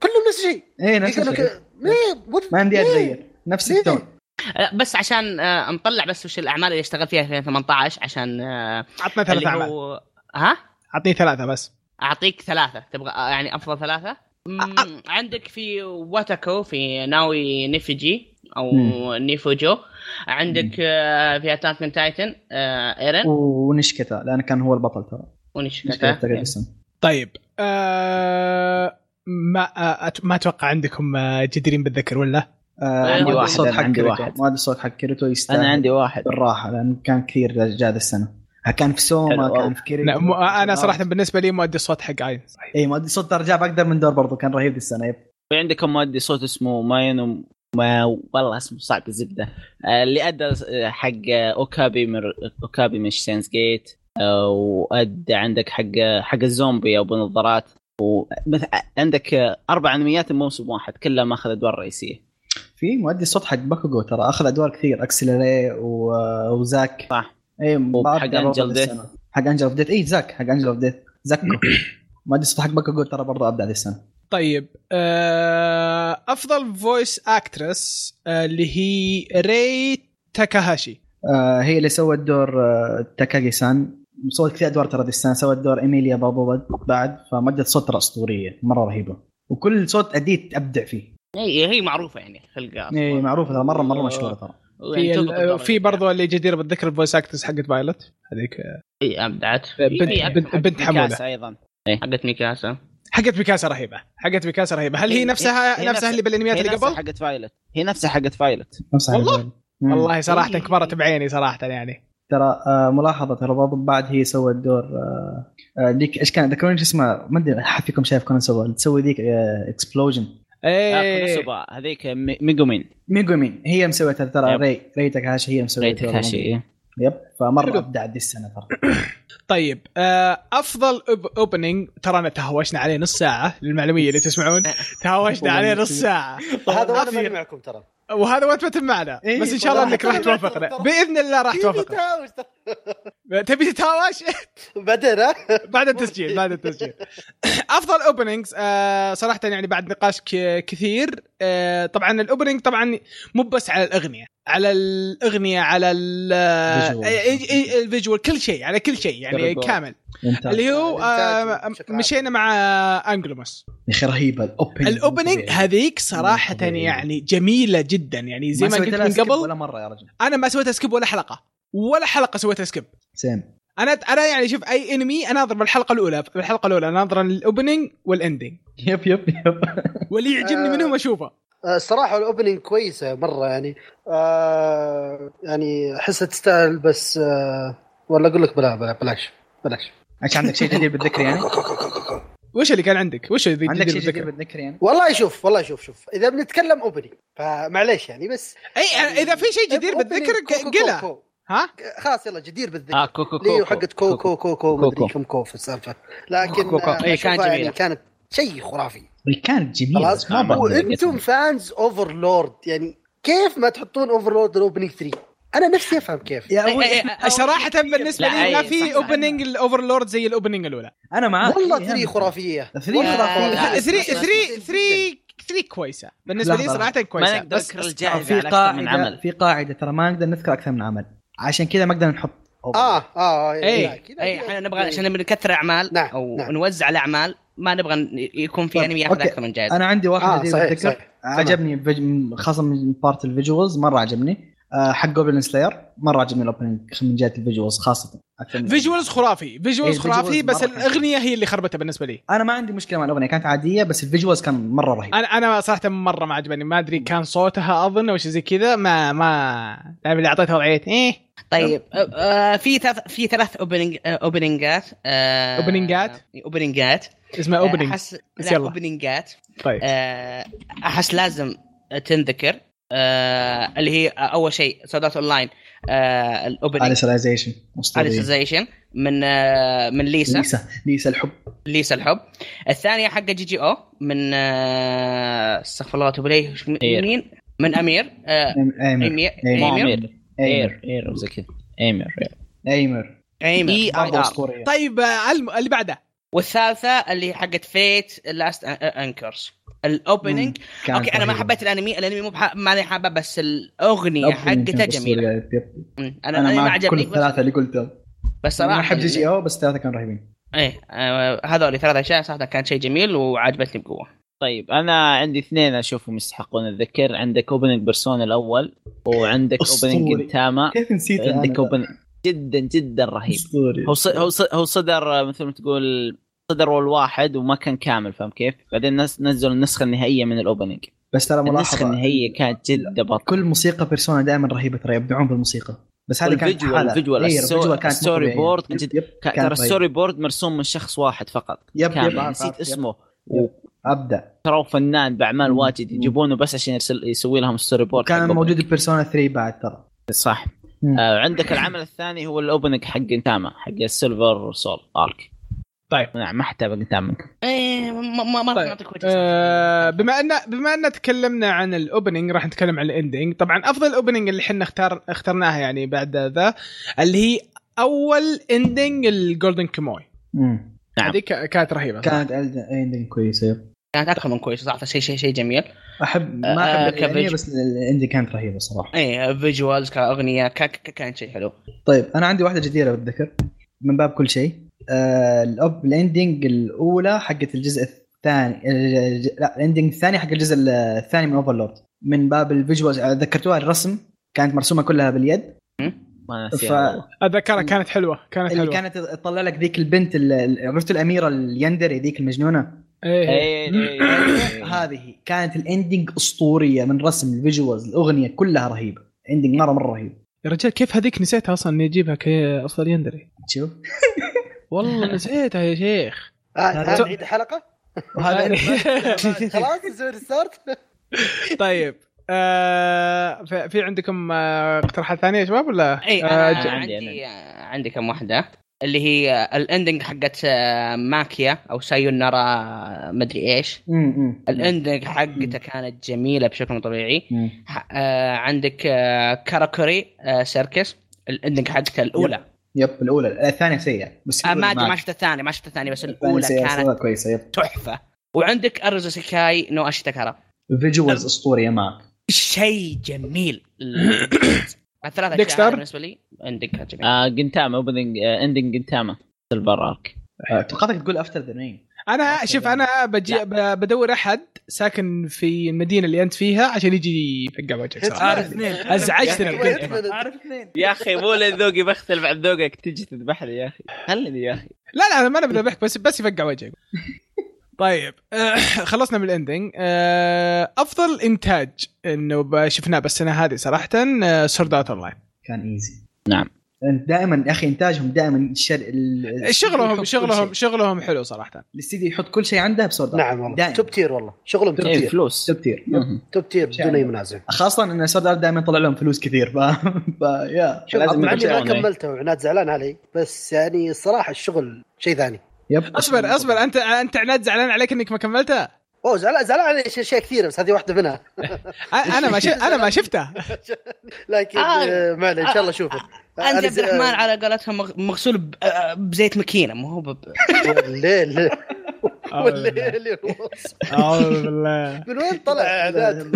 كلهم نفس الشيء
ايه نفس
يقولوا
الشيء
ك- مي-
ما عندي
مي-
اتغير نفس
ليه؟
التون
آه، بس عشان آه، نطلع بس وش الاعمال اللي اشتغل فيها في 2018 عشان آه،
عطنا ثلاث
اللي
اعمال
هو ها
عطني ثلاثه بس
اعطيك ثلاثه تبغى آه، يعني افضل ثلاثه مم، عندك في واتاكو في ناوي نيفجي او
مم.
نيفوجو عندك آه، في اتاك من تايتن آه، ايرن
ونشكتا لانه كان هو البطل ترى نشكتا
ونشكتا
تاكاكي سان
طيب آه ما آه أت- ما اتوقع عندكم آه، جديرين بالذكر ولا
عندي
مؤدي
واحد،
صوت
أنا
آه، حق
عندي
كيريتو.
واحد.
مؤدي صوت حق كيريتو يستاهل
انا عندي واحد
بالراحه لانه كان كثير جاء هذا السنه كان في سوما
حلو،
كان في
لا
كيريتو
مو- آه، انا صراحه بالنسبه لي مؤدي الصوت حق اين
اي مؤدي صوت ترى جاب اقدر من دور برضو كان رهيب دي السنه يب
في عندكم مؤدي صوت اسمه ماين ما والله اسمه صعب الزبده آه، اللي ادى آه، حق آه، اوكابي من اوكابي من شتينز جيت آه، وادى عندك حق آه، حق الزومبي ابو نظارات ومث... عندك آه، اربع انميات موسم واحد كلها ما اخذ ادوار رئيسيه
في مؤدي صوت حق باكوغو ترى اخذ ادوار كثير اكسلري و... وزاك إيه،
صح.
اي بعض
حق
برضو
أنجل
دي
ديث.
السنة. حق انجل اوف ديت اي إيه، زاك حق انجل اوف ديت زاكو مؤدي صوت حق باكوغو ترى برضو ابدع دي السنه
طيب آه افضل فويس اكترس آه اللي هي ري تاكاهاشي
آه هي اللي سوت دور آه تاكاغي سان سوت كثير ادوار ترى دي السنه سوت دور ايميليا بابو بعد فمؤدي صوت ترى اسطوريه مره رهيبه وكل صوت اديت ابدع فيه إيه،
هي هي معروفه يعني خلق
اي معروفه ترى مره مره مشهوره ترى
إيه،
يعني
في ال- في برضو اللي جدير بالذكر الفويس اكترز حقت فايلت هذيك آه،
اي ابدعت
بنت
إيه،
بنت, بنت حموله
حموله ايضا
حقت ميكاسا
حقت بيكاسا رهيبه حقت بيكاسا رهيبه هل هي
هي-
نفسها
هي
نفسها
نفسها-
اللي بالانميات
هي
اللي
نفسها
قبل؟
حقت فايلت هي نفسها حقت فايلت
نفس على
والله؟
بالي. مم.
والله صراحه
إيه.
كبرت بعيني صراحه يعني
ترى آه ملاحظه ترى برضو بعد هي سوت دور آه، آه، ذيك ايش كان ذكروني شو اسمها ما ادري أحد فيكم شايف كونان سوى تسوي ذيك آه، اكسبلوجن
ايه
كونوسوبا آه، هذيك مي- ميجومين
ميجومين هي مسوية ترى
يب. إيه.
ري ري تاكاشي هي مسوية
ريت كاشي
يب
حلو.
فمره ابدعت دي السنه ترى
طيب آه، افضل اوبننج ترانا تهاوشنا عليه نص ساعه للمعلوميه اللي تسمعون تهاوشنا عليه نص ساعه
طيب، هذا وانا
أثير.
ماني معكم ترى
وهذا ما تتم معنا
إيه،
بس ان شاء الله
والله.
انك راح توافقنا باذن الله راح توافقنا تبي تهاوش
بعدين ها
بعد التسجيل بعد التسجيل افضل اوبننجز آه صراحه يعني بعد نقاش ك- كثير آه طبعا الاوبننج طبعا مو بس على الاغنيه على الاغنيه على ال-
Visual.
آه، إي- إي- الفيجوال كل شيء على كل شيء يعني
Storyboard.
كامل
ممتاز يا
اللي هو آه
الإنتاج بشكل عام.
مشينا مع انجلوموس
اخي رهيبه الاوبننج
الاوبننج هذيك صراحه
طبيعي.
يعني جميله جدا يعني زي ما قلت من
ولا
قبل
مره يا رجل
انا ما سويت سكيب ولا حلقه ولا حلقه سويت سكيب
سيم
انا انا يعني شوف اي انمي انا اضرب الحلقه الاولى الحلقه الاولى انا اضرب الاوبننج والاندنج
يب يب يب
واللي يعجبني
آه.
منهم اشوفه
الصراحه الاوبننج كويسه مره يعني آه يعني احسها تستاهل بس آه ولا اقول لك بلا بلا بلاش بلاش
عشان عندك شيء جديد بالذكر يعني
وش اللي كان عندك؟ وش اللي
عندك شيء جديد
بالذكر؟
بالذكر يعني
والله شوف والله شوف شوف اذا بنتكلم اوبننج فمعليش يعني بس
اي أنا اذا في شيء جدير
opening
بالذكر
كو- كو-
ق-
كو-
قله
كو.
ها؟
خلاص يلا جدير بالذكر
اه كوكو
ليو
كوكو
حقت آه، كو كو كو كو ما ادري
كوكو.
كم كو في السالفه لكن
كوكو.
آه،
إيه،
أشوفها
كانت جميلة.
يعني كانت شيء خرافي
كانت جميله
خلاص
بس ما بقدر.
وانتم فانز اوفرلورد يعني كيف ما تحطون اوفرلورد الاوبننج 3 انا نفسي افهم كيف
يا
إيه،
أبوي،
إيه، صراحة بالنسبة
لا،
لي ما
أي، صح،
في
صح.
اوبننج الاوفرلورد زي الاوبننج الاولى
انا معاك
والله
إيه،
3
أنا-
خرافيه
3
آه،
خرافيه
3
لا،
3
اسمع، اسمع، اسمع،
3 3 كويسة بالنسبة لي
لحظة،
صراحة
ما
كويسة
نقدر
بس
نذكر
آه،
الجائزه
في
على اكثر من
قاعده
عمل
في قاعده ترى ما نقدر نذكر اكثر من عمل عشان كذا ما نقدر نحط
اه اه
إيه،
لا، كذا-
اي
كذا.
احنا نبغى عشان نكثر اعمال
نعم،
او
نعم.
نوزع الاعمال ما نبغى ن- يكون في
طيب،
انمي ياخذ
أوكي.
اكثر من جائزه
انا عندي واحد
آه،
جديد
صحيح،
أتذكر.
صحيح.
عجبني الفيج- م- خاصه من بارت الفيجوالز مره عجبني آه، حق جوبلن سلاير مره عجبني الاوبننج من جهه الفيجوالز خاصه أكثر من-
فيجوالز خرافي فيجوالز
إيه،
خرافي
visuals
بس
مرة حلو.
الاغنية هي اللي خربتها بالنسبة لي
انا ما عندي مشكله مع الاغنيه كانت عاديه بس الفيجوالز كان مره رهيب
انا انا صراحه مره ما عجبني ما ادري كان صوتها اظن او شيء زي كذا ما ما لعبة اللي اعطيتها وضعيه ايه
طيب آه، آه، في ثلاث في ثلاث اوبننج آه، اوبننجات آه،
أوبننجات؟
آه، اوبننجات
اسمها
آه،
اوبننج
احس
بس
لا
يلا.
اوبننجات
طيب
آه، احس لازم تنذكر آه، اللي هي آه، اول شيء سودات اون لاين آه، الاوبننج
اليسلايزيشن اسطوريه
اليسيزيشن من آه، من ليسا
ليسا ليسا الحب
ليسا الحب الثانيه حق جي جي او من آه، استغفر الله واتوب اليه وش-
إير.
مين من امير آه، امير
ايمر أمير.
امير
ايمر
اير اير وزي كذا ايمر
ايمر
اي
برضه
اي ار
اسطوريه
طيب آه، الم- اللي بعده
والثالثه اللي حقت فيت لاست انكرز الاوبننج
كانت
اوكي انا ما
رهيبة.
حبيت الانمي الانمي مو بح... ماني حابه بس الاغنيه
الأوبننج
حقتها
كانت
جميله
أسطورية. يب.
مم. انا
انا
الأنمي ما
مع كل
عجبني بس-
الثلاثه اللي قلتهم
بس
انا
صراحه
احب
يعني.
جي جي او بس الثلاثه كانوا رهيبين
ايه آه، هذول ثلاث اشياء صراحه كان شيء جميل وعجبتني بقوه
طيب انا عندي اثنين اشوفهم يستحقون الذكر عندك اوبننج بيرسونا الاول وعندك
أسطوري.
اوبننج تاما
كيف نسيت
عندك اوبننج جدا جدا رهيب
اسطوري
هو ص- هو ص- هو صدر آه، مثل ما تقول صدر اول واحد وما كان كامل فاهم كيف؟ بعدين نس- نزلوا النسخه النهائيه من الاوبننج
بس ترى
النسخه
ملاحظه
النهائيه كانت جدا بطيئه
كل موسيقى بيرسونا دائما رهيبه ترى يبدعون بالموسيقى بس هذه كانت
والفيجوال-
حالة.
الفيجوال،
إيه،
السو-
الفيجوال كانت مو
الستوري
طبيعية. طيب.
بورد كان جد-
يب،
كا-
كان
ترى
رهيب.
الستوري بورد مرسوم من شخص واحد فقط
يب، يب،
كامل
عارف،
نسيت
عارف، يب.
اسمه
يب. ابدع
وترى فنان باعمال
مم.
واجد يجيبونه بس عشان يرسل يسوي لهم ستوري بورد
كان
حقهم.
موجود بيرسونا 3 بعد ترى
صح
مم.
آه عندك العمل الثاني هو الاوبننج حق جنتاما حق السيلفر سول ارك
طيب.
نعم ما حتى جنتاما
ايه ما ما- ما راح
طيب.
نعطيك وجه
آه بما ان بما ان تكلمنا عن الاوبننج راح نتكلم عن الاندنج طبعا افضل اوبننج اللي احنا اختار اخترناها يعني بعد ذا اللي هي اول اندنج الجولدن كيموي
مم.
نعم.
هذيك كانت رهيبه
كانت الاندنج كويسه يب.
كانت اكثر من كويس صراحه شيء شيء شيء جميل
احب ما
آه،
احب الانمي
كفيجوال.
بس الاندنج كانت رهيبه صراحه
ايه فيجوالز كاغنيه كا- كا- كان شيء حلو
طيب انا عندي واحده جديره بالذكر من باب كل شيء آه الأوب- الاندنج الاولى حقت الجزء الثاني آه، الج- لا الاندنج الثاني حق الجزء الثاني من اوفرلورد من باب الفيجوالز آه، ذكرتوها الرسم كانت مرسومه كلها باليد
ما
ف...
نسيها والله.
اتذكرها كانت حلوه كانت
اللي
حلوه
كانت تطلع لك ذيك البنت ال- عرفت الاميره اليندري ذيك المجنونه
إيه.
إيه، إيه، إيه.
هذه كانت الاندنج اسطوريه من رسم الفيجوالز الاغنيه كلها رهيبه اندنج مره مره رهيب
يا رجال كيف هذيك نسيتها اصلا اني اجيبها كافضل يندري
شوف
والله نسيتها يا شيخ
آه، آه،
هذا-
نعيد الحلقه
وهذا
آه، خلاص نسوي ريستارت
طيب آه في في عندكم آه اقتراحات ثانيه يا شباب ولا؟
اي
آه،
انا
ج-
عندي إيه، عندي, عندي كم واحده اللي هي الاندنج حقت آه، ماكيا او سايونارا آه، مدري ايش
أمم، أمم.
الاندنج حقته كانت جميله بشكل مو طبيعي
أمم.
ح- آه، عندك آه، كاراكوري آه، سيركس الاندنج حقته الاولى
يب الاولى الثانيه سيئه بس
آه، ما
الأولى
أدري، ما
معك.
شفت الثانيه ما شفت الثانيه بس
الثانية
الاولى
سيئة،
كانت
الأولى كويسه يب
تحفه وعندك ارزو سيكاي نو اشتكرا
فيجوالز اسطوريه معك
شيء جميل الثلاثة
ديكستر؟
أشياء هذه بالنسبة لي عندك جميل.
آه جنتاما اوبننج اندنج جنتاما سيلفر ارك
آه، توقعتك تقول افتر ذا رين
انا شوف انا بجي ب- بدور احد ساكن في المدينه اللي انت فيها عشان يجي يفقع وجهك صراحه
اثنين
ازعجتني
يعني
بجد.
اعرف اثنين
يا اخي مو لان ذوقي بختلف عن ذوقك تجي تذبحني يا اخي خلني يا اخي
لا لا انا ما انا بذبحك بس بس يفقع وجهك طيب آه، خلصنا من الاندنج آه، افضل انتاج انه ب- شفناه بالسنه هذه صراحه سورد اوت اون لاين
كان ايزي
نعم.
انت دائما يا اخي انتاجهم دائما الشر... ال-
إيه، شغلهم
يحط كل شيء.
شغلهم شغلهم حلو صراحه
الاستديو يحط كل شيء عنده بسورد
نعم والله
دائما
توب تير والله شغلهم توب
إيه
تير
فلوس
توب تير
مهم.
توب تير
شعر.
بدون اي منازع
خاصه ان سورد ارت دائما يطلع لهم فلوس كثير ف... ف... يا
شوف
لازم
مع اني ما
يرجعون، إيه.
كملته وعناد زعلان علي بس يعني الصراحه الشغل شيء ثاني
يب
اصبر اصبر انت انت عناد زعلان عليك انك ما كملتها
اوه زعلان زعلان علي اشياء شيء كثيره بس هذه واحده منها
أ- انا ما ش... انا ما شفته
لكن
آه.
آه، ما عليه ان شاء الله اشوفه
انت
أنا
عبد
زي-
الرحمن على قولتهم مغ- مغسول ب- آه، بزيت ماكينه مو هو ب-
والليل
آه،
والليل
اعوذ بالله
من وين طلع اعداد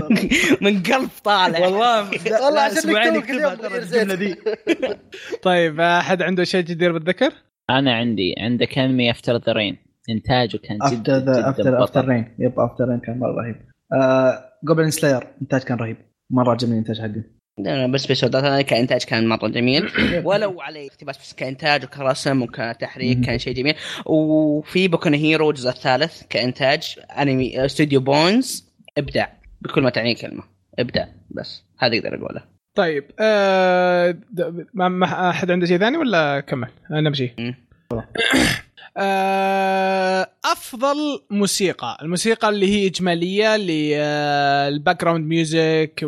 من قلب طالع
والله
والله عشان
اسبوعين
مكتوب
يكتبها
كل
ترى
يوم
الجمله ذي
طيب احد عنده شيء جدير بالذكر؟
انا عندي عندك انمي افتر ذا رين انتاجه كان
افتر
جدا
ذا
جدا
افتر
بطل.
افتر رين يب افتر رين كان مره رهيب آه، جوبلين سلاير انتاج كان رهيب مره عجبني الانتاج حقه
أنا بس بسودات انا كانتاج كان مره جميل ولو عليه اقتباس بس كانتاج وكرسم وكتحريك كان شيء جميل وفي بوكن هيرو الجزء الثالث آه، كانتاج انمي استوديو بونز ابداع بكل ما تعنيه كلمه ابداع بس هذا اقدر اقوله
طيب آه د- ما, ما احد عنده شيء ثاني ولا كمل انا بشي
مم.
آه افضل موسيقى الموسيقى اللي هي اجماليه للباك جراوند ميوزك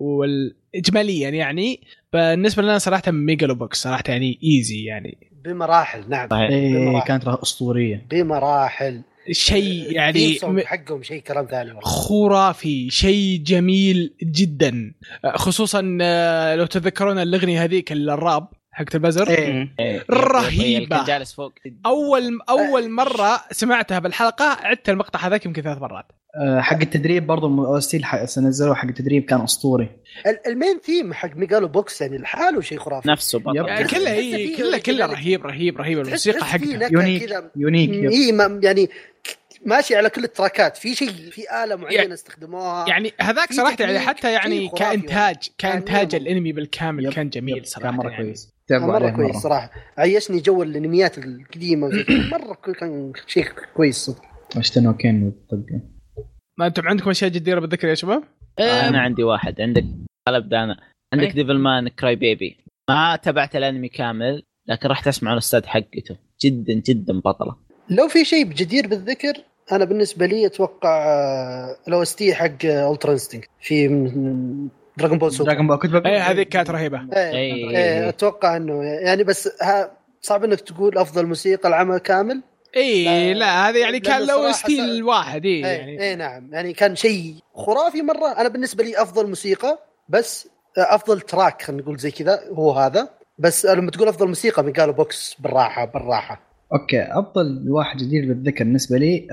والاجماليا يعني بالنسبه لنا صراحه ميجالو بوكس صراحه يعني ايزي يعني
بمراحل نعم
طيب.
صحيح.
ايه
بمراحل.
كانت رهيبة اسطوريه
بمراحل
شيء يعني
الثيم سونج حقهم شيء كلام ثاني والله
خرافي شيء جميل جدا خصوصا آه، لو تتذكرون الاغنيه هذيك الراب حقت البزر
إيه.
مم.
إيه.
رهيبة.
كان جالس فوق
اول اول مره سمعتها بالحلقه عدت المقطع هذاك يمكن ثلاث مرات
آه، حق التدريب برضو آه، الاوستيل نزلوه حق التدريب كان اسطوري
ال- المين ثيم حق ميجالو بوكس يعني لحاله شيء خرافي
نفسه
يب.
بطل
يعني كلها هي
تحس
كلها كلها
فيه كذلك.
رهيب رهيب رهيب
تحس-
الموسيقى
تحس فيه
حقها
نكهة
يونيك
كذا
يونيك يب.
اي ما- يعني ماشي على كل التراكات في شيء في اله
يعني-
معينه استخدموها
يعني هذاك
في
صراحه يعني
تكنيك،
حتى يعني
شيء خرافي
كانتاج كانتاج
كان يب.
الانمي بالكامل
يب.
كان
يب.
جميل صراحه
كان مره
يعني.
كويس
كان
تعبوا
مره
عليه
كويس
مره
صراحه عيشني جو الانميات القديمه وزي كذا. مره كل- كان شيء كويس صدق
اشتنوا كين طقه
ما انتم عندكم اشياء جديره بالذكر يا شباب؟
انا عندي واحد عندك قلب دانا عندك
إيه.
ديفل مان كراي بيبي ما تابعت الانمي كامل لكن راح تسمع الاستاذ حقته جدا جدا بطله
لو في شيء جدير بالذكر انا بالنسبه لي آه، اتوقع الاو اس تي حق الترا انستنج في دراجون بول سوبر
دراجون بول كنت بقول
اي إيه، هذه كانت رهيبه
إيه،
إيه.
إيه، اتوقع انه يعني بس ها صعب انك تقول افضل موسيقى العمل كامل
اي
لا،
لا هذه يعني كان
لأنه
لو
صراحة
ستيل
صار-
الواحد اي
اي
يعني
إيه نعم يعني كان شيء خرافي مره انا بالنسبه لي افضل موسيقى بس افضل تراك خلينا نقول زي كذا هو هذا بس لما تقول افضل موسيقى من قالوا بوكس بالراحه بالراحه
اوكي افضل واحد جديد بالذكر بالنسبه لي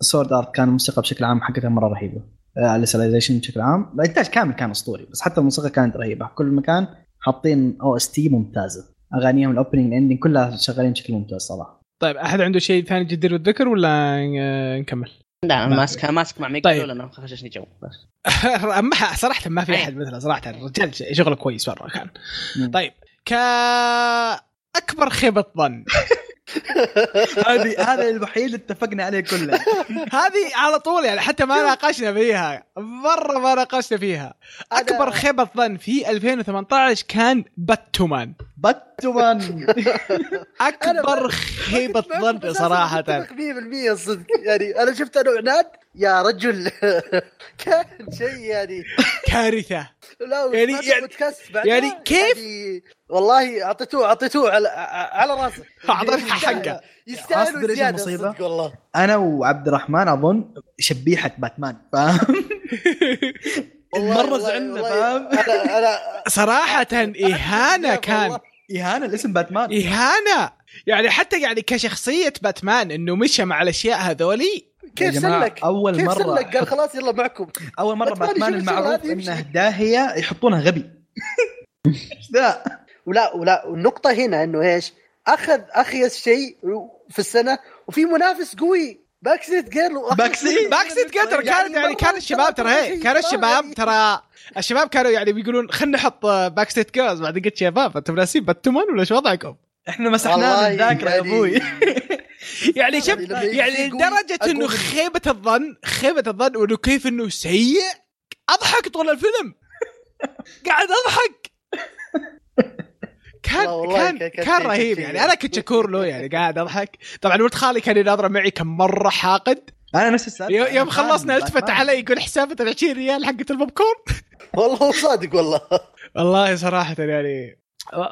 سورد ارت كان الموسيقى بشكل عام حقتها مره رهيبه آه، الستلايزيشن بشكل عام الانتاج كامل كان اسطوري بس حتى الموسيقى كانت رهيبه كل مكان حاطين او اس تي ممتازه اغانيهم الاوبننج الاندنج كلها شغالين بشكل ممتاز صراحه
طيب احد عنده شيء ثاني جدير بالذكر ولا آه، نكمل؟
لا انا ماسكه ماسك مع ميكرو
طيب.
لانه خششني جو بس
اما صراحه ما في احد مثله صراحه الرجال ش- شغله كويس مره كان طيب ك اكبر خيبه ظن
هذه هذا الوحيد اللي اتفقنا عليه كله
هذه على طول يعني حتى ما ناقشنا فيها مره ما ناقشنا فيها اكبر خيبه ظن في 2018 كان باتمان
باتمان
اكبر خيبه ظن صراحه
100% صدق يعني انا شفت انا وعناد يا رجل كان شيء يعني
كارثه
لا
يعني-
وسمعت
يعني-
البودكاست بعدها،
يعني كيف؟
يعني والله اعطيتوه اعطيتوه على على راسه
اعطيتها حقه
عرفت
يستاهل
درجة
زياده
المصيبة؟
صدق والله
انا وعبد الرحمن اظن شبيحه باتمان فاهم؟
والله-
مره
والله-
زعلنا
والله
فاهم؟
انا انا
صراحه اهانه
والله.
كان
اهانه إيه، الاسم
إيه،
باتمان
اهانه يعني حتى يعني كشخصيه باتمان انه مشى مع الاشياء هذولي
يا
كيف
جماعة،
سلك؟
أول
كيف
مرة
سلك؟ قال خلاص يلا معكم
اول مره
باتمان
باتمان
يشوف الشغل
المعروف
هذا يمشي.
انه داهيه يحطونها غبي ايش ذا؟
ولا ولا والنقطة هنا انه ايش؟ اخذ اخيس شيء في السنة وفي منافس قوي باكسيت جيرل وأخيس
باكسيت-
شيء.
باكسيت قدر كانت يعني
مرة
كان الشباب ترى هي
شيء
كان
ما-
الشباب ترى الشباب كانوا يعني بيقولون خلينا نحط باك ستيت كيرز بعدين قلت شباب انتم ناسين باتمان ولا شو وضعكم؟
احنا مسحناه
والله
من الذاكره يا
يعني-
ابوي
يعني شوف
لما يجي
يعني
يقول
لدرجه
أقول-
انه خيبه الظن خيبه الظن وانه كيف انه سيء اضحك طول الفيلم قاعد اضحك
والله-
كان
والله
كان
كان- كان
كان
شيء-
رهيب
شيء.
يعني انا كنت شكور له يعني قاعد اضحك طبعا ولد خالي كان يناظره معي كان مره حاقد
انا نفس السالفه
يو-
أنا
يوم
فاهم
خلصنا التفت
باتمان.
علي يقول حسابة ال 20 ريال حقت البوب كورن
والله هو صادق والله
والله صراحة يعني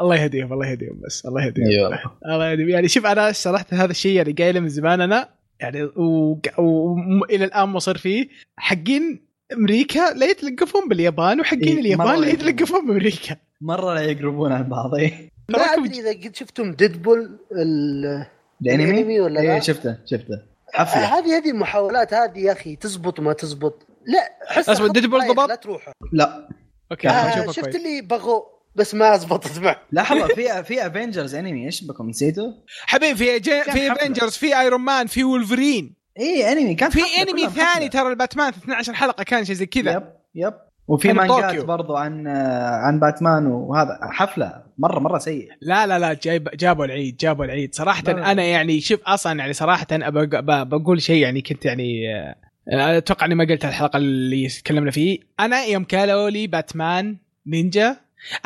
الله يهديهم الله يهديهم بس الله يهديهم
إي والله.
الله يهديهم يعني شوف انا صراحة هذا الشيء يعني قايله من زمان انا يعني وإلى و... م- إلى الان مصر فيه حقين امريكا لا يتلقفون باليابان وحقين
إي، إيه، مرة
اليابان لا
يقربون.
يتلقفون بامريكا
مره لا يقربون عن بعض إيه.
ما
تراكم
ادري اذا قد شفتم ديدبول ال-
الانمي
الأنمي ولا لا؟
ايه شفته شفته حفله
هذه هذه المحاولات هذه يا اخي تزبط ما تزبط لا حس
أصبر،
خط
ديدبول
رايح،
ضبط؟
لا تروح
لا
اوكي
آه،
آه
آه، شفت اللي بغوا بس ما زبطت معه
لحظه في في افنجرز انمي ايش بكم نسيته؟
حبيبي في جي...
كان
في
حفلة.
افنجرز في ايرون مان في ولفرين
ايه انمي كان
في
حفلة،
انمي
كلهم
ثاني
حفلة.
ترى الباتمان 12 حلقة كان شيء زي كذا
يب يب وفي
كان
مانجات
بطوكيو.
برضو عن آه، عن باتمان وهذا حفله مره مره سيء
لا لا لا جايب جابوا العيد جابوا العيد صراحة
لا لا.
أنا يعني شوف أصلا يعني صراحة أبى- ب- بقول شيء يعني كنت يعني آه، آه، أتوقع إني ما قلت الحلقة اللي تكلمنا فيه أنا يوم قالوا لي باتمان نينجا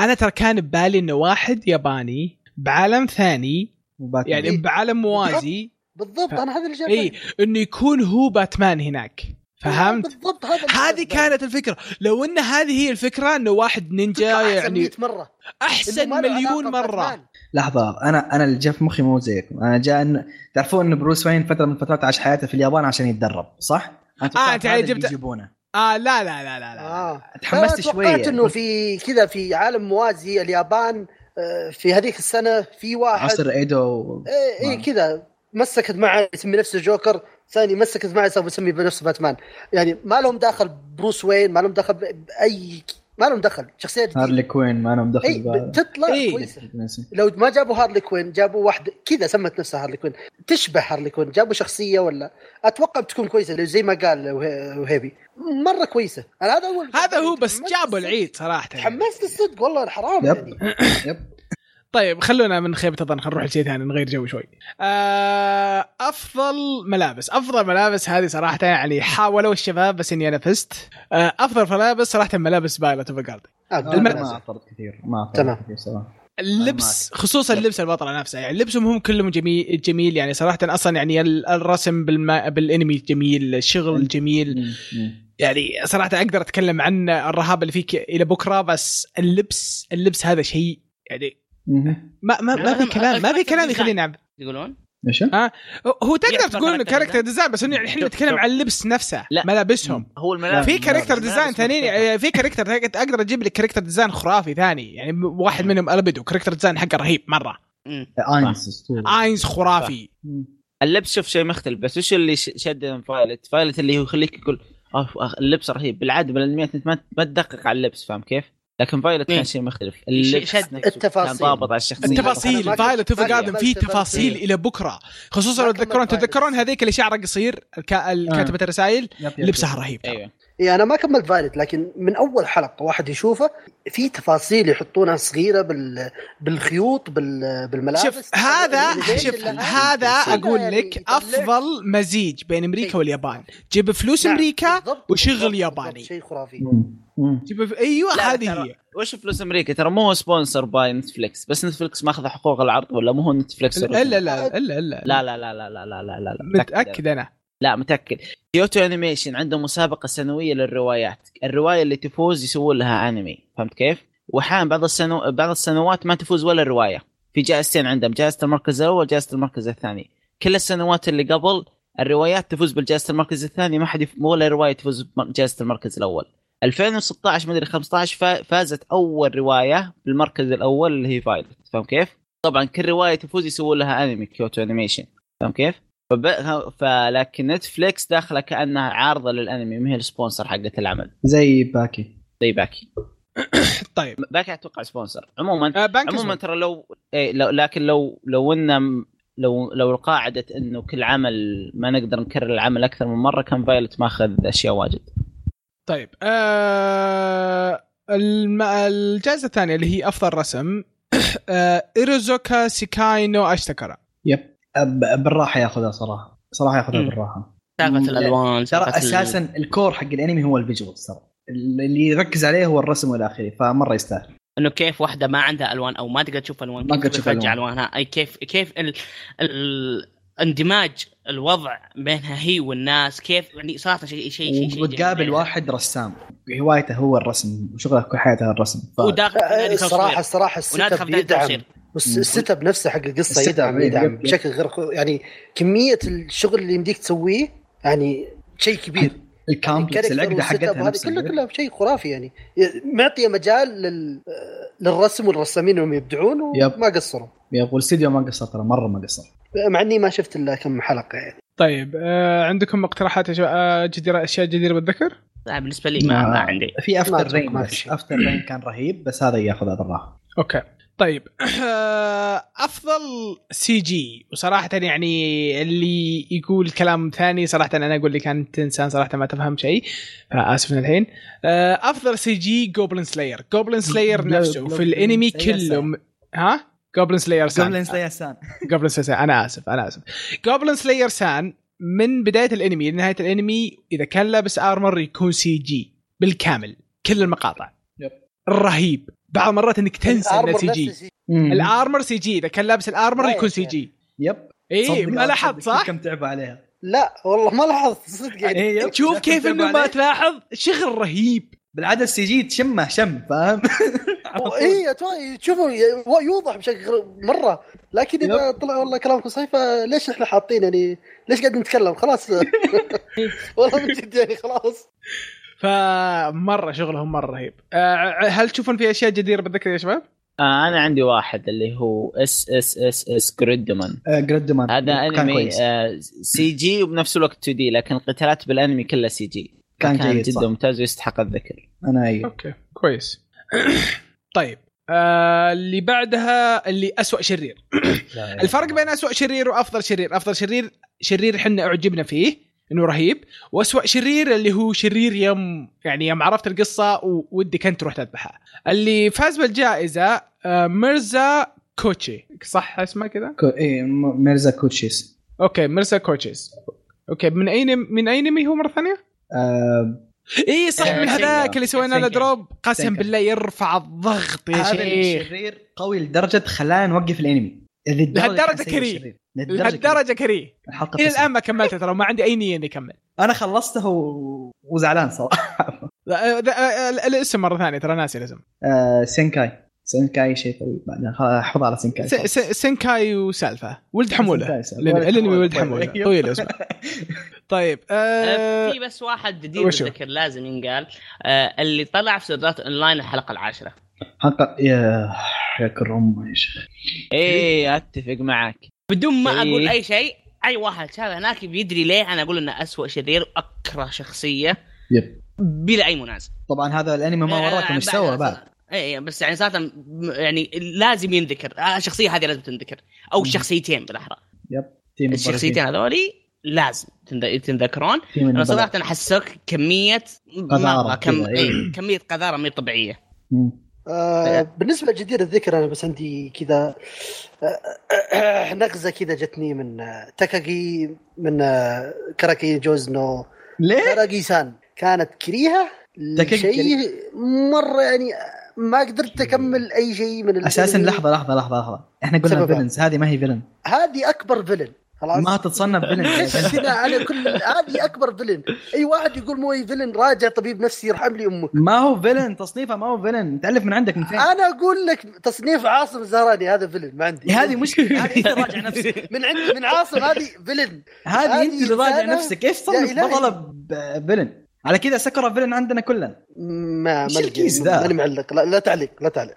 أنا ترى كان ببالي إنه واحد ياباني بعالم ثاني
وباتمان
يعني
إيه.
بعالم موازي
بالضبط انا هذا اللي جاي
اي انه يكون هو باتمان هناك فهمت؟
بالضبط هذا اللي
هذه
جاي
كانت الفكرة لو ان هذه هي الفكرة انه واحد نينجا
أحسن
يعني
100 مره
احسن
إنه ما له
مليون
علاقة
مرة
بباتمان.
لحظه انا انا اللي جاء في مخي مو زيكم انا جاء انه تعرفون ان بروس وين فتره من فترات عاش حياته في اليابان عشان يتدرب صح؟ انا توقعت
أنت
هذا
يعني
اللي
جبت-
يجيبونه
اه لا لا لا لا, لا.
آه.
تحمست
أنا
شويه
توقعت
يعني.
انه في كذا في عالم موازي اليابان آه، في هذيك السنه في واحد
عصر ايدو
اي إيه كذا مسكت معه يسمي نفسه جوكر ثاني مسكت معه سوى يسمي بنفسه باتمان يعني ما لهم دخل بروس وين ما لهم دخل ب- باي ما لهم دخل شخصيه جديدة.
هارلي كوين ما انا مدخل
اي
بهذا.
بتطلع
إيه.
كويسه لو ما جابوا هارلي كوين جابوا واحدة كذا سمت نفسها هارلي كوين تشبه هارلي كوين جابوا شخصية ولا أتوقع بتكون كويسة لو زي ما قال وه- وهيبي مرة كويسة أنا هذا أول
هذا هو بس
تحمست
جابوا
الصدق.
العيد صراحه
تحمست الصدق والله حرام
يب.
يعني
يب
طيب خلونا من خيبه الظن خلينا نروح لشيء ثاني نغير جو شوي. آه، افضل ملابس، افضل ملابس هذه صراحه يعني حاولوا الشباب بس اني انا فزت. آه، افضل ملابس صراحه ملابس بايلوت اوف جاردن.
آه،
أنا
بدون
الملابس.
ما
منازع.
اعترض كثير ما اعترض
تمام.
كثير صراحه
اللبس خصوصا اللبس البطله نفسه يعني لبسهم هم كلهم جميل جميل يعني صراحه اصلا يعني ال- الرسم بالما بالانمي جميل، الشغل جميل، يعني صراحه اقدر اتكلم عن الرهاب اللي فيك الى بكره بس اللبس اللبس هذا شيء يعني
مهم.
ما ما, ما في كلام ما في كلام يخليني أعب-
يقولون
ايش
هو تقدر
يعتبر
تقول انه
character
كاركتر ديزاين بس انه احنا
شوف-
نتكلم
شوف.
عن اللبس نفسه
لا.
ملابسهم
هو الملابس
في
لا،
كاركتر
لا،
ديزاين
بس
ثانيين
مختلفة.
يعني في كاركتر اقدر اجيب لك كاركتر ديزاين خرافي ثاني يعني واحد منهم البدو كاركتر ديزاين حقه رهيب مره
أمم.
اينز اسطوره
اينز خرافي
اللبس شوف شيء مختلف بس وش اللي ش- شد من فايلت؟ فايلت اللي هو يخليك يقول اوف أخ- اللبس رهيب بالعاده بالانميات انت ما ما تدقق على اللبس فاهم كيف؟ لكن فايلت
إيه.
كان شيء مختلف
شيء
اللي
شد.
كان
التفاصيل.
ضابط على الشخصيه
أنا
التفاصيل
ما
فايلت اوف
كنت-
جاردن في
ما كنت-
تفاصيل الى بكره خصوصا لو
ما كملت
تذكرون
فايلت.
تذكرون هذيك اللي شعرها قصير الكا- الكاتبه الرسائل لبسها رهيب
إيه.
ترى.
ايوه
اي انا إيه، ما كملت فايلت لكن من اول حلقه واحد يشوفه في تفاصيل يحطونها صغيره بال... بالخيوط بال... بالملابس يعني
شوف هذا
ليش
شوف
اللي-
هذا
هذا
اقول
يعني
لك
يطلع-
افضل مزيج بين امريكا واليابان جيب فلوس
نعم،
امريكا
بالضبط،
وشغل
بالضبط،
ياباني.
بالضبط، شيء خرافي
مم. مم.
جيب ايوه
لا،
هذه
ترى-
هي
وش فلوس امريكا ترى مو سبونسر باي نتفلكس بس نتفلكس ماخذ حقوق العرض ولا مو هو نتفلكس
لا لا
original.
لا لا لا
لا لا لا لا لا لا لا لا
متاكد انا
لا متاكد كيوتو انيميشن عندهم مسابقه سنويه للروايات الروايه اللي تفوز يسوون لها انمي فهمت كيف واحيانا بعض السنو... بعض السنوات ما تفوز ولا روايه في جائزتين عندهم جائزه المركز الاول وجائزه المركز الثاني كل السنوات اللي قبل الروايات تفوز بالجائزه المركز الثاني ما حد يف... ولا روايه تفوز بجائزه المركز الاول 2016 مدري 15 فا- فازت اول روايه بالمركز الاول اللي هي فايلت فاهم كيف طبعا كل روايه تفوز يسوون لها انمي كيوتو انيميشن فاهم كيف فب... فلكن نتفليكس داخله كانها عارضه للانمي ما هي السبونسر حقت العمل
زي باكي
زي باكي
طيب
باكي اتوقع سبونسر عموما
آه، بنك
عموما
اسود.
ترى لو... إيه لو لكن لو لو ان لو لو قاعده انه كل عمل ما نقدر نكرر العمل اكثر من مره كان فايلت ماخذ اشياء واجد
طيب آه الم- الجائزه الثانيه اللي هي افضل رسم آه ايروزوكا سيكاينو اشتكرا
يب أب- بالراحه ياخذها صراحه صراحه ياخذها
مم.
بالراحه
سالفه الالوان
ترى
سالفة ال-
اساسا الكور حق الانمي هو الفيجوالز ترى اللي يركز عليه هو الرسم والى اخره فمره يستاهل
انه كيف واحده ما عندها الوان او ما تقدر تشوف الوان
ما
كيف
تقدر تشوف
ترجع الوانها اي كيف كيف ال... ال... اندماج الوضع بينها هي والناس كيف يعني صراحه شيء
إيه،
شيء شيء شيء
وتقابل
جميل.
واحد رسام هوايته هو الرسم وشغله كل حياته الرسم ف...
وداخل في
يعني
آه،
نادي
الصراحه
تصوير
الصراحه
ونادي
السيت اب
خفدان
يدعم
تصوير
مم.
السيت اب نفسه حق القصه
السيت أب إيه،
يدعم يدعم
يدعم.
بشكل غير يعني كميه الشغل اللي يمديك تسويه يعني شيء كبير
الكامبلكس
الكاركتر
العقده
والست أب
حقتها
هذه
نفسها. إيه؟
كلها كلها شيء خرافي يعني معطيه مجال لل... للرسم والرسامين انهم يبدعون
يب.
وما قصروا
يب والاستديو ما قصر ترى مره ما قصر
مع اني ما شفت الا كم حلقه يعني
طيب آه عندكم اقتراحات يا شباب؟ آه، جديرة اشياء جديره بالذكر
لا بالنسبه لي ما,
آه.
ما عندي
في
ما
افتر
أتوقع
رين
ما في
بس
شيء.
افتر رين كان رهيب بس هذا ياخذها بالراحه
اوكي طيب آه، افضل سي جي وصراحه يعني اللي يقول كلام ثاني صراحه انا اقول لك انت انسان صراحه ما تفهم شيء فاسف من الحين آه، افضل سي جي جوبلن سلاير جوبلن سلاير
لا،
نفسه في
Goblin
الانمي
Slayer
كله
سام.
م- ها جوبلن سلاير سان
سلاير سان
جوبلن سلاير انا اسف انا اسف جوبلن سلاير سان من بدايه الانمي لنهايه الانمي اذا كان لابس ارمر يكون سي جي بالكامل كل المقاطع
يب.
رهيب بعض المرات انك تنسى انه
الآرمر
سي جي
نفسه سي-
الارمر سي جي اذا كان لابس الارمر
لا يا
يكون سي
شيخ.
جي
يب
اي
صدق
إيه، ما لاحظت
صدق
صح؟
كم تعبوا عليها
لا والله ما لاحظت صدق يعني
إيه، يب.
تشوف
كم
كيف
تعبوا
انه ما
عليه.
تلاحظ شغل رهيب
بالعاده السي جي تشمه شم فاهم
اي أتوا- تشوفوا ي- يوضح بشكل غير- مره لكن اذا طلع والله كلامكم صحيح فليش احنا حاطين يعني ليش قاعد نتكلم خلاص والله من جد يعني خلاص
فمره شغلهم مره رهيب آه، هل تشوفون في اشياء جديره بالذكر يا شباب؟
آه انا عندي واحد اللي هو اس اس اس اس جريدمان
جريد مان
هذا
آه، كان
انمي
كويس.
آه سي جي وبنفس الوقت 2 دي لكن القتالات بالانمي كلها سي جي
كان
كان, كان
جيد، صح.
جدا ممتاز ويستحق الذكر
انا اي
اوكي كويس طيب آه، اللي بعدها اللي أسوأ شرير الفرق بين أسوأ شرير وافضل شرير افضل شرير شرير احنا اعجبنا فيه انه رهيب واسوأ شرير اللي هو شرير يم يعني يوم عرفت القصه و- ودك انت تروح تذبحها اللي فاز بالجائزه آه، ميرزا كوتشي صح اسمه كذا
كو... إيه م- ميرزا كوتشيس
اوكي ميرزا كوتشيز اوكي من اي نم- من اي نمي هو مره ثانيه
آه
اي إيه، صح
آه،
من هذاك
سينجا.
اللي سوينا له
سينجا.
دروب قسم
سينجا.
بالله يرفع الضغط يا
هذا
شيخ
الشرير قوي لدرجه خلانا نوقف الانمي للدرجة
لهالدرجة
كان سيء
كريه.
الشرير. للدرجة كريه
لهالدرجه كريه
الحلقه
الى
تسعة.
الان ما كملته ترى ما عندي اي نيه اني اكمل
انا خلصته و... وزعلان صراحه
لا، أه، ذا- ال- ال- الاسم مره ثانيه ترى ناسي الاسم
آه سينكاي سينكاي شيء طيب بعدين خلاص احفظها على سينكاي
س- س- سينكاي وسالفه ولد حموله
سينكاي سالفة.
الأنمي- الانمي ولد
طيب.
حموله طويل اسمه طيب
آه،
آه،
في بس واحد جديد
وشو؟
ذكر لازم ينقال آه، اللي طلع في سردات اونلاين الحلقه العاشره
حلقه يا ياكل امه يا شيخ إيه.
اي اتفق إيه، معك
بدون ما اقول
إيه.
اي شيء اي واحد شاف هناك بيدري ليه انا اقول انه أسوأ شرير واكره شخصيه
يب
بلا اي منازع
طبعا هذا الانمي ما وراكم ايش سوى
آه،
بعد
اي بس يعني صراحه م- يعني لازم ينذكر آه، الشخصيه هذه لازم تنذكر او
مم.
الشخصيتين بالاحرى
تيم
الشخصيتين هذولي لازم تنذ- تنذكرون
تيم
انا
البلد.
صراحه حسوك كميه
قذارة
مرة كم...
كذا، إيه.
إيه، كميه قذاره مو طبيعيه
مم.
آه
طيب.
بالنسبه لجدير الذكر انا بس عندي كذا آه، نغزه كذا جتني من آه، تاكاكي من آه، كاراكي جوزنو
ليه؟
كاراكي سان كانت كريهه
تاكاكي
شيء مره يعني آه، ما قدرت اكمل اي شيء من الأنمي.
اساسا لحظه لحظه لحظه لحظه احنا قلنا
سببها.
فيلنز هذه ما هي فيلن
هذه اكبر فيلن خلاص
ما تتصنف فيلن
ليش هنا على كل هذه اكبر فيلن اي واحد يقول موي فيلن راجع طبيب نفسي يرحم لي امك
ما هو فيلن تصنيفه ما هو فيلن تعرف من عندك من فين
انا اقول لك تصنيف عاصم الزهراني هذا فيلن ما عندي
هذه مشكله هذه انت راجع نفسك
من عند من عاصم هذه فيلن
هذه انت اللي راجع
إنسانة.
نفسك كيف تصنف
إلهي.
بطله ب- فيلن على كذا سكر فيلن عندنا كلنا
ما
إيش
ما
الكيس
الكيس
ذا؟
ماني معلق لا, لا تعليق لا تعليق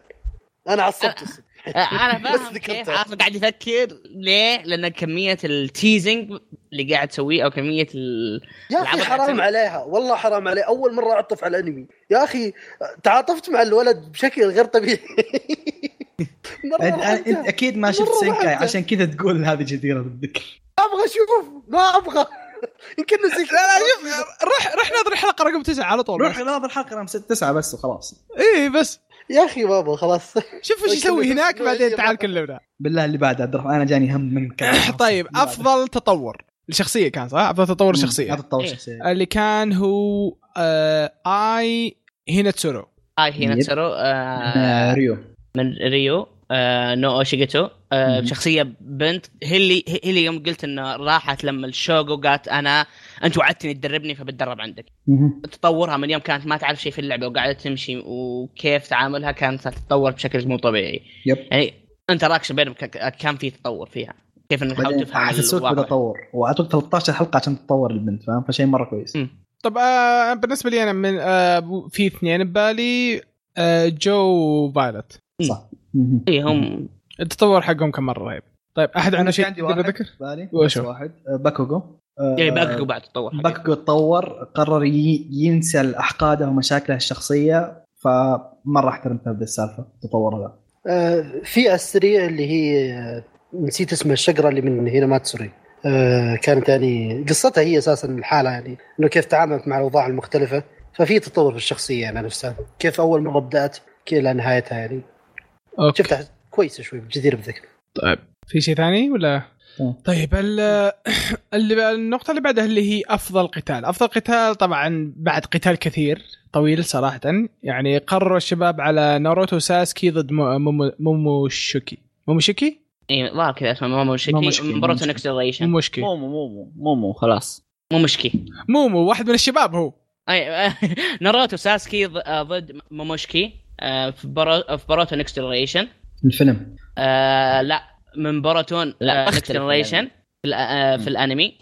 انا عصبت الصدق.
آه، انا
بس
فاهم
ذكرتها.
كيف عاصم قاعد يفكر ليه؟ لان كميه التيزنج اللي قاعد تسويه او كميه ال...
يا
العبط
اخي حرام
عتب.
عليها والله حرام عليه اول مره اعطف على الانمي يا اخي تعاطفت مع الولد بشكل غير طبيعي
أنت-
مره
انت
رحمته.
اكيد ما شفت
مرة
سينكاي
واحدة.
عشان كذا تقول هذه جديره بالذكر
ابغى اشوف ما ابغى يمكن نسيت
لا لا شوف روح روح ناظر الحلقه رقم تسعه على طول
روح ناظر الحلقه رقم 6 9 بس وخلاص
اي بس
يا اخي ما ابغى خلاص
شوف
طيب،
ايش يسوي هناك بعدين تعال كلمنا
بالله اللي بعد عبد الرحمن انا جاني هم من كلامك.
طيب
اللي بعده.
افضل تطور الشخصيه كان صح؟ افضل تطور
لا
الشخصيه
تتطور
إيه.
شخصيه
اللي كان هو آه اي هيناتسورو
هاي هنا
يب.
تسرو
آه، ريو
من ريو آه، نو اوشيجيتو آه،
مم.
شخصيه بنت هي اللي هي اللي يوم قلت انه راحت لما الشوغو قالت انا انت وعدتني تدربني فبتدرب عندك
مهم.
تطورها من يوم كانت ما تعرف شيء في اللعبه وقاعده تمشي وكيف تعاملها كانت تتطور بشكل مو طبيعي
يب
يعني انتراكشن بينهم كان- كان في تطور فيها كيف انك تحاول
بعدين
تفهم
حسسوك بدا
الواقع
تطور وعطوك 13 حلقه عشان تطور البنت فاهم فشيء مره كويس
مم.
طب آه بالنسبه لي انا من آه في اثنين ببالي آه جو وفايلت
صح مهم.
اي إيه، هم
التطور حقهم كان مره رهيب طيب احد عنده شيء
عندي
يقدر
واحد
يذكر؟
بالي
وشو؟
واحد آه، باكوغو آه،
يعني باكو بعد تطور حقيقي.
باكوغو تطور قرر ي- ينسى احقاده ومشاكله الشخصيه فمره احترمتها بهذه السالفه تطور هذا
آه، في السريع اللي هي آه، نسيت اسم الشقره اللي من هنا ماتسوري آه، كانت يعني قصتها هي اساسا الحاله يعني انه كيف تعاملت مع الاوضاع المختلفه ففي تطور في الشخصيه يعني نفسها كيف اول مره بدات كيف الى نهايتها يعني
اوكي
شفتها كويسه شوي جدير بالذكر
في شيء ثاني ولا؟
تمام.
طيب ال اللي النقطة اللي بعدها اللي هي أفضل قتال، أفضل قتال طبعا بعد قتال كثير طويل صراحة، يعني قرروا الشباب على ناروتو ساسكي ضد مو- مومو- موموشوكي، موموشيكي؟
اي ظاهر إيه، كذا اسمه مو
موموشيكي،
مشكي مباراة
موموشيكي.
الاكسلريشن
موموشكي
مومو مومو مومو خلاص
مو مشكي
مومو واحد من الشباب هو
اي ناروتو ساسكي ض- آه، ضد موموشكي آه، في برا- في باروتو نكست جنريشن
الفيلم
لا من باراتون
لا،
لا نكست
اختلف
جنريشن في, الأ- آه، في الانمي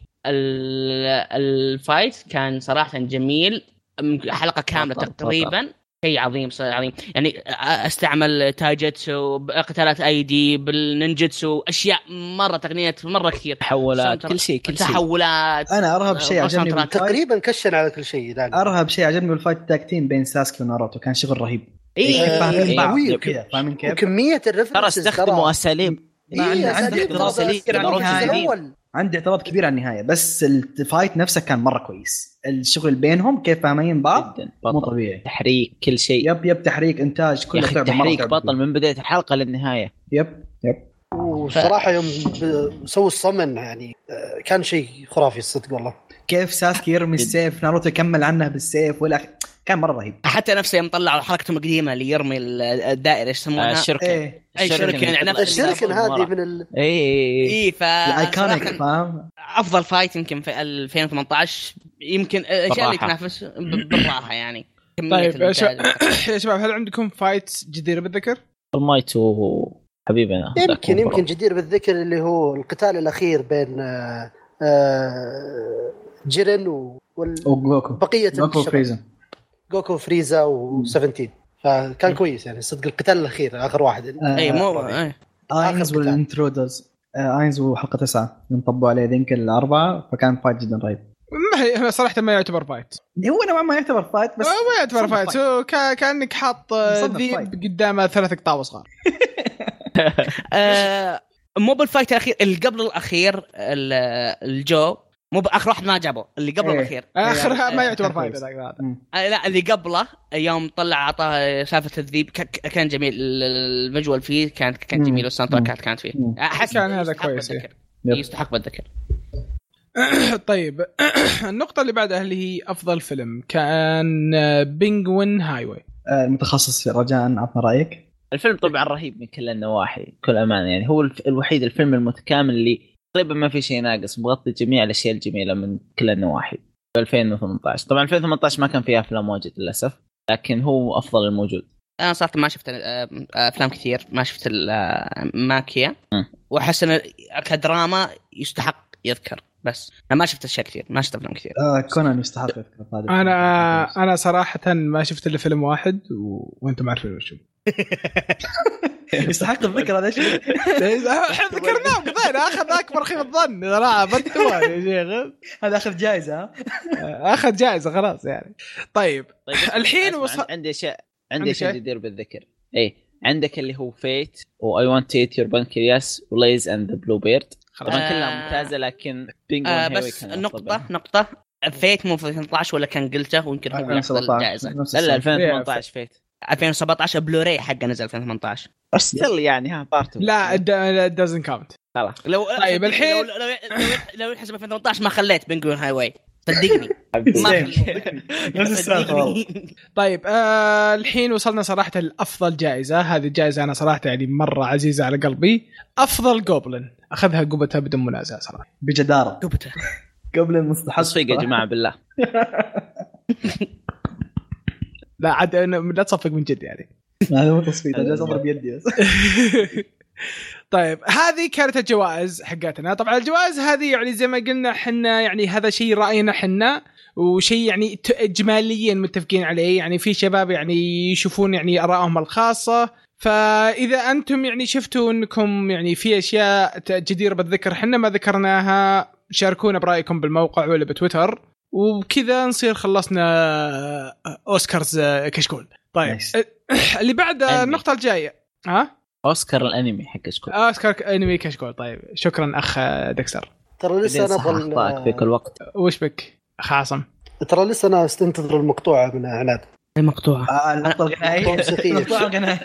ال- الفايت كان صراحه جميل م- حلقه كامله
تفضل،
تقريبا شيء عظيم صراحة عظيم يعني آه، استعمل تايجتسو قتالات ايدي بالنينجتسو اشياء مره تقنيات مره كثير
تحولات
ساوند
كل شيء كل شيء
تحولات
انا ارهب شيء
رسم
عجبني
تراك.
بالفايت-
تقريبا كشن على كل شيء يعني
ارهب شيء عجبني بالفايت التاك تيم بين ساسكي وناروتو كان شغل رهيب
إيه،
فاهمين
إيه،
بعض
قوي
كذا فاهمين كيف؟
وكمية
ترى
الرفرنس
استخدموا اساليب
ما عندي- عندي اعتراض
أساليب
كبير على
ناروتو
النهاية.
جديد.
الاول
عندي اعتراض كبير على النهايه بس الفايت نفسه كان مره كويس الشغل بينهم كيف فاهمين بعض
جدا
آه؟ مو
بطل
طبيعي
تحريك كل شيء
يب يب تحريك انتاج
يا
كله
اخي
تعب، مرة
تحريك
تعب.
بطل من بدايه الحلقه للنهايه
يب يب
وصراحة يوم ب- سووا الصمن يعني آه، كان شيء خرافي الصدق والله
كيف ساسكي يرمي
جد.
السيف ناروتو يكمل عنه بالسيف والى آخره. كان مره رهيب
حتى نفسه يوم طلعوا حركتهم القديمه اللي يرمي ال- الدائره ايش
آه،
يسمونها؟
الشركه
ايه
اي
الشركة
شركه يعني نفس
الشركة
نفس
هذه
المباراة.
من ال...
اي اي
إيه.
اي
اي إيه، ف
آه،
الايكونيك
صراحة
فاهم
افضل فايت يمكن في 2018 يمكن الاشياء اللي
بالراحة.
تنافس ب- بالراحه يعني كمية
طيب، يا شباب.
الإنتاج.
يا شباب هل عندكم فايتس جديرة بالذكر؟
المايتو حبيبنا
يمكن يمكن جدير بالذكر اللي هو القتال الأخير بين آه، آه، جيرن و- وال-
وجوكو
وبقية
جوكو
الشباب.
فريزا
جوكو فريزا
مم.
و17 فكان كويس يعني صدق القتال الأخير آخر واحد
إيه،
اي إيه، مو
آه،
إي.
اينز
آخر قتال.
والانترودرز آه، اينز وحلقه تسعه ينطبوا عليه ذيك الاربعه فكان فايت جدا رهيب
والله صراحه ما يعتبر فايت
هو نوعا ما يعتبر فايت بس طيب.
بس ما يعتبر
صنف
فايت هو كا- كانك حاط آه،
صنف
ذيب
فايت.
قدامه ثلاث قطاوه صغار
آه موبل فايت الاخير اللي قبل الاخير ال- الجو مو باخر واحد ما جابه اللي قبل
إيه.
الاخير
اخرها ما
إيه،
يعتبر
كان
فايت
كويس.
هذاك هذا.
مم.
آه لا اللي قبله يوم طلع اعطاه سالفه الذيب ك- ك- كان جميل ال- المجول فيه كان كان
مم.
جميل والساوند تراك
مم.
كانت كانت فيه
مم.
احس
كان هذا
يستحق
كويس،
بالذكر.
يب.
يستحق بالذكر
طيب النقطه اللي بعدها اللي هي افضل فيلم كان بينجوين هاي
آه، المتخصص رجاء عطنا رايك
الفيلم طبعا رهيب من كل النواحي كل امانه يعني هو الف- الوحيد الفيلم المتكامل اللي تقريبا ما في شيء ناقص مغطي جميع الاشياء الجميله من كل النواحي في 2018 طبعا 2018 ما كان فيها افلام واجد للاسف لكن هو افضل الموجود
انا صراحه ما شفت آه، افلام كثير ما شفت ال- آه، ماكيا واحس انه كدراما يستحق يذكر بس انا ما شفت اشياء كثير ما شفت افلام كثير
آه كونان يستحق يذكر هذا الفيلم.
انا انا صراحه ما شفت الا فيلم واحد و... وانتم عارفين وش هو.
يستحق الذكر هذا الشيء
إحنا ذكرناه قضينا اخذ اكبر خيب الظن صراحه بنتوان يا شيخ
هذا اخذ جائزه ها
اخذ جائزه خلاص يعني طيب
طيب اسمع-
الحين
اسمع،
وصل-
عندي اشياء عندي
عندك
اشياء
شيء؟
جدير بالذكر اي عندك اللي هو فيت واي ونت تو ايت يور بانكرياس وليز اند ذا بلو بيرد طبعا
آه.
كلها ممتازه لكن بينج
آه بس نقطة نقطة فيت مو في 2018 ولا كان قلته ويمكن هو من أفضل الجائزة
لا لا 2018 فيت
2017 بلوراي حقه نزل 2018
بس still يعني ها بارت
لا دازنت كاونت
خلاص
لو
طيب، الحين-
لو لو, لو, لو يحسب 2018 ما خليت بنجوين هاي واي صدقني ما خليت.
نفس السالفه والله.
صدقني.
طيب آه الحين وصلنا صراحه لافضل جائزه هذه الجائزه انا صراحه يعني مره عزيزه على قلبي افضل جوبلن اخذها قبتها بدون منازع صراحه
بجداره
قبته
قبل المستحق
تصفيق يا جماعه بالله
لا عاد أنا- لا تصفق من جد يعني
هذا مو تصفيق انا جالس اضرب بيدي بس
طيب هذه كانت الجوائز حقتنا طبعا الجوائز هذه يعني زي ما قلنا حنا يعني هذا شيء راينا حنا وشيء يعني ت- اجماليا متفقين عليه يعني في شباب يعني يشوفون يعني ارائهم الخاصه فاذا انتم يعني شفتوا انكم يعني في اشياء ت- جديره بالذكر حنا ما ذكرناها شاركونا برايكم بالموقع ولا بتويتر وبكذا نصير خلصنا اوسكارز كشكول طيب
Nice.
اللي بعد
عندي.
النقطه الجايه ها
اوسكار الانمي حق شكون
آه،
اوسكار انمي كشكول طيب شكرا اخ دكسر
ترى لسه انا
صح
أبغى-
اخطائك في كل وقت
وش بك اخ عاصم
ترى لسه انا استنتظر المقطوعه من عناد
المقطوعة
النقطه
نقطة موسيقية.
نعم.
الغنائيه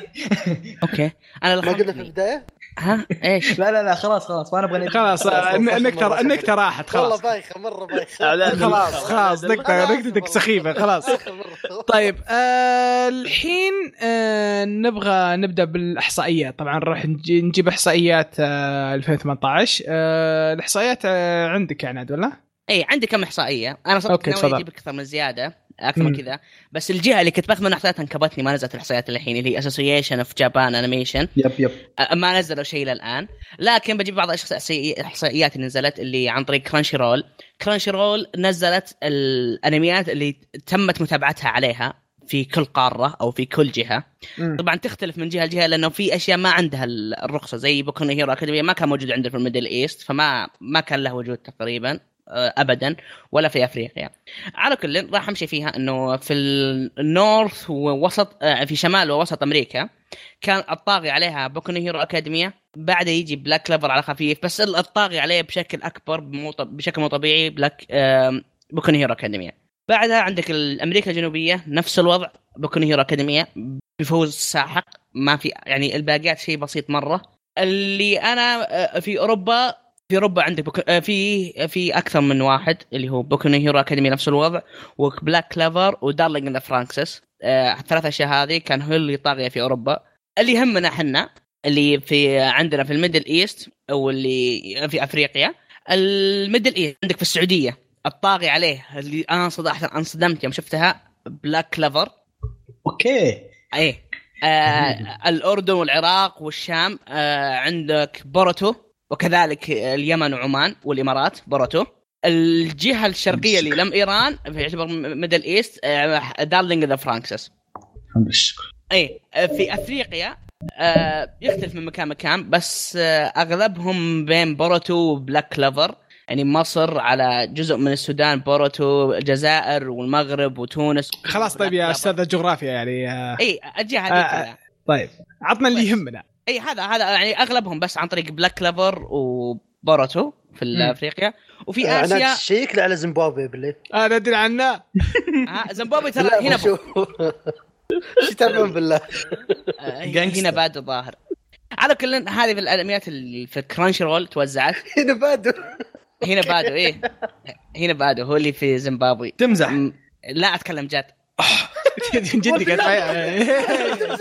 اوكي انا
ما قلنا في
لحقني
البدايه
ها ايش
لا لا لا خلاص خلاص ما نبغى
خلاص آه، النكته النكته راحت
والله
خلاص
بايخه مره بايخه
أعلان.
خلاص
والله.
خلاص نكته نكتتك سخيفه خلاص
آخر مرة.
طيب آه الحين آه نبغى نبدا بالاحصائيات طبعا راح نج- نجيب احصائيات آه 2018 آه الاحصائيات آه عندك يا عناد ولا؟
اي إيه، عندي كم احصائيه انا صدق
أوكي،
ناوي
تفضل.
اجيب اكثر من زياده اكثر من
مم.
كذا بس الجهه اللي كنت باخذ منها احصائيات انكبتني ما نزلت الاحصائيات الحين اللي هي اسوسيشن اوف جابان انيميشن
يب يب
ما نزلوا شيء للان لكن بجيب بعض الإحصائي- الاحصائيات اللي نزلت اللي عن طريق كرانشي رول كرانشي رول نزلت الانميات اللي تمت متابعتها عليها في كل قاره او في كل جهه
مم.
طبعا تختلف من جهه لجهه لانه في اشياء ما عندها ال- الرخصه زي بوكو نو هيرو اكاديميه ما كان موجود عندنا في الميدل ايست فما ما كان له وجود تقريبا آه، ابدا ولا في افريقيا على كل راح امشي فيها انه في النورث ووسط آه، في شمال ووسط امريكا كان الطاغي عليها بوكو نو هيرو اكاديميه بعده يجي بلاك كلفر على خفيف بس ال- الطاغي عليه بشكل اكبر مو طب- بشكل مو طبيعي بلاك آم، بوكو نو هيرو اكاديميه بعدها عندك الامريكا الجنوبيه نفس الوضع بوكو نو هيرو اكاديميه بفوز ساحق ما في يعني الباقيات شيء بسيط مره اللي انا آه، في اوروبا في اوروبا عندك بوك... آه، في في اكثر من واحد اللي هو بوكو نو هيرو اكاديمي نفس الوضع وبلاك كلافر ودارلينج ان ذا فرانكسس آه، الثلاث اشياء هذه كان هو اللي طاغيه في اوروبا اللي يهمنا احنا اللي في عندنا في الميدل ايست او اللي في افريقيا الميدل ايست عندك في السعوديه الطاغي عليه اللي انا صراحه انصدمت يوم شفتها بلاك كلافر
اوكي
ايه آه الاردن والعراق والشام آه عندك بورتو وكذلك اليمن وعمان والامارات بورتو الجهه الشرقيه اللي لم ايران يعتبر ميدل ايست آه دارلينج ذا فرانكسس
الحمد لله
اي إيه، في افريقيا آه، يختلف من مكان مكان بس آه، اغلبهم بين بورتو وبلاك كلفر يعني مصر على جزء من السودان بوروتو الجزائر والمغرب وتونس إيه،
خلاص طيب يا استاذ الجغرافيا يعني آه،
اي الجهه هذه
آه.
كلها.
طيب عطنا اللي يهمنا
اي هذا هذا يعني اغلبهم بس عن طريق بلاك كلفر وبوروتو في
مم.
افريقيا وفي
آه، هناك
اسيا
شيك على زيمبابوي بالله
انا ادري آه، عنه
ها، آه، زيمبابوي
لا،
ترى هنا
شو شو تعبان بالله
آه،
Gangster.
هنا بعد الظاهر على كل هذه في الانميات اللي في كرانشي رول توزعت
هنا بادو
هنا بادو ايه هنا بادو هو اللي في زيمبابوي
تمزح
م- لا اتكلم جد
من جد قاعد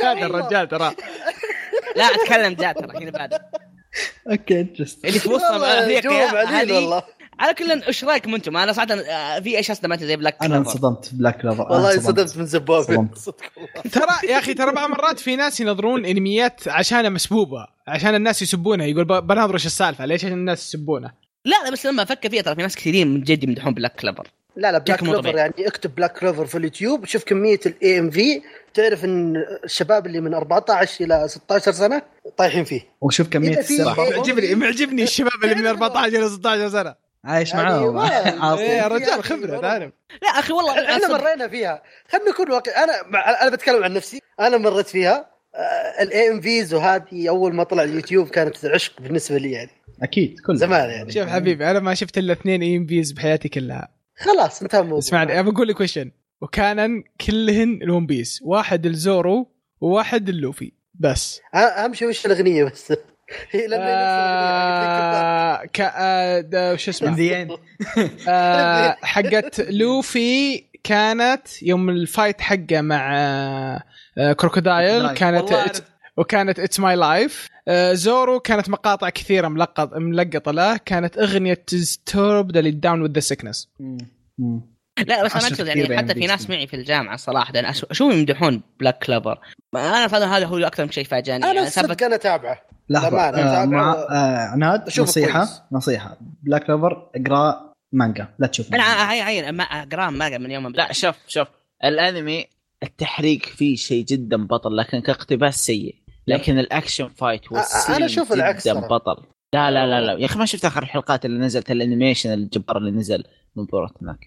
هذا الرجال ترى
لا اتكلم جد ترى هنا بادو
اوكي انترست
اللي توصل
والله
افريقيا
جواب عديل
هذه
والله
على كل ايش رايكم انتم؟ انا صراحه آه، في اشياء استمتعت زي بلاك
انا
كلوفر.
انصدمت بلاك كلوفر
والله انصدمت من زيمبابوي
صدمت.
صدق والله.
ترى يا اخي ترى بعض مرات في ناس ينظرون انميات عشانها مسبوبه عشان الناس يسبونها يقول ب- بناظر ايش السالفه ليش عشان الناس يسبونه
لا لا بس لما افكر فيها ترى في ناس كثيرين من جد يمدحون بلاك كلوفر
لا لا بلاك
جاك مو
كلوفر
طبيعي.
يعني اكتب بلاك كلوفر في اليوتيوب شوف كميه الاي ام في تعرف ان الشباب اللي من 14 الى 16 سنه طايحين فيه
وشوف كميه
إذا في-
السرعه
معجبني معجبني الشباب اللي من 14 الى 16 سنه
عايش معاه
يعني
والله.
ما-
إيه، يا
عاطل
رجال خبره تعرف
لا اخي والله
احنا
أصدق.
مرينا فيها خلينا نكون واقع انا انا بتكلم عن نفسي انا مريت فيها آه، الاي ام فيز وهذه اول ما طلع اليوتيوب كانت عشق بالنسبه لي يعني
اكيد كله
زمان يعني
شوف حبيبي انا ما شفت الا اثنين اي ام بيز بحياتي كلها
خلاص انتهى الموضوع
اسمعني انا بقول لك وشن وكانن كلهن الون بيس واحد الزورو وواحد اللوفي بس
أ- اهم شيء وش الاغنيه بس هي لما ينزل الأغنية، يعني
آه، ك آه، د- وش اسمه
زين
آه، حقت لوفي كانت يوم الفايت حقه مع آه، آه، كروكودايل
كروكودايل.
كانت
والله
وكانت اتس ماي لايف آه، زورو كانت مقاطع كثيره ملقط ملقطه له كانت اغنيه ستورب اللي داون وذ ذا سكنس
Mm.
لا بس انا
عشرة
اقصد
كثير
يعني
يعني
حتى في
بيس.
ناس معي في الجامعه صراحه أنا أش- اشوفهم يمدحون بلاك كلوفر انا فعلا هذا هو اكثر شيء فاجاني
انا
يعني
صدق
ثبت
انا اتابعه
لحظه
لما أنا
آه، مع
أتابع-
آه، عناد
أشوفه
نصيحه
كويس.
نصيحه بلاك كلوفر اقرا مانجا لا تشوف
انا
مانجا.
هاي هاي ما اقراه ما من يوم ما بدأت.
لا شوف شوف الانمي التحريك فيه شيء جدا بطل لكن كاقتباس سيء لكن الاكشن فايت والسين
آه، أنا أشوف العكس
جدا
ترى.
بطل لا لا لا لا يا اخي ما شفت اخر الحلقات اللي نزلت الانيميشن الجبار اللي نزل من بورت هناك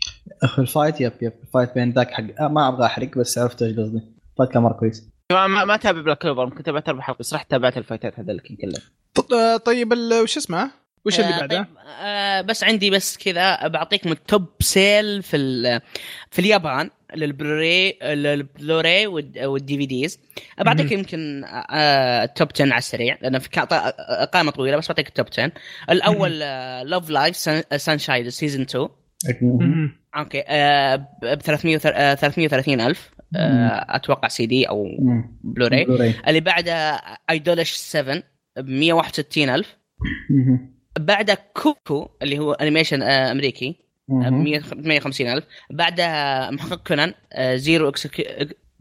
اخي الفايت يب يب الفايت بين ذاك حق آه، ما ابغى احرق بس عرفت ايش قصدي الفايت كان مره كويس
ما ما, ما تابع بلاك كلوفر ممكن تابعت اربع حلقات بس رحت تابعت الفايتات هذولكين كلها
طيب ال- وش اسمه؟ وش اللي
آه،
بعده؟
طيب، آه، بس عندي بس كذا بعطيك من توب سيل في ال- في اليابان للبلوري للبلوري والد- والدي في ديز بعطيك
مهم.
يمكن آه، توب 10 على السريع لان في كا- ط- قائمه طويله بس بعطيك التوب 10 الاول لاف لايف سانشاين سيزون 2
مهم.
اوكي آه، ب 300 آه، 330 الف اتوقع آه، سي دي او
مم.
بلوري
بلوراي.
اللي بعده ايدولش 7 ب 161 الف
مهم.
بعدها كوكو اللي هو انيميشن آه، امريكي آه،
مهم.
150 الف بعدها محقق كونان آه، زيرو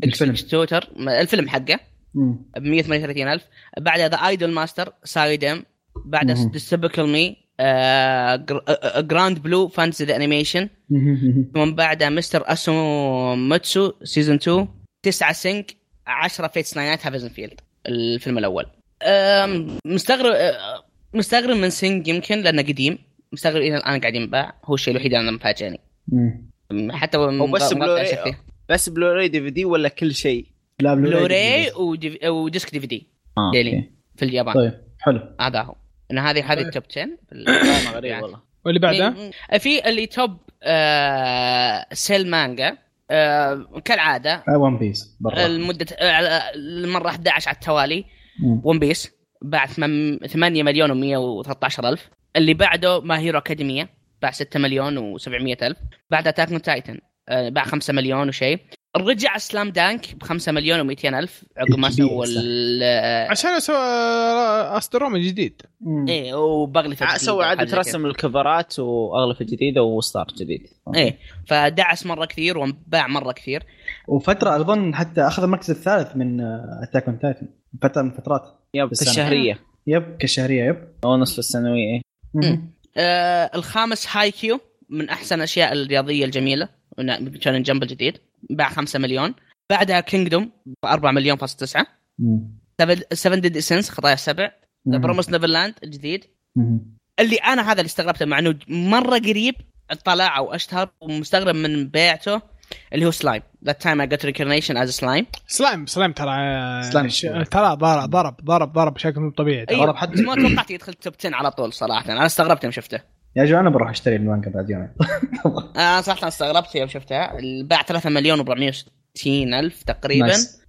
الفيلم.
اكسكيوتر الفيلم حقه
مم.
ب 138 الف بعدها ذا ايدول ماستر سايدم بعدها
مهم.
ديستبكل مي آه، جراند بلو فانتسي ذا انيميشن
مهم.
ثم بعدها مستر اسومو ماتسو سيزون 2 9 سينك 10 فيتس ناينات هافزن فيلد الفيلم الاول أم، مستغرب أه، مستغرب من سينك يمكن لانه قديم مستغرب الى الان قاعد ينباع هو الشيء الوحيد اللي انا مفاجئني
مم.
أم، حتى هو
بس بلوراي- بس بلوراي دي في دي ولا كل شيء؟
لا
بلوراي وديف- وديسك دي في دي
آه،
ديلي.
أوكي.
في اليابان
طيب حلو
هذا هو ان هذه هذه التوب 10 في ال-
والله آه، غريب
يعني.
والله
واللي بعده؟
مم. في اللي توب آه سيل مانجا آه كالعاده
ون بيس برا
المدة آه، المرة 11 على التوالي
مم.
ون بيس باع ثمن- 8 مليون و113 الف اللي بعده ما هيرو اكاديمية باع 6 مليون و700 الف بعد اتاك اون تايتن آه، باع 5 مليون وشيء رجع سلام دانك ب 5 مليون و200 الف عقب ما
الكبير،
سوى
صح.
ال
عشان اسوي اصدر من جديد
مم.
ايه وبغلفة
ع-
جديدة
آه، سوى
وحاجة زي
عادة
كذا.
رسم الكفرات واغلفه جديده وستار جديد
ايه فدعس مرة كثير وانباع مرة كثير
وفتره اظن حتى اخذ المركز الثالث من آه، اتاك اون تايتن فتره من فترات
يب
بس أنا-
الشهريه
يب كشهريه يب
او نصف السنويه إيه.
مهم.
آه الخامس هايكيو من احسن الاشياء الرياضيه الجميله من شونن جمب الجديد باع 5 مليون بعدها كينجدوم ب 4 مليون فاصل 9
مم.
سفن ديد اسنس خطايا سبع
مهم.
بروموس نيفرلاند الجديد
مهم.
اللي انا هذا اللي استغربته مع انه مره قريب طلع او اشتهر ومستغرب من بيعته اللي هو سلايم ذات تايم اي جت ريكرنيشن از سلايم
سلايم سلايم ترى
آه.
سلايم.
ش- ترى ضرب ضرب ضرب ضرب بشكل مو طبيعي ترى.
ايوه حتى ما توقعت يدخل توب 10 على طول صراحه انا استغربت يوم شفته
يا جماعه انا بروح اشتري المانجا بعد يومين
انا صراحه استغربت يوم شفتها باع 3 مليون و460 الف تقريبا
نايس.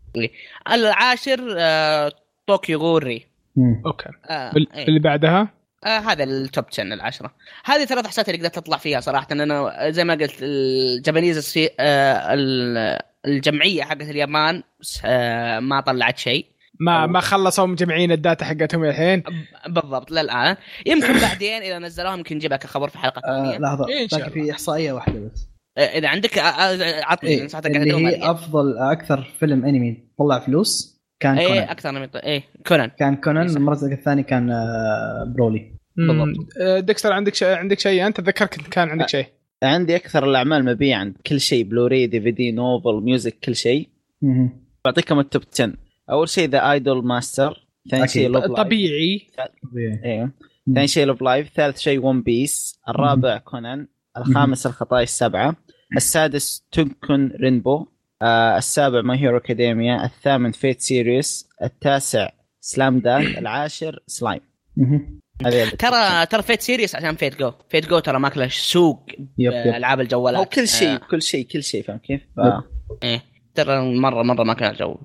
العاشر آه، طوكيو غوري
مم.
اوكي
آه،
بال-
إيه.
اللي بعدها
آه هذا التوب 10 العشرة هذه ثلاث حصات اللي قدرت اطلع فيها صراحه انا زي ما قلت الجابانيز السي... آه ال- الجمعيه حقت اليابان آه ما طلعت شيء
ما ما خلصوا مجمعين الداتا حقتهم الحين
بالضبط للان يمكن بعدين اذا نزلوها يمكن نجيبها كخبر في حلقه
آه
ثانيه
لحظه
إيه، إن شاء
باقي في احصائيه واحده بس
آه اذا عندك آه، آه، عطني
إيه.
إيه. نصيحتك
اللي هي افضل اكثر فيلم انمي طلع فلوس كان
إيه،
اي
كونان
اكثر إيه، من اي كونان
كان كونان
صح.
المرتبه الثاني كان آه، برولي
بالضبط أه، ديكستر عندك شيء عندك شيء انت اتذكر كنت كان عندك شيء
عندي اكثر الاعمال مبيعا كل شيء بلوري دي في دي نوفل ميوزك كل شيء
مهم.
بعطيكم التوب 10 اول شيء ذا ايدول ماستر ثاني
أكيد.
شيء لوف لايف
طبيعي
طبيعي.
ايوه ثاني شيء لوف لايف ثالث شيء ون بيس الرابع كونان الخامس الخطايا السبعه السادس تونكون رينبو آه السابع ماي هيرو اكاديميا الثامن فيت سيريوس التاسع سلام دانك العاشر سلايم
مهم.
هذه
ترى ترى فيت سيريس عشان فيت جو فيت جو ترى ماكله سوق
يب
آه،
يب
العاب الجوالات
هو كل شيء
آه،
كل شيء كل شيء فاهم كيف؟ آه. ف-
يب.
ترى مره مره ما كان الجو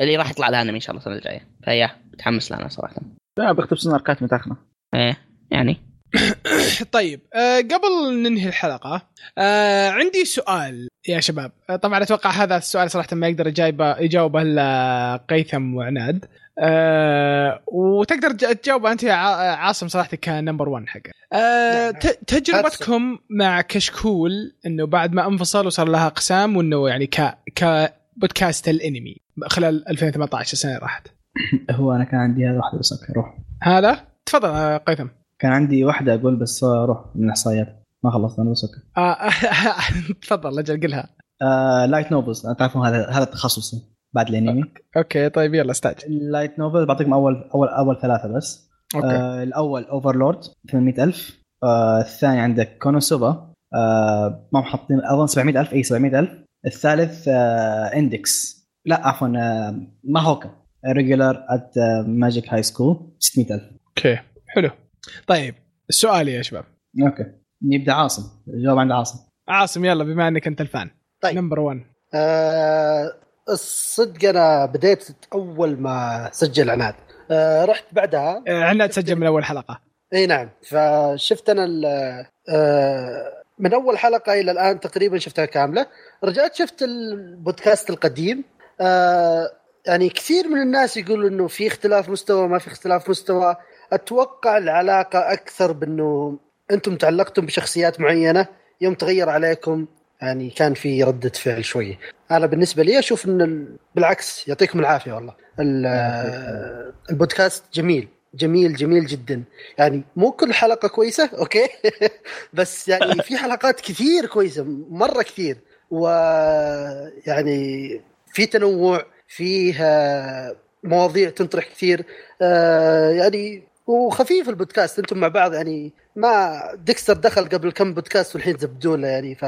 اللي راح يطلع لها انمي ان شاء الله السنه الجايه فيا متحمس لها انا صراحه
لا بيختبسون اركات متاخره
يعني
طيب آه، قبل ننهي الحلقه آه، عندي سؤال يا شباب آه، طبعا اتوقع هذا السؤال صراحه ما يقدر يجايبه يجاوبه الا قيثم وعناد آه، وتقدر تج- تجاوبه انت يا ع- عاصم صراحه كنمبر 1 حقه آه، ت- تجربتكم مع كشكول انه بعد ما انفصل وصار لها اقسام وانه يعني ك ك بودكاست الانمي خلال 2018 السنه اللي راحت
هو انا كان عندي هذا واحده بس اوكي روح
هذا تفضل آه، قيثم
كان عندي واحده اقول بس آه، روح من الاحصائيات ما خلصت انا بس اوكي
آه، تفضل اجل قلها
آه، لايت نوفلز أنا تعرفون هذا هذا تخصصي بعد الانمي
اوكي طيب يلا استعجل
اللايت نوفل بعطيكم اول اول اول ثلاثه بس
اوكي
آه الاول اوفرلورد 800000 آه الثاني عندك كونوسوبا آه ما محطين اظن 700000 اي 700000 الثالث آه اندكس لا عفوا آه ما هوكا ريجولار ات ماجيك هاي سكول 600000
اوكي حلو طيب السؤال يا شباب
اوكي نبدا عاصم الجواب عند عاصم
عاصم يلا بما انك انت الفان
طيب.
نمبر 1
آه، الصدق انا بديت اول ما سجل عناد آه، رحت بعدها
عنا تسجل من اول حلقه
اي نعم فشفت انا ال- آه، من اول حلقه الى الان تقريبا شفتها كامله رجعت شفت البودكاست القديم آه، يعني كثير من الناس يقولوا انه في اختلاف مستوى ما في اختلاف مستوى اتوقع العلاقه اكثر بانه انتم تعلقتم بشخصيات معينه يوم تغير عليكم يعني كان في رده فعل شويه انا بالنسبه لي اشوف ان ال- بالعكس يعطيكم العافيه والله ال- آه، البودكاست جميل جميل جميل جدا يعني مو كل حلقه كويسه اوكي بس يعني في حلقات كثير كويسه مره كثير ويعني يعني في تنوع فيها مواضيع تنطرح كثير آه، يعني وخفيف البودكاست انتم مع بعض يعني ما ديكستر دخل قبل كم بودكاست والحين زبدوا له يعني ف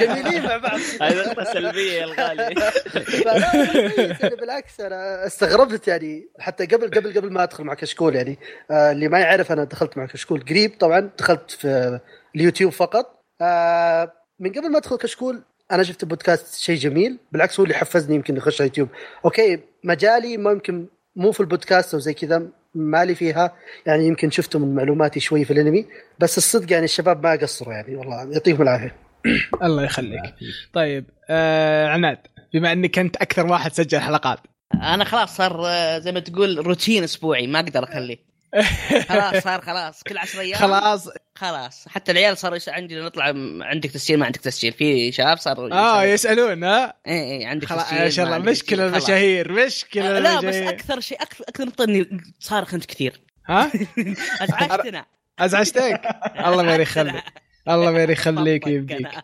جميلين مع بعض
هذه نقطه سلبيه يا الغالي
فلا، كويس، أنا بالعكس انا استغربت يعني حتى قبل قبل قبل ما ادخل مع كشكول يعني آه، اللي ما يعرف انا دخلت مع كشكول قريب طبعا دخلت في اليوتيوب فقط آه، من قبل ما ادخل كشكول انا شفت البودكاست شيء جميل بالعكس هو اللي حفزني يمكن اخش على اليوتيوب اوكي مجالي ما يمكن مو في البودكاست او زي كذا مالي فيها يعني يمكن شفتوا من معلوماتي شوي في الانمي بس الصدق يعني الشباب ما قصروا يعني والله يعطيهم العافيه
الله يخليك طيب آه عناد بما انك انت اكثر واحد سجل حلقات
انا خلاص صار آه، زي ما تقول روتين اسبوعي ما اقدر اخليه خلاص صار خلاص كل 10 ايام
خلاص
خلاص حتى العيال صاروا يس- عندي نطلع م- عندك تسجيل ما عندك تسجيل في شباب صاروا
اه يسالون ها
اي اي عندك
خلاص
تسجيل
ما شاء
ما
الله
عندك
مشكله
تسجيل، خلاص.
المشاهير مشكله
آه، لا بس
المشاهير.
اكثر شيء اكثر اكثر نقطه اني صارخ انت كثير
ها
ازعجتنا
ازعجتك الله ما يخليك الله ما يخليك
طبك
يبديك
أنا.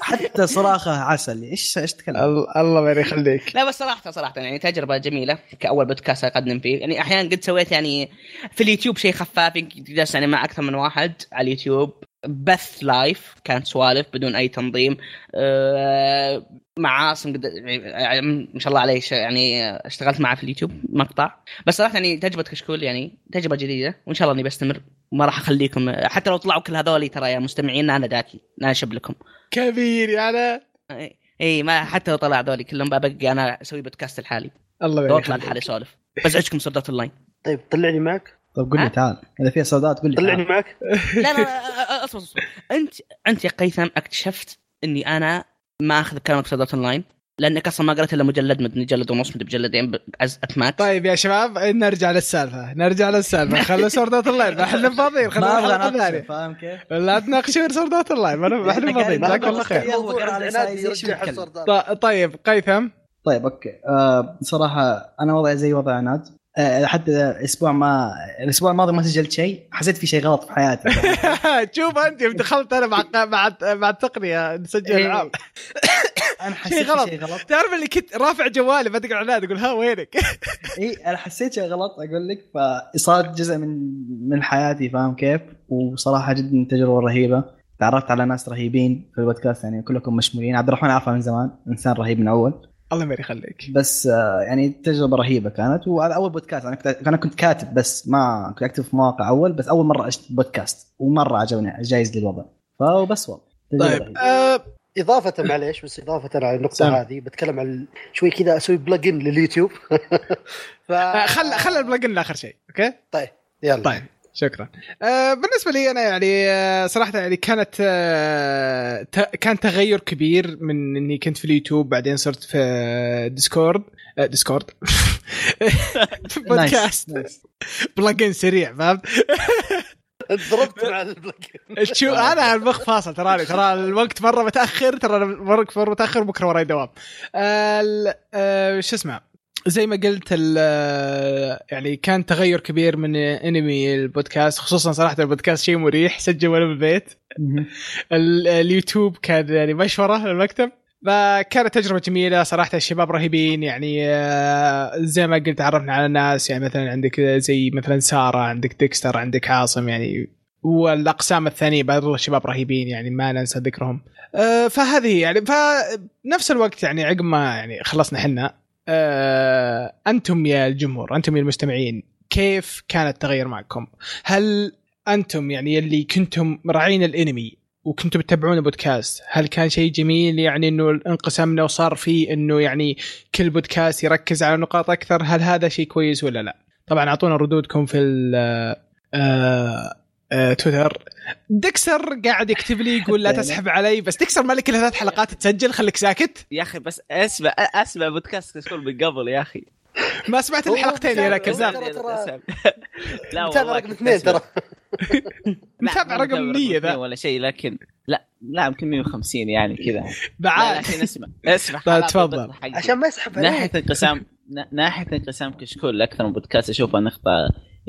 حتى صراخه عسل ايش ايش تكلم؟
الله الله ما يخليك
لا بس صراحه صراحه يعني تجربه جميله كاول بودكاست اقدم فيه يعني احيانا قد سويت يعني في اليوتيوب شيء خفاف يمكن جلست يعني مع اكثر من واحد على اليوتيوب بث لايف كانت سوالف بدون اي تنظيم آه، مع عاصم قد... يعني ما شاء الله عليه ش- يعني اشتغلت معه في اليوتيوب مقطع بس صراحه يعني تجربه كشكول يعني تجربه جديده وان شاء الله اني بستمر ما راح اخليكم حتى لو طلعوا كل هذولي ترى يا مستمعين انا داكي انا شب لكم
كبير يعني. يا انا
اي ما حتى لو طلع هذولي كلهم ببقى انا اسوي بودكاست لحالي
الله
لو
ما
اطلع لحالي
يخليك
اسولف بزعجكم سردات اونلاين
طيب طلعني معك
طيب قول لي
ها؟
تعال اذا في سوداء تقول لي
طلعني
تعال.
معك
لا لا لا، اصبر اصبر انت انت يا قيثم اكتشفت اني انا ما اخذ كلامك سردات اونلاين لانك اصلا ما قرأت الا مجلد مدني جلد ونص مدري بجلدين بأز- اتماك
طيب يا شباب نرجع للسالفه نرجع للسالفه خلوا سوردات اللاين ما احنا فاضيين
ما
خلونا
ابغى
الحلقه
اناقشك،
الثانيه
فاهم كيف؟
لا تناقشون سوردات اللاين ما ما احنا فاضيين
ما-
جزاك الله
ما-
خير
هو كان على
عناد
سايز يشبه
يرجع
الكلب.
الصردات.
ط- طيب قيثم
طيب اوكي آه صراحه انا وضعي زي وضع عناد آه حتى الاسبوع ما الاسبوع الماضي ما سجلت شيء حسيت في شيء غلط في حياتي
شوف انت يوم دخلت انا مع مع مع التقنيه نسجل
إيه.
العاب
انا حسيت
غلط.
في شيء غلط
تعرف اللي كنت رافع جوالي بدق على عناد اقول ها وينك؟
اي انا حسيت شيء غلط اقول لك فصارت جزء من من حياتي فاهم كيف؟ وصراحه جدا تجربه رهيبه تعرفت على ناس رهيبين في البودكاست يعني كلكم مشمولين عبد الرحمن عارفه من زمان انسان رهيب من اول
الله ما يخليك
بس آه، يعني تجربه رهيبه كانت وهذا اول بودكاست انا كنت انا كنت كاتب بس ما كنت اكتب في مواقع اول بس اول مره اشت بودكاست ومره عجبني جايز لي الوضع فبس والله تجربة
طيب
رهيبة.
آه،
اضافه معليش بس اضافه على النقطه
سامع.
هذه بتكلم عن شوي كذا اسوي بلجن لليوتيوب ف
آه، خل خل البلجن لاخر شيء اوكي؟
يلا
طيب. شكرا آه، بالنسبه لي انا يعني آه، صراحه يعني كانت آه، ت- كان تغير كبير من اني كنت في اليوتيوب بعدين صرت في آه، ديسكورد آه، ديسكورد في
نايس،
بودكاست
نايس.
بلجن سريع فهمت؟
ضربت مع البلجن
شو انا المخ فاصل تراني ترى الوقت مره متاخر ترى الوقت مره متاخر بكره وراي دوام آه، ال- آه، شو اسمه زي ما قلت ال- يعني كان تغير كبير من انمي البودكاست خصوصا صراحه البودكاست شيء مريح سجل وانا بالبيت
مهم.
ال- آه، اليوتيوب كان يعني مشوره للمكتب فكانت تجربه جميله صراحه الشباب رهيبين يعني آه، زي ما قلت تعرفنا على ناس يعني مثلا عندك زي مثلا ساره عندك ديكستر عندك عاصم يعني والاقسام الثانيه برضو الشباب رهيبين يعني ما ننسى ذكرهم آه، فهذه يعني فنفس الوقت يعني عقب ما يعني خلصنا حنا آه، انتم يا الجمهور انتم يا المستمعين كيف كان التغير معكم هل انتم يعني اللي كنتم راعين الانمي وكنتم تتابعون بودكاست هل كان شيء جميل يعني انه انقسمنا وصار فيه انه يعني كل بودكاست يركز على نقاط اكثر هل هذا شيء كويس ولا لا طبعا اعطونا ردودكم في ال آه، آه، تويتر دكسر قاعد يكتب لي يقول لا تسحب علي بس دكسر مالك الا ثلاث حلقات تسجل خليك ساكت
يا اخي بس اسمع اسمع بودكاست كشكول من قبل يا اخي
ما سمعت الحلقتين يا لك
كذاب.
يعني لا
متابع
والله
رقم
كنت
اثنين
أسمع.
ترى
لا،
متابع
ما
رقم 100
اثنين
ذا
ولا شيء لكن لا لا يمكن 150 يعني كذا لا،
بعاد
لكن اسمع اسمع
طيب،
حلقة
تفضل.
البطل حقي.
عشان ما يسحب
ناحيه
عليك
انقسام نا- ناحيه انقسام كشكول لاكثر من بودكاست اشوفها نقطه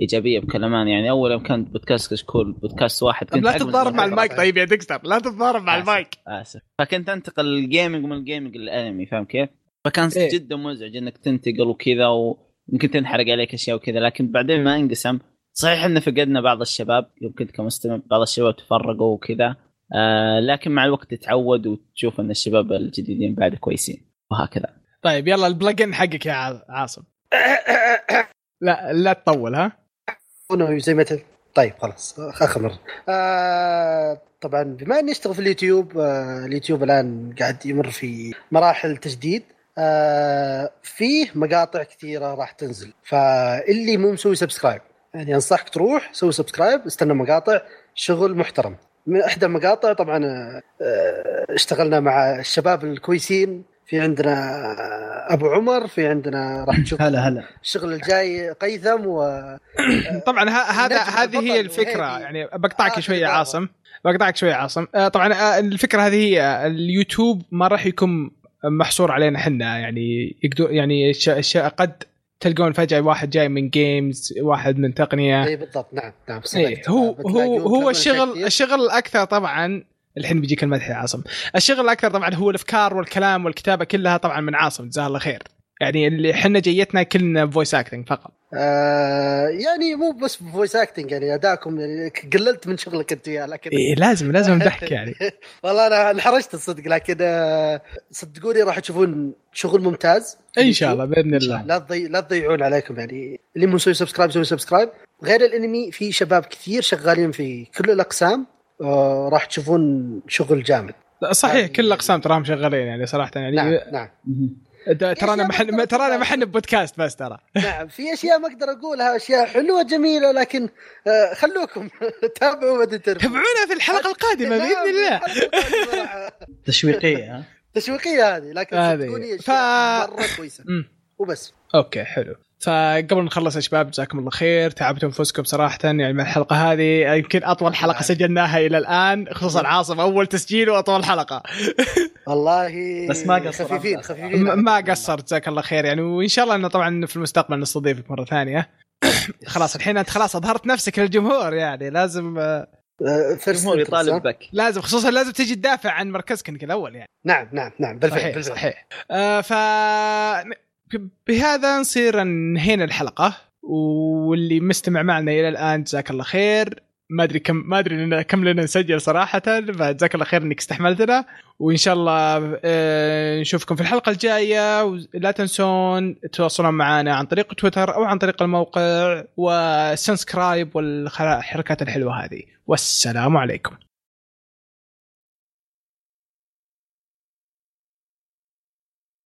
ايجابيه بكل امان يعني اول يوم كان بودكاست كشكول بودكاست واحد
طب لا
أجمل
تتضارب
من
مع
مرة
المايك
بعد.
طيب يا دكسر لا تتضارب مع
آسف.
المايك
اسف فكنت انتقل الجيمنج من الجيمنج للانمي فاهم كيف؟ فكان
إيه.
إيه؟ جدا مزعج انك تنتقل وكذا ويمكن تنحرق عليك اشياء وكذا لكن بعدين ما انقسم صحيح ان فقدنا بعض الشباب يوم كنت كمستمع بعض الشباب تفرقوا وكذا آه لكن مع الوقت تتعود وتشوف ان الشباب الجديدين بعد كويسين وهكذا
طيب يلا البلجن حقك يا ع- عاصم لا لا تطول ها
ونو زي ما ت... طيب خلاص اخر مره آه طبعا بما اني اشتغل في اليوتيوب آه اليوتيوب الان قاعد يمر في مراحل تجديد آه فيه مقاطع كثيره راح تنزل فاللي مو مسوي سبسكرايب يعني انصحك تروح سوي سبسكرايب استنى مقاطع شغل محترم من احدى المقاطع طبعا آه، آه، اشتغلنا مع الشباب الكويسين في عندنا آه، ابو عمر في عندنا راح تشوف
هلا هلا
الشغل الجاي قيثم و
طبعا ه- هذا
نجم
هذه هي
البطل
الفكره
وهذه
يعني بقطعك
آخر
شوي يا
إضافة.
عاصم بقطعك شوي يا عاصم آه، طبعا آه، الفكره هذه هي اليوتيوب ما راح يكون محصور علينا احنا يعني يقدر يعني الش- الش- قد تلقون فجاه واحد جاي من جيمز واحد من تقنيه
اي إيه، بالضبط نعم نعم صدقت
آه. إيه هو
بتلاقيهم
هو هو
يتكلمون
الشغل
كثير.
الشغل الاكثر طبعا الحين بيجيك المدح يا عاصم الشغل الاكثر طبعا هو الافكار والكلام والكتابه كلها طبعا من عاصم جزاه الله خير يعني اللي احنا جيتنا كلنا فويس اكتنج فقط
آه يعني مو بس فويس اكتنج يعني اداكم يعني قللت من شغلك انت وياه لكن
إيه لازم لازم امدحك يعني
والله انا انحرجت الصدق لكن آه صدقوني راح تشوفون شغل ممتاز
ان شاء الله باذن الله
لا تضي... لا تضيعون عليكم يعني اللي مسوي سبسكرايب سوي سبسكرايب غير الانمي في شباب كثير شغالين في كل الاقسام آه راح تشوفون شغل جامد
صحيح كل الاقسام تراهم شغالين يعني صراحه يعني
آه، نعم نعم
ده- ترانا محل ترانا محل بودكاست بس ترى
نعم في اشياء ما اقدر اقولها اشياء حلوه جميله لكن آه خلوكم تابعوا مدى التربيه
تابعونا في الحلقه القادمه باذن
نعم،
الله
الله
تشويقيه ها؟
تشويقيه هذه لكن
هذه.
صدقوني ف...
ف-
مره كويسه
أمم.
وبس
اوكي حلو فقبل ما نخلص يا شباب جزاكم الله خير تعبتوا انفسكم صراحه يعني من الحلقه هذه يمكن اطول حلقه سجلناها الى الان خصوصا عاصم اول تسجيل واطول حلقه
والله
بس ما قصر
خفيفين
عبد
خفيفين
م- ما قصرت جزاك الله خير يعني وان شاء الله انه طبعا في المستقبل نستضيفك مره ثانيه خلاص الحين انت خلاص اظهرت نفسك للجمهور يعني لازم
آه، first
الجمهور
interest،
يطالب
ها؟
بك
لازم خصوصا لازم تجي تدافع عن مركزك انك الاول يعني
نعم نعم نعم بالفعل
صحيح
بالفعل
صحيح آه ف ب- بهذا نصير انهينا الحلقه واللي مستمع معنا الى الان جزاك الله خير ما ادري كم ما ادري لنا كم لنا نسجل صراحه فجزاك الله خير انك استحملتنا وان شاء الله آه، نشوفكم في الحلقه الجايه ولا تنسون تتواصلون معنا عن طريق تويتر او عن طريق الموقع وسبسكرايب والحركات الحلوه هذه والسلام عليكم